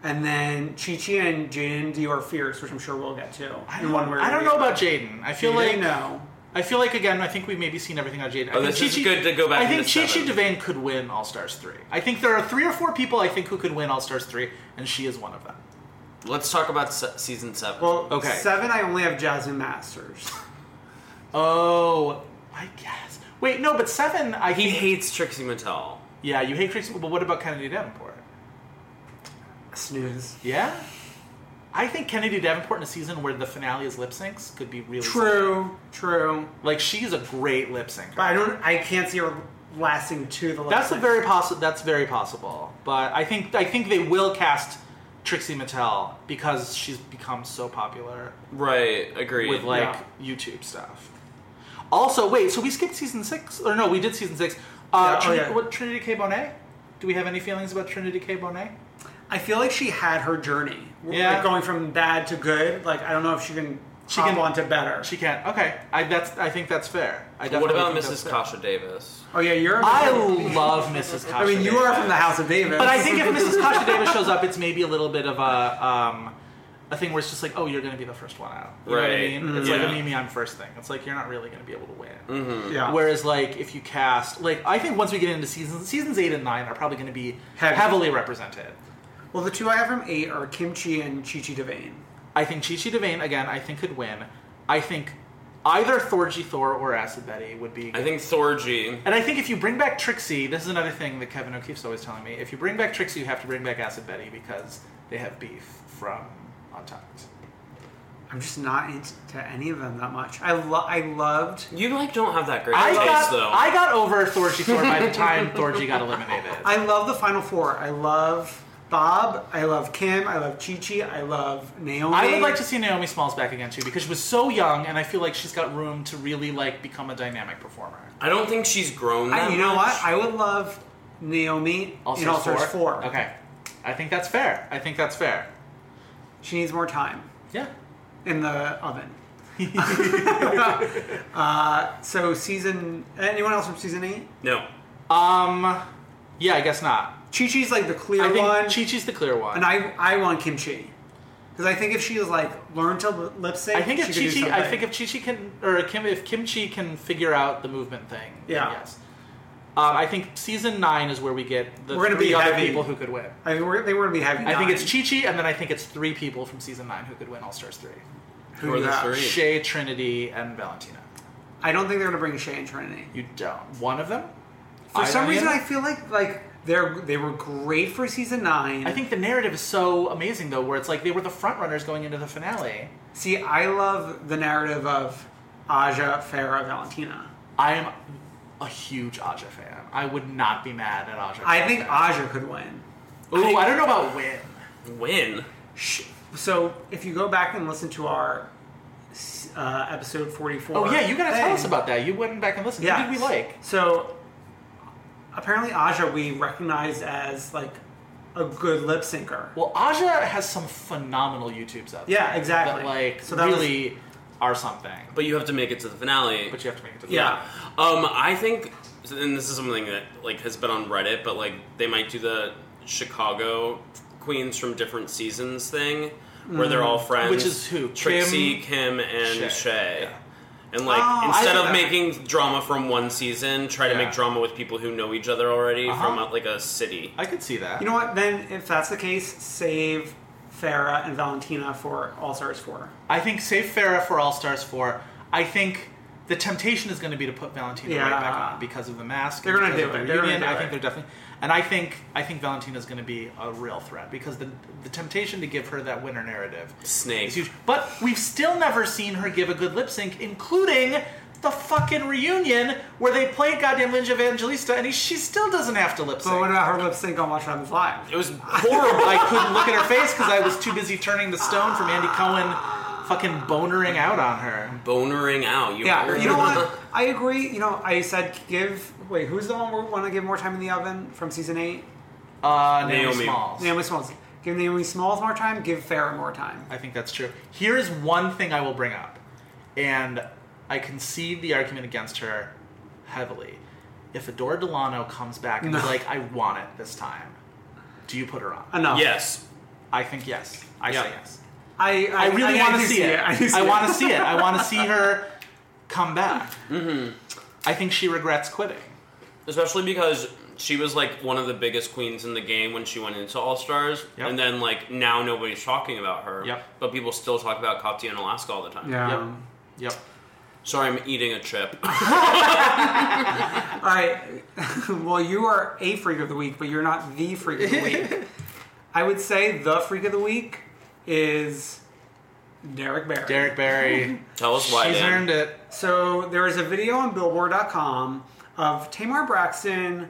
and then Chi Chi and Jaden Dior Fierce, which I'm sure we'll get to in one way. or
I don't
the
know
other.
about Jaden. I feel
Jaden,
like
no.
I feel like again. I think we've maybe seen everything on Jaden. I
Oh,
think
this is
Chi-Chi-
good to go back
I think
into
Chi Chi
seven.
Devane could win All Stars three. I think there are three or four people I think who could win All Stars three, and she is one of them.
Let's talk about se- season seven.
Well,
Okay.
Seven, I only have Jasmine Masters.
Oh, I guess. Wait, no, but seven. I
he hates Trixie Mattel.
Yeah, you hate Trixie, but what about Kennedy Davenport?
Snooze.
Yeah, I think Kennedy Davenport in a season where the finale is lip syncs could be really
True, true.
Like she's a great lip sync.
But I don't. I can't see her lasting to the. lip
That's a
sync.
very possible. That's very possible. But I think I think they will cast Trixie Mattel because she's become so popular
Right, agreed.
with like YouTube stuff. Also, wait. So we skipped season six, or no? We did season six. Uh,
Yeah, oh,
Trinity,
yeah.
what, Trinity K Bonet. Do we have any feelings about Trinity K Bonet?
I feel like she had her journey.
Yeah.
Like going from bad to good. Like I don't know if she can.
She
hop
can-
on to better.
She can. Okay, I that's I think that's fair. I
what
definitely
about
think that's
Mris's
fair.
Kasha Davis?
Oh yeah, you're.
I love Mrs. Kasha.
I mean, you are from the House of Davis.
But I think if Mrs. Kasha Davis shows up, it's maybe a little bit of a um, a thing where it's just like, oh, you're going to be the first one out. You know what I
Right.
mean? It's like
Yeah.
a me, me, I'm first thing. It's like you're not really going to be able to win.
Mhm.
Yeah.
Whereas, like, if you cast, like, I think once we get into seasons, seasons eight and nine are probably going to be
Heavy.
heavily represented.
Well, the two I have from eight are Kimchi and Chi Chi Devane.
I think Chi Chi Devane again. I think could win. I think either Thorgy Thor or Acid Betty would be.
I think Thorgy.
And I think if you bring back Trixie, this is another thing that Kevin O'Keefe's always telling me. If you bring back Trixie, you have to bring back Acid Betty because they have beef from Untucked.
I'm just not into any of them that much. I lo- I loved.
You like don't have that great
I
taste
got,
though.
I got over Thorgy Thor by the time Thorgy got eliminated.
I love the Final Four. I love Bob. I love Kim. I love Chi Chi. I love Naomi.
I would like to see Naomi Smalls back again too because she was so young, and I feel like she's got room to really like become a dynamic performer.
I don't think she's grown.
I-
That
you know
much.
what? I would love Naomi
All
in
Stars
All Stars
four?
Four.
Okay, I think that's fair. I think that's fair.
She needs more time.
Yeah.
In the oven. uh, so season. Anyone else from season eight?
No.
Um. Yeah, I guess not.
Chi Chi's like the clear
I think
one,
Chi Chi's the clear one.
and I I want kimchi because I think if she was like learn to li- lip sync,
I think if
she could do
Chi Chi, I
something.
think if Chi Chi can, or Kim, if Kim Chi can figure out the movement thing, then
Yeah.
yes. Um, I think season nine is where we get the
We're gonna
three
be
other
heavy.
people who could win.
I think we're, they were gonna be having.
I think it's Chi Chi, and then I think it's three people from season nine who could win All Stars three:
Who Who are do the you have? three?
Shay, Trinity, and Valentina.
I don't think they're gonna bring Shay and Trinity.
You don't. One of them.
For some reason, I
Irene?
feel like like they're they were great for season nine.
I think the narrative is so amazing though, where it's like they were the front runners going into the finale.
See, I love the narrative of Aja, Farah, Valentina.
I am a huge Aja fan. I would not be mad at Aja.
I think Aja could win.
Ooh, I don't know about win.
Win.
So if you go back and listen to our uh, episode forty four,
Oh yeah, you gotta tell us about that. You went back and listened.
Yeah.
Who did we like?
So apparently Aja we recognized as like a good lip syncer.
Well, Aja has some phenomenal YouTubes out there.
Yeah, exactly.
That like
So that was-
really are something.
But you have to make it to the finale. But
you have to make it to
the Yeah.
Um, I think, and this is something that like has been on Reddit, but like they might do the Chicago queens from different seasons thing, where they're all
Mm.
friends.
Which is who?
Trixie, Kim, and Shay. And like
Oh,
instead
I-
of making drama from one season, try to
Yeah.
make drama with people who know each other already
Uh-huh.
from uh, like a city.
I could see that.
You know what? Then if that's the case, save Farah and Valentina for All Stars four.
I think save Farah for All Stars four. I think the temptation is going to be to put Valentina right back
Yeah.
on because of the mask.
They're
and
gonna
because
do
of
it.
the
They're gonna do
reunion. I
it.
think they're definitely. And I think I think Valentina's going to be a real threat because the the temptation to give her that winner narrative
Snake.
is huge. But we've still never seen her give a good lip sync, including the fucking reunion where they played goddamn Linda Evangelista, and he, she still doesn't have to lip sync.
But what about her lip sync on Watch Robin's Live?
It was
horrible. I couldn't look at her face because I was too busy turning the stone from Andy Cohen, fucking bonering out on her.
Bonering out. You
Yeah, you know what? I agree. You know, I said give. Wait, who's the one we want to give more time in the oven from season eight?
Uh, Naomi,
Naomi.
Smalls.
Naomi Smalls. Give Naomi Smalls more time. Give Farah more time.
I think that's true. Here is one thing I will bring up, and I concede the argument against her heavily. If Adora Delano comes back and is
No.
like, I want it this time, do you put her on?
Enough.
Yes.
I think yes. I
Yeah.
say yes.
I
I, really want
do
to see it.
I, do see
I
it.
want to see it. I want to see her come back.
Mm-hmm.
I think she regrets quitting.
especially because she was like one of the biggest queens in the game when she went into All Stars,
Yep.
and then like now nobody's talking about her.
Yep.
But people still talk about Katya in Alaska all the time.
Yeah.
Yep.
Sorry, I'm eating a chip.
All right. well, you are a freak of the week, but you're not the freak of the week. I would say the freak of the week is Derek Barry.
Derek Barry.
Tell us why, She's Dan. earned
it.
So there is a video on Billboard.com of Tamar Braxton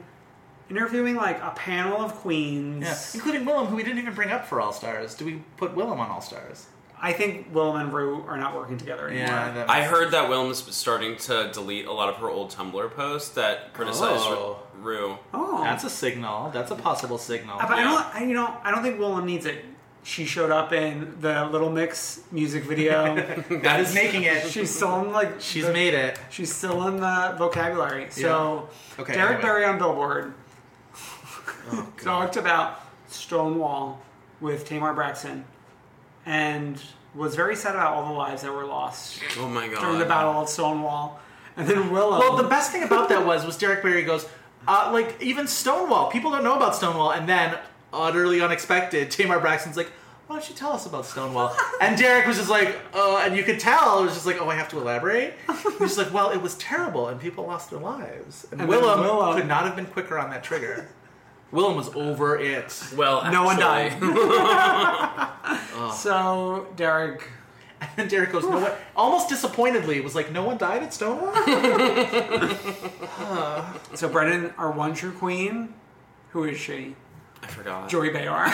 interviewing like a panel of queens.
Yeah. Including Willem, who we didn't even bring up for All Stars. Do we put Willem on All Stars?
I think Willem and Rue are not working together anymore.
I heard that Willem's starting to delete a lot of her old Tumblr posts that criticize
Oh.
Rue.
Oh.
That's a signal. That's a possible signal.
Uh, But I don't, I, you know, I don't think Willem needs it. She showed up in the Little Mix music video.
That is making it.
She's still in like. She's
made it.
She's still in the vocabulary. So,
Yeah. Okay,
Derek
anyway.
Barry on Billboard talked about Stonewall with Tamar Braxton, and was very sad about all the lives that were lost
Oh my god.
during the Battle of Stonewall. And then Willem.
Well, the best thing about that was was Derek Barry goes, uh, like even Stonewall. People don't know about Stonewall, and then utterly unexpected, Tamar Braxton's like, "Why don't you tell us about Stonewall?" and Derek was just like, uh, and you could tell it was just like, "Oh, I have to elaborate." He's like, "Well, it was terrible, and people lost their lives."
And
And,
then
Willem,
Willem-
could not have been quicker on that trigger. Willem was over it.
Well,
No one
Oh.
So Derek,
and then Derek goes, "No one."
Oh.
Almost disappointedly, was like, "No one died at Stonewall."
so Brennan, our one true queen, who is she?
I forgot.
Joey Bayar.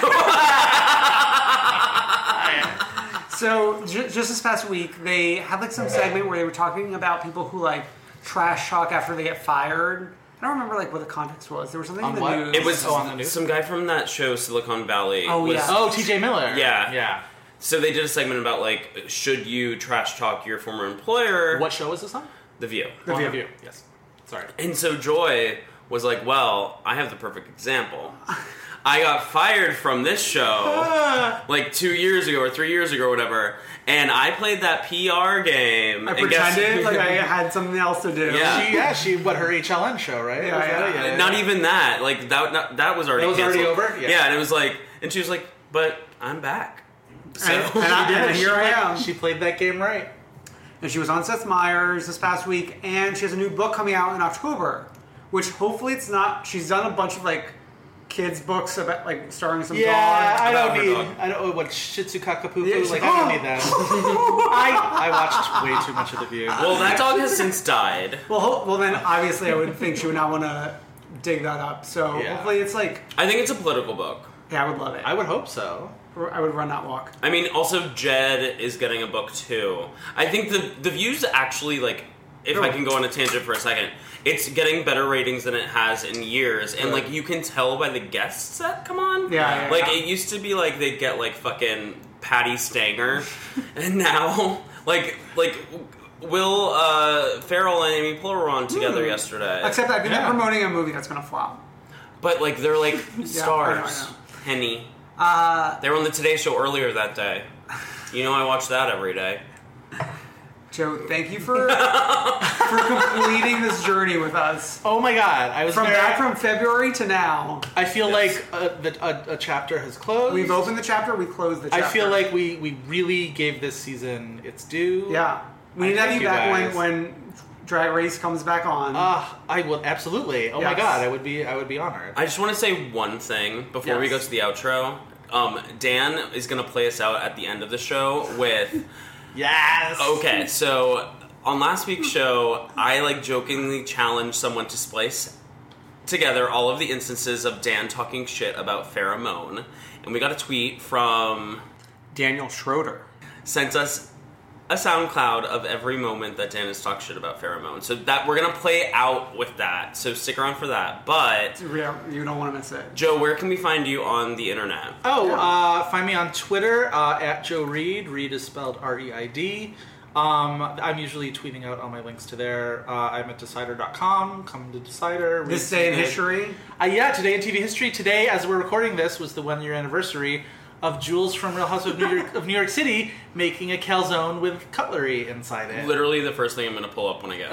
so j- just this past week, they had like some segment where they were talking about people who like trash talk after they get fired. I don't remember like what the context was. There was something in the news.
It was some guy from that show Silicon Valley.
Oh,
was-
yeah.
oh, T.J. Miller.
Yeah.
Yeah.
So they did a segment about like, should you trash talk your former employer?
What show was this on?
The View.
The On The View. View, Yes. Sorry.
And so Joy was like, "Well, I have the perfect example. I got fired from this
Oh.
show like two years ago or three years ago or whatever, and I played that PR game.
I
and guess-
pretended like I had something else to do.
Yeah.
She, yeah, she what her HLN show, right?
Yeah,
Was that it?
yeah.
Not even that. Like that. Not, that was already
That was already
canceled.
over? Yeah.
and it was like, and she was like, "But I'm back." So
She did. She
here I
played-
am.
She played that game right.
And she was on Seth Meyers this past week, and she has a new book coming out in October, which hopefully it's not. She's done a bunch of like kids books about like starring some
yeah,
dog.
I
about
don't
her
need.
dog.
I don't. oh, What Shih Tzu Kakapuku?
Yeah, she's
like
like,
I don't
"Oh."
need that. I I watched way too much of the View.
well, that dog has since died.
Well, ho- well then obviously I would think she would not want to dig that up. So
Yeah.
hopefully it's like
I think it's a political book.
yeah, I would love it.
I would hope so.
I would run not walk.
I mean, also Jed is getting a book too. I think the the views actually like, if I can go on a tangent for a second, it's getting better ratings than it has in years, and like you can tell by the guests that come on.
Yeah, yeah,
like
yeah.
it used to be like they'd get like fucking Patty Stanger, and now like like Will uh, Farrell and Amy Poehler were on together yesterday.
Hmm. Except I've been promoting a movie that's gonna flop.
but like they're like
I know, I
stars. Henny. Uh, they were on the Today Show earlier that day. You know, I watch that every day.
Joe, thank you for for completing this journey with us.
Oh my god, I was
from
very-
back from February to now.
I feel like a, the, uh, a, a chapter has closed.
We've opened the chapter. We closed the
I
chapter.
feel like we we really gave this season its due.
Yeah. We
I
need to have
thank
you back
guys.
when, when Drag Race comes back on.
Ah, I will absolutely. Oh my
Yes.
god, I would be I would be honored.
I just want to say one thing before we go
Yes.
to the outro. Um, Dan is going to play us out at the end of the show with.
yes!
Okay, so on last week's show, I like jokingly challenged someone to splice together all of the instances of Dan talking shit about pheromone. And we got a tweet from.
Daniel Schroeder.
Sent us a SoundCloud of every moment that Dan has talked shit about pheromone. So that we're going to play out with that. So stick around for that. But.
Yeah, you don't want to miss it.
Joe, where can we find you on the internet?
Oh, uh, find me on Twitter uh, at Joe Reed. Reed is spelled R E I D. Um, I'm usually tweeting out all my links to there. Uh, I'm at decider.com. Come to Decider.
This
Reed's
day in
good.
history?
Uh, yeah, today in TV history. Today, as we're recording this, was the one year anniversary of Jules from Real House of New York, of New York City making a calzone with cutlery inside it.
Literally the first thing I'm going to pull up when I get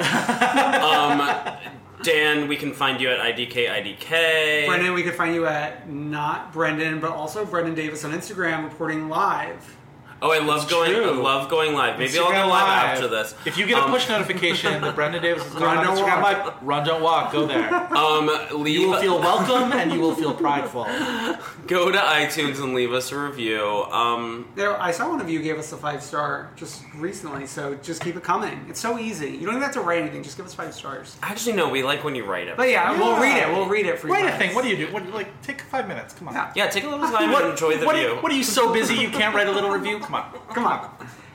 home. um, Dan, we can find you at IDK IDK.
Brendan, we could find you at not Brendan, but also Brendan Davis on Instagram reporting live.
Oh, I love
It's
going. I
true.
love going live. Maybe I'll go live,
Instagram
after this.
If you get a
Um,
push notification that Brenda Davis is going
Run,
on
don't
Instagram
walk.
Live, run, don't walk. Go there.
Um, leave.
You will feel welcome and you will feel prideful.
Go to iTunes and leave us a review. Um,
There, I saw one of you gave us a five star just recently, so just keep it coming. It's so easy. You don't even have to write anything; just give us five stars.
actually, no. We like when you write it.
But yeah, we'll read it. We'll read it for you.
Write a
guys.
thing. What do you do? What like take five minutes? Come on.
Yeah, take a little time and enjoy the
what Are
view.
you, what are you so busy you can't write a little review? Come on.
Come on.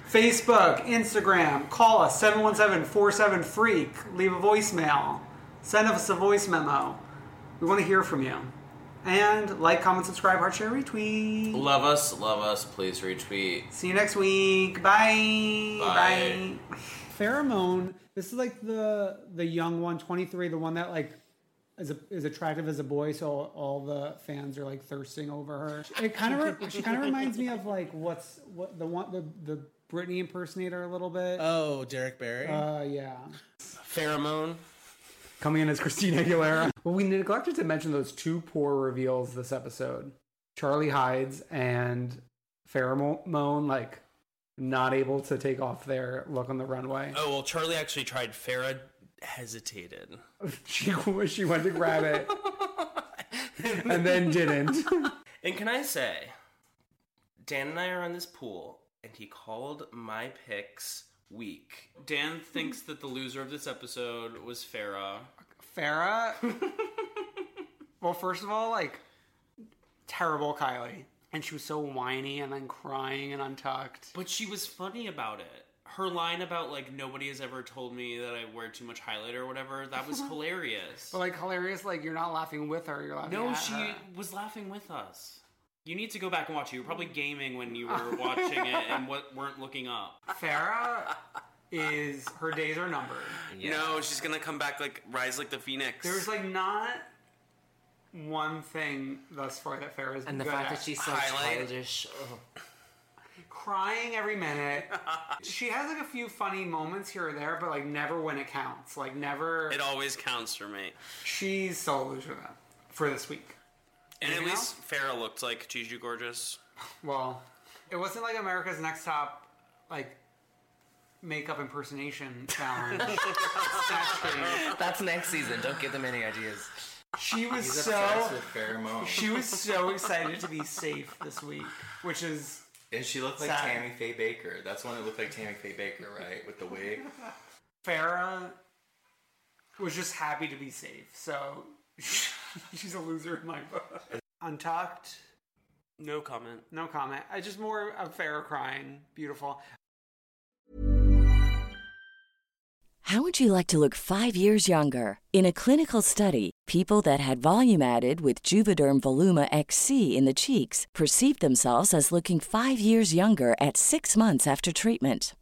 Facebook, Instagram, call us 717 47 Freak. Leave a voicemail. Send us a voice memo. We want to hear from you. And like, comment, subscribe, heart share, retweet.
Love us, love us. Please retweet.
See you next week. Bye.
Bye.
Pheromone. This is like the the young one, 23, the one that like is a, is attractive as a boy, so all the fans are like thirsting over her. It kind of re- she kind of reminds me of like what's what the one the the Britney impersonator a little bit.
Oh, Derek Barry.
Uh, yeah.
Pheromone.
Coming in as Christina Aguilera. well, we neglected to mention those two poor reveals this episode. Charlie hides and pheromone like not able to take off their look on the runway.
Oh well, Charlie actually tried. Farah hesitated.
She she went to grab it and then didn't.
And can I say, Dan and I are on this pool, and he called my picks weak. Dan thinks that the loser of this episode was Farah.
Farah. well, first of all, like terrible Kylie, and she was so whiny and then crying and untucked.
But she was funny about it. Her line about like nobody has ever told me that I wear too much highlighter or whatever, that was hilarious.
But like hilarious, like you're not laughing with her, you're laughing.
No,
at
she
her.
was laughing with us. You need to go back and watch it. You were probably gaming when you were watching it and what weren't looking up.
Farah is her days are numbered.
No, she's gonna come back like rise like the phoenix.
There's like not one thing thus far that Farah has been
And the
good
fact
at.
that she's so childish. Ugh.
crying every minute. she has like a few funny moments here or there, but like never when it counts. Like never.
it always counts for me.
She's solo loser though for this week.
And at
Anything
least Farah looked like Gigi Gorgeous.
Well, it wasn't like America's Next Top like makeup impersonation challenge.
That's next season. Don't give them any ideas.
she was
He's
so
obsessed with pheromones.
she was so excited to be safe this week, which is
And she looked like
Sad.
Tammy Faye Baker. That's one that looked like Tammy Faye Baker, right? With the wig.
Farah was just happy to be safe. So she's a loser in my book. Untucked.
No comment.
No comment. I just more of Farah crying. Beautiful.
How would you like to look five years younger? In a clinical study, people that had volume added with Juvederm Voluma XC in the cheeks perceived themselves as looking five years younger at six months after treatment.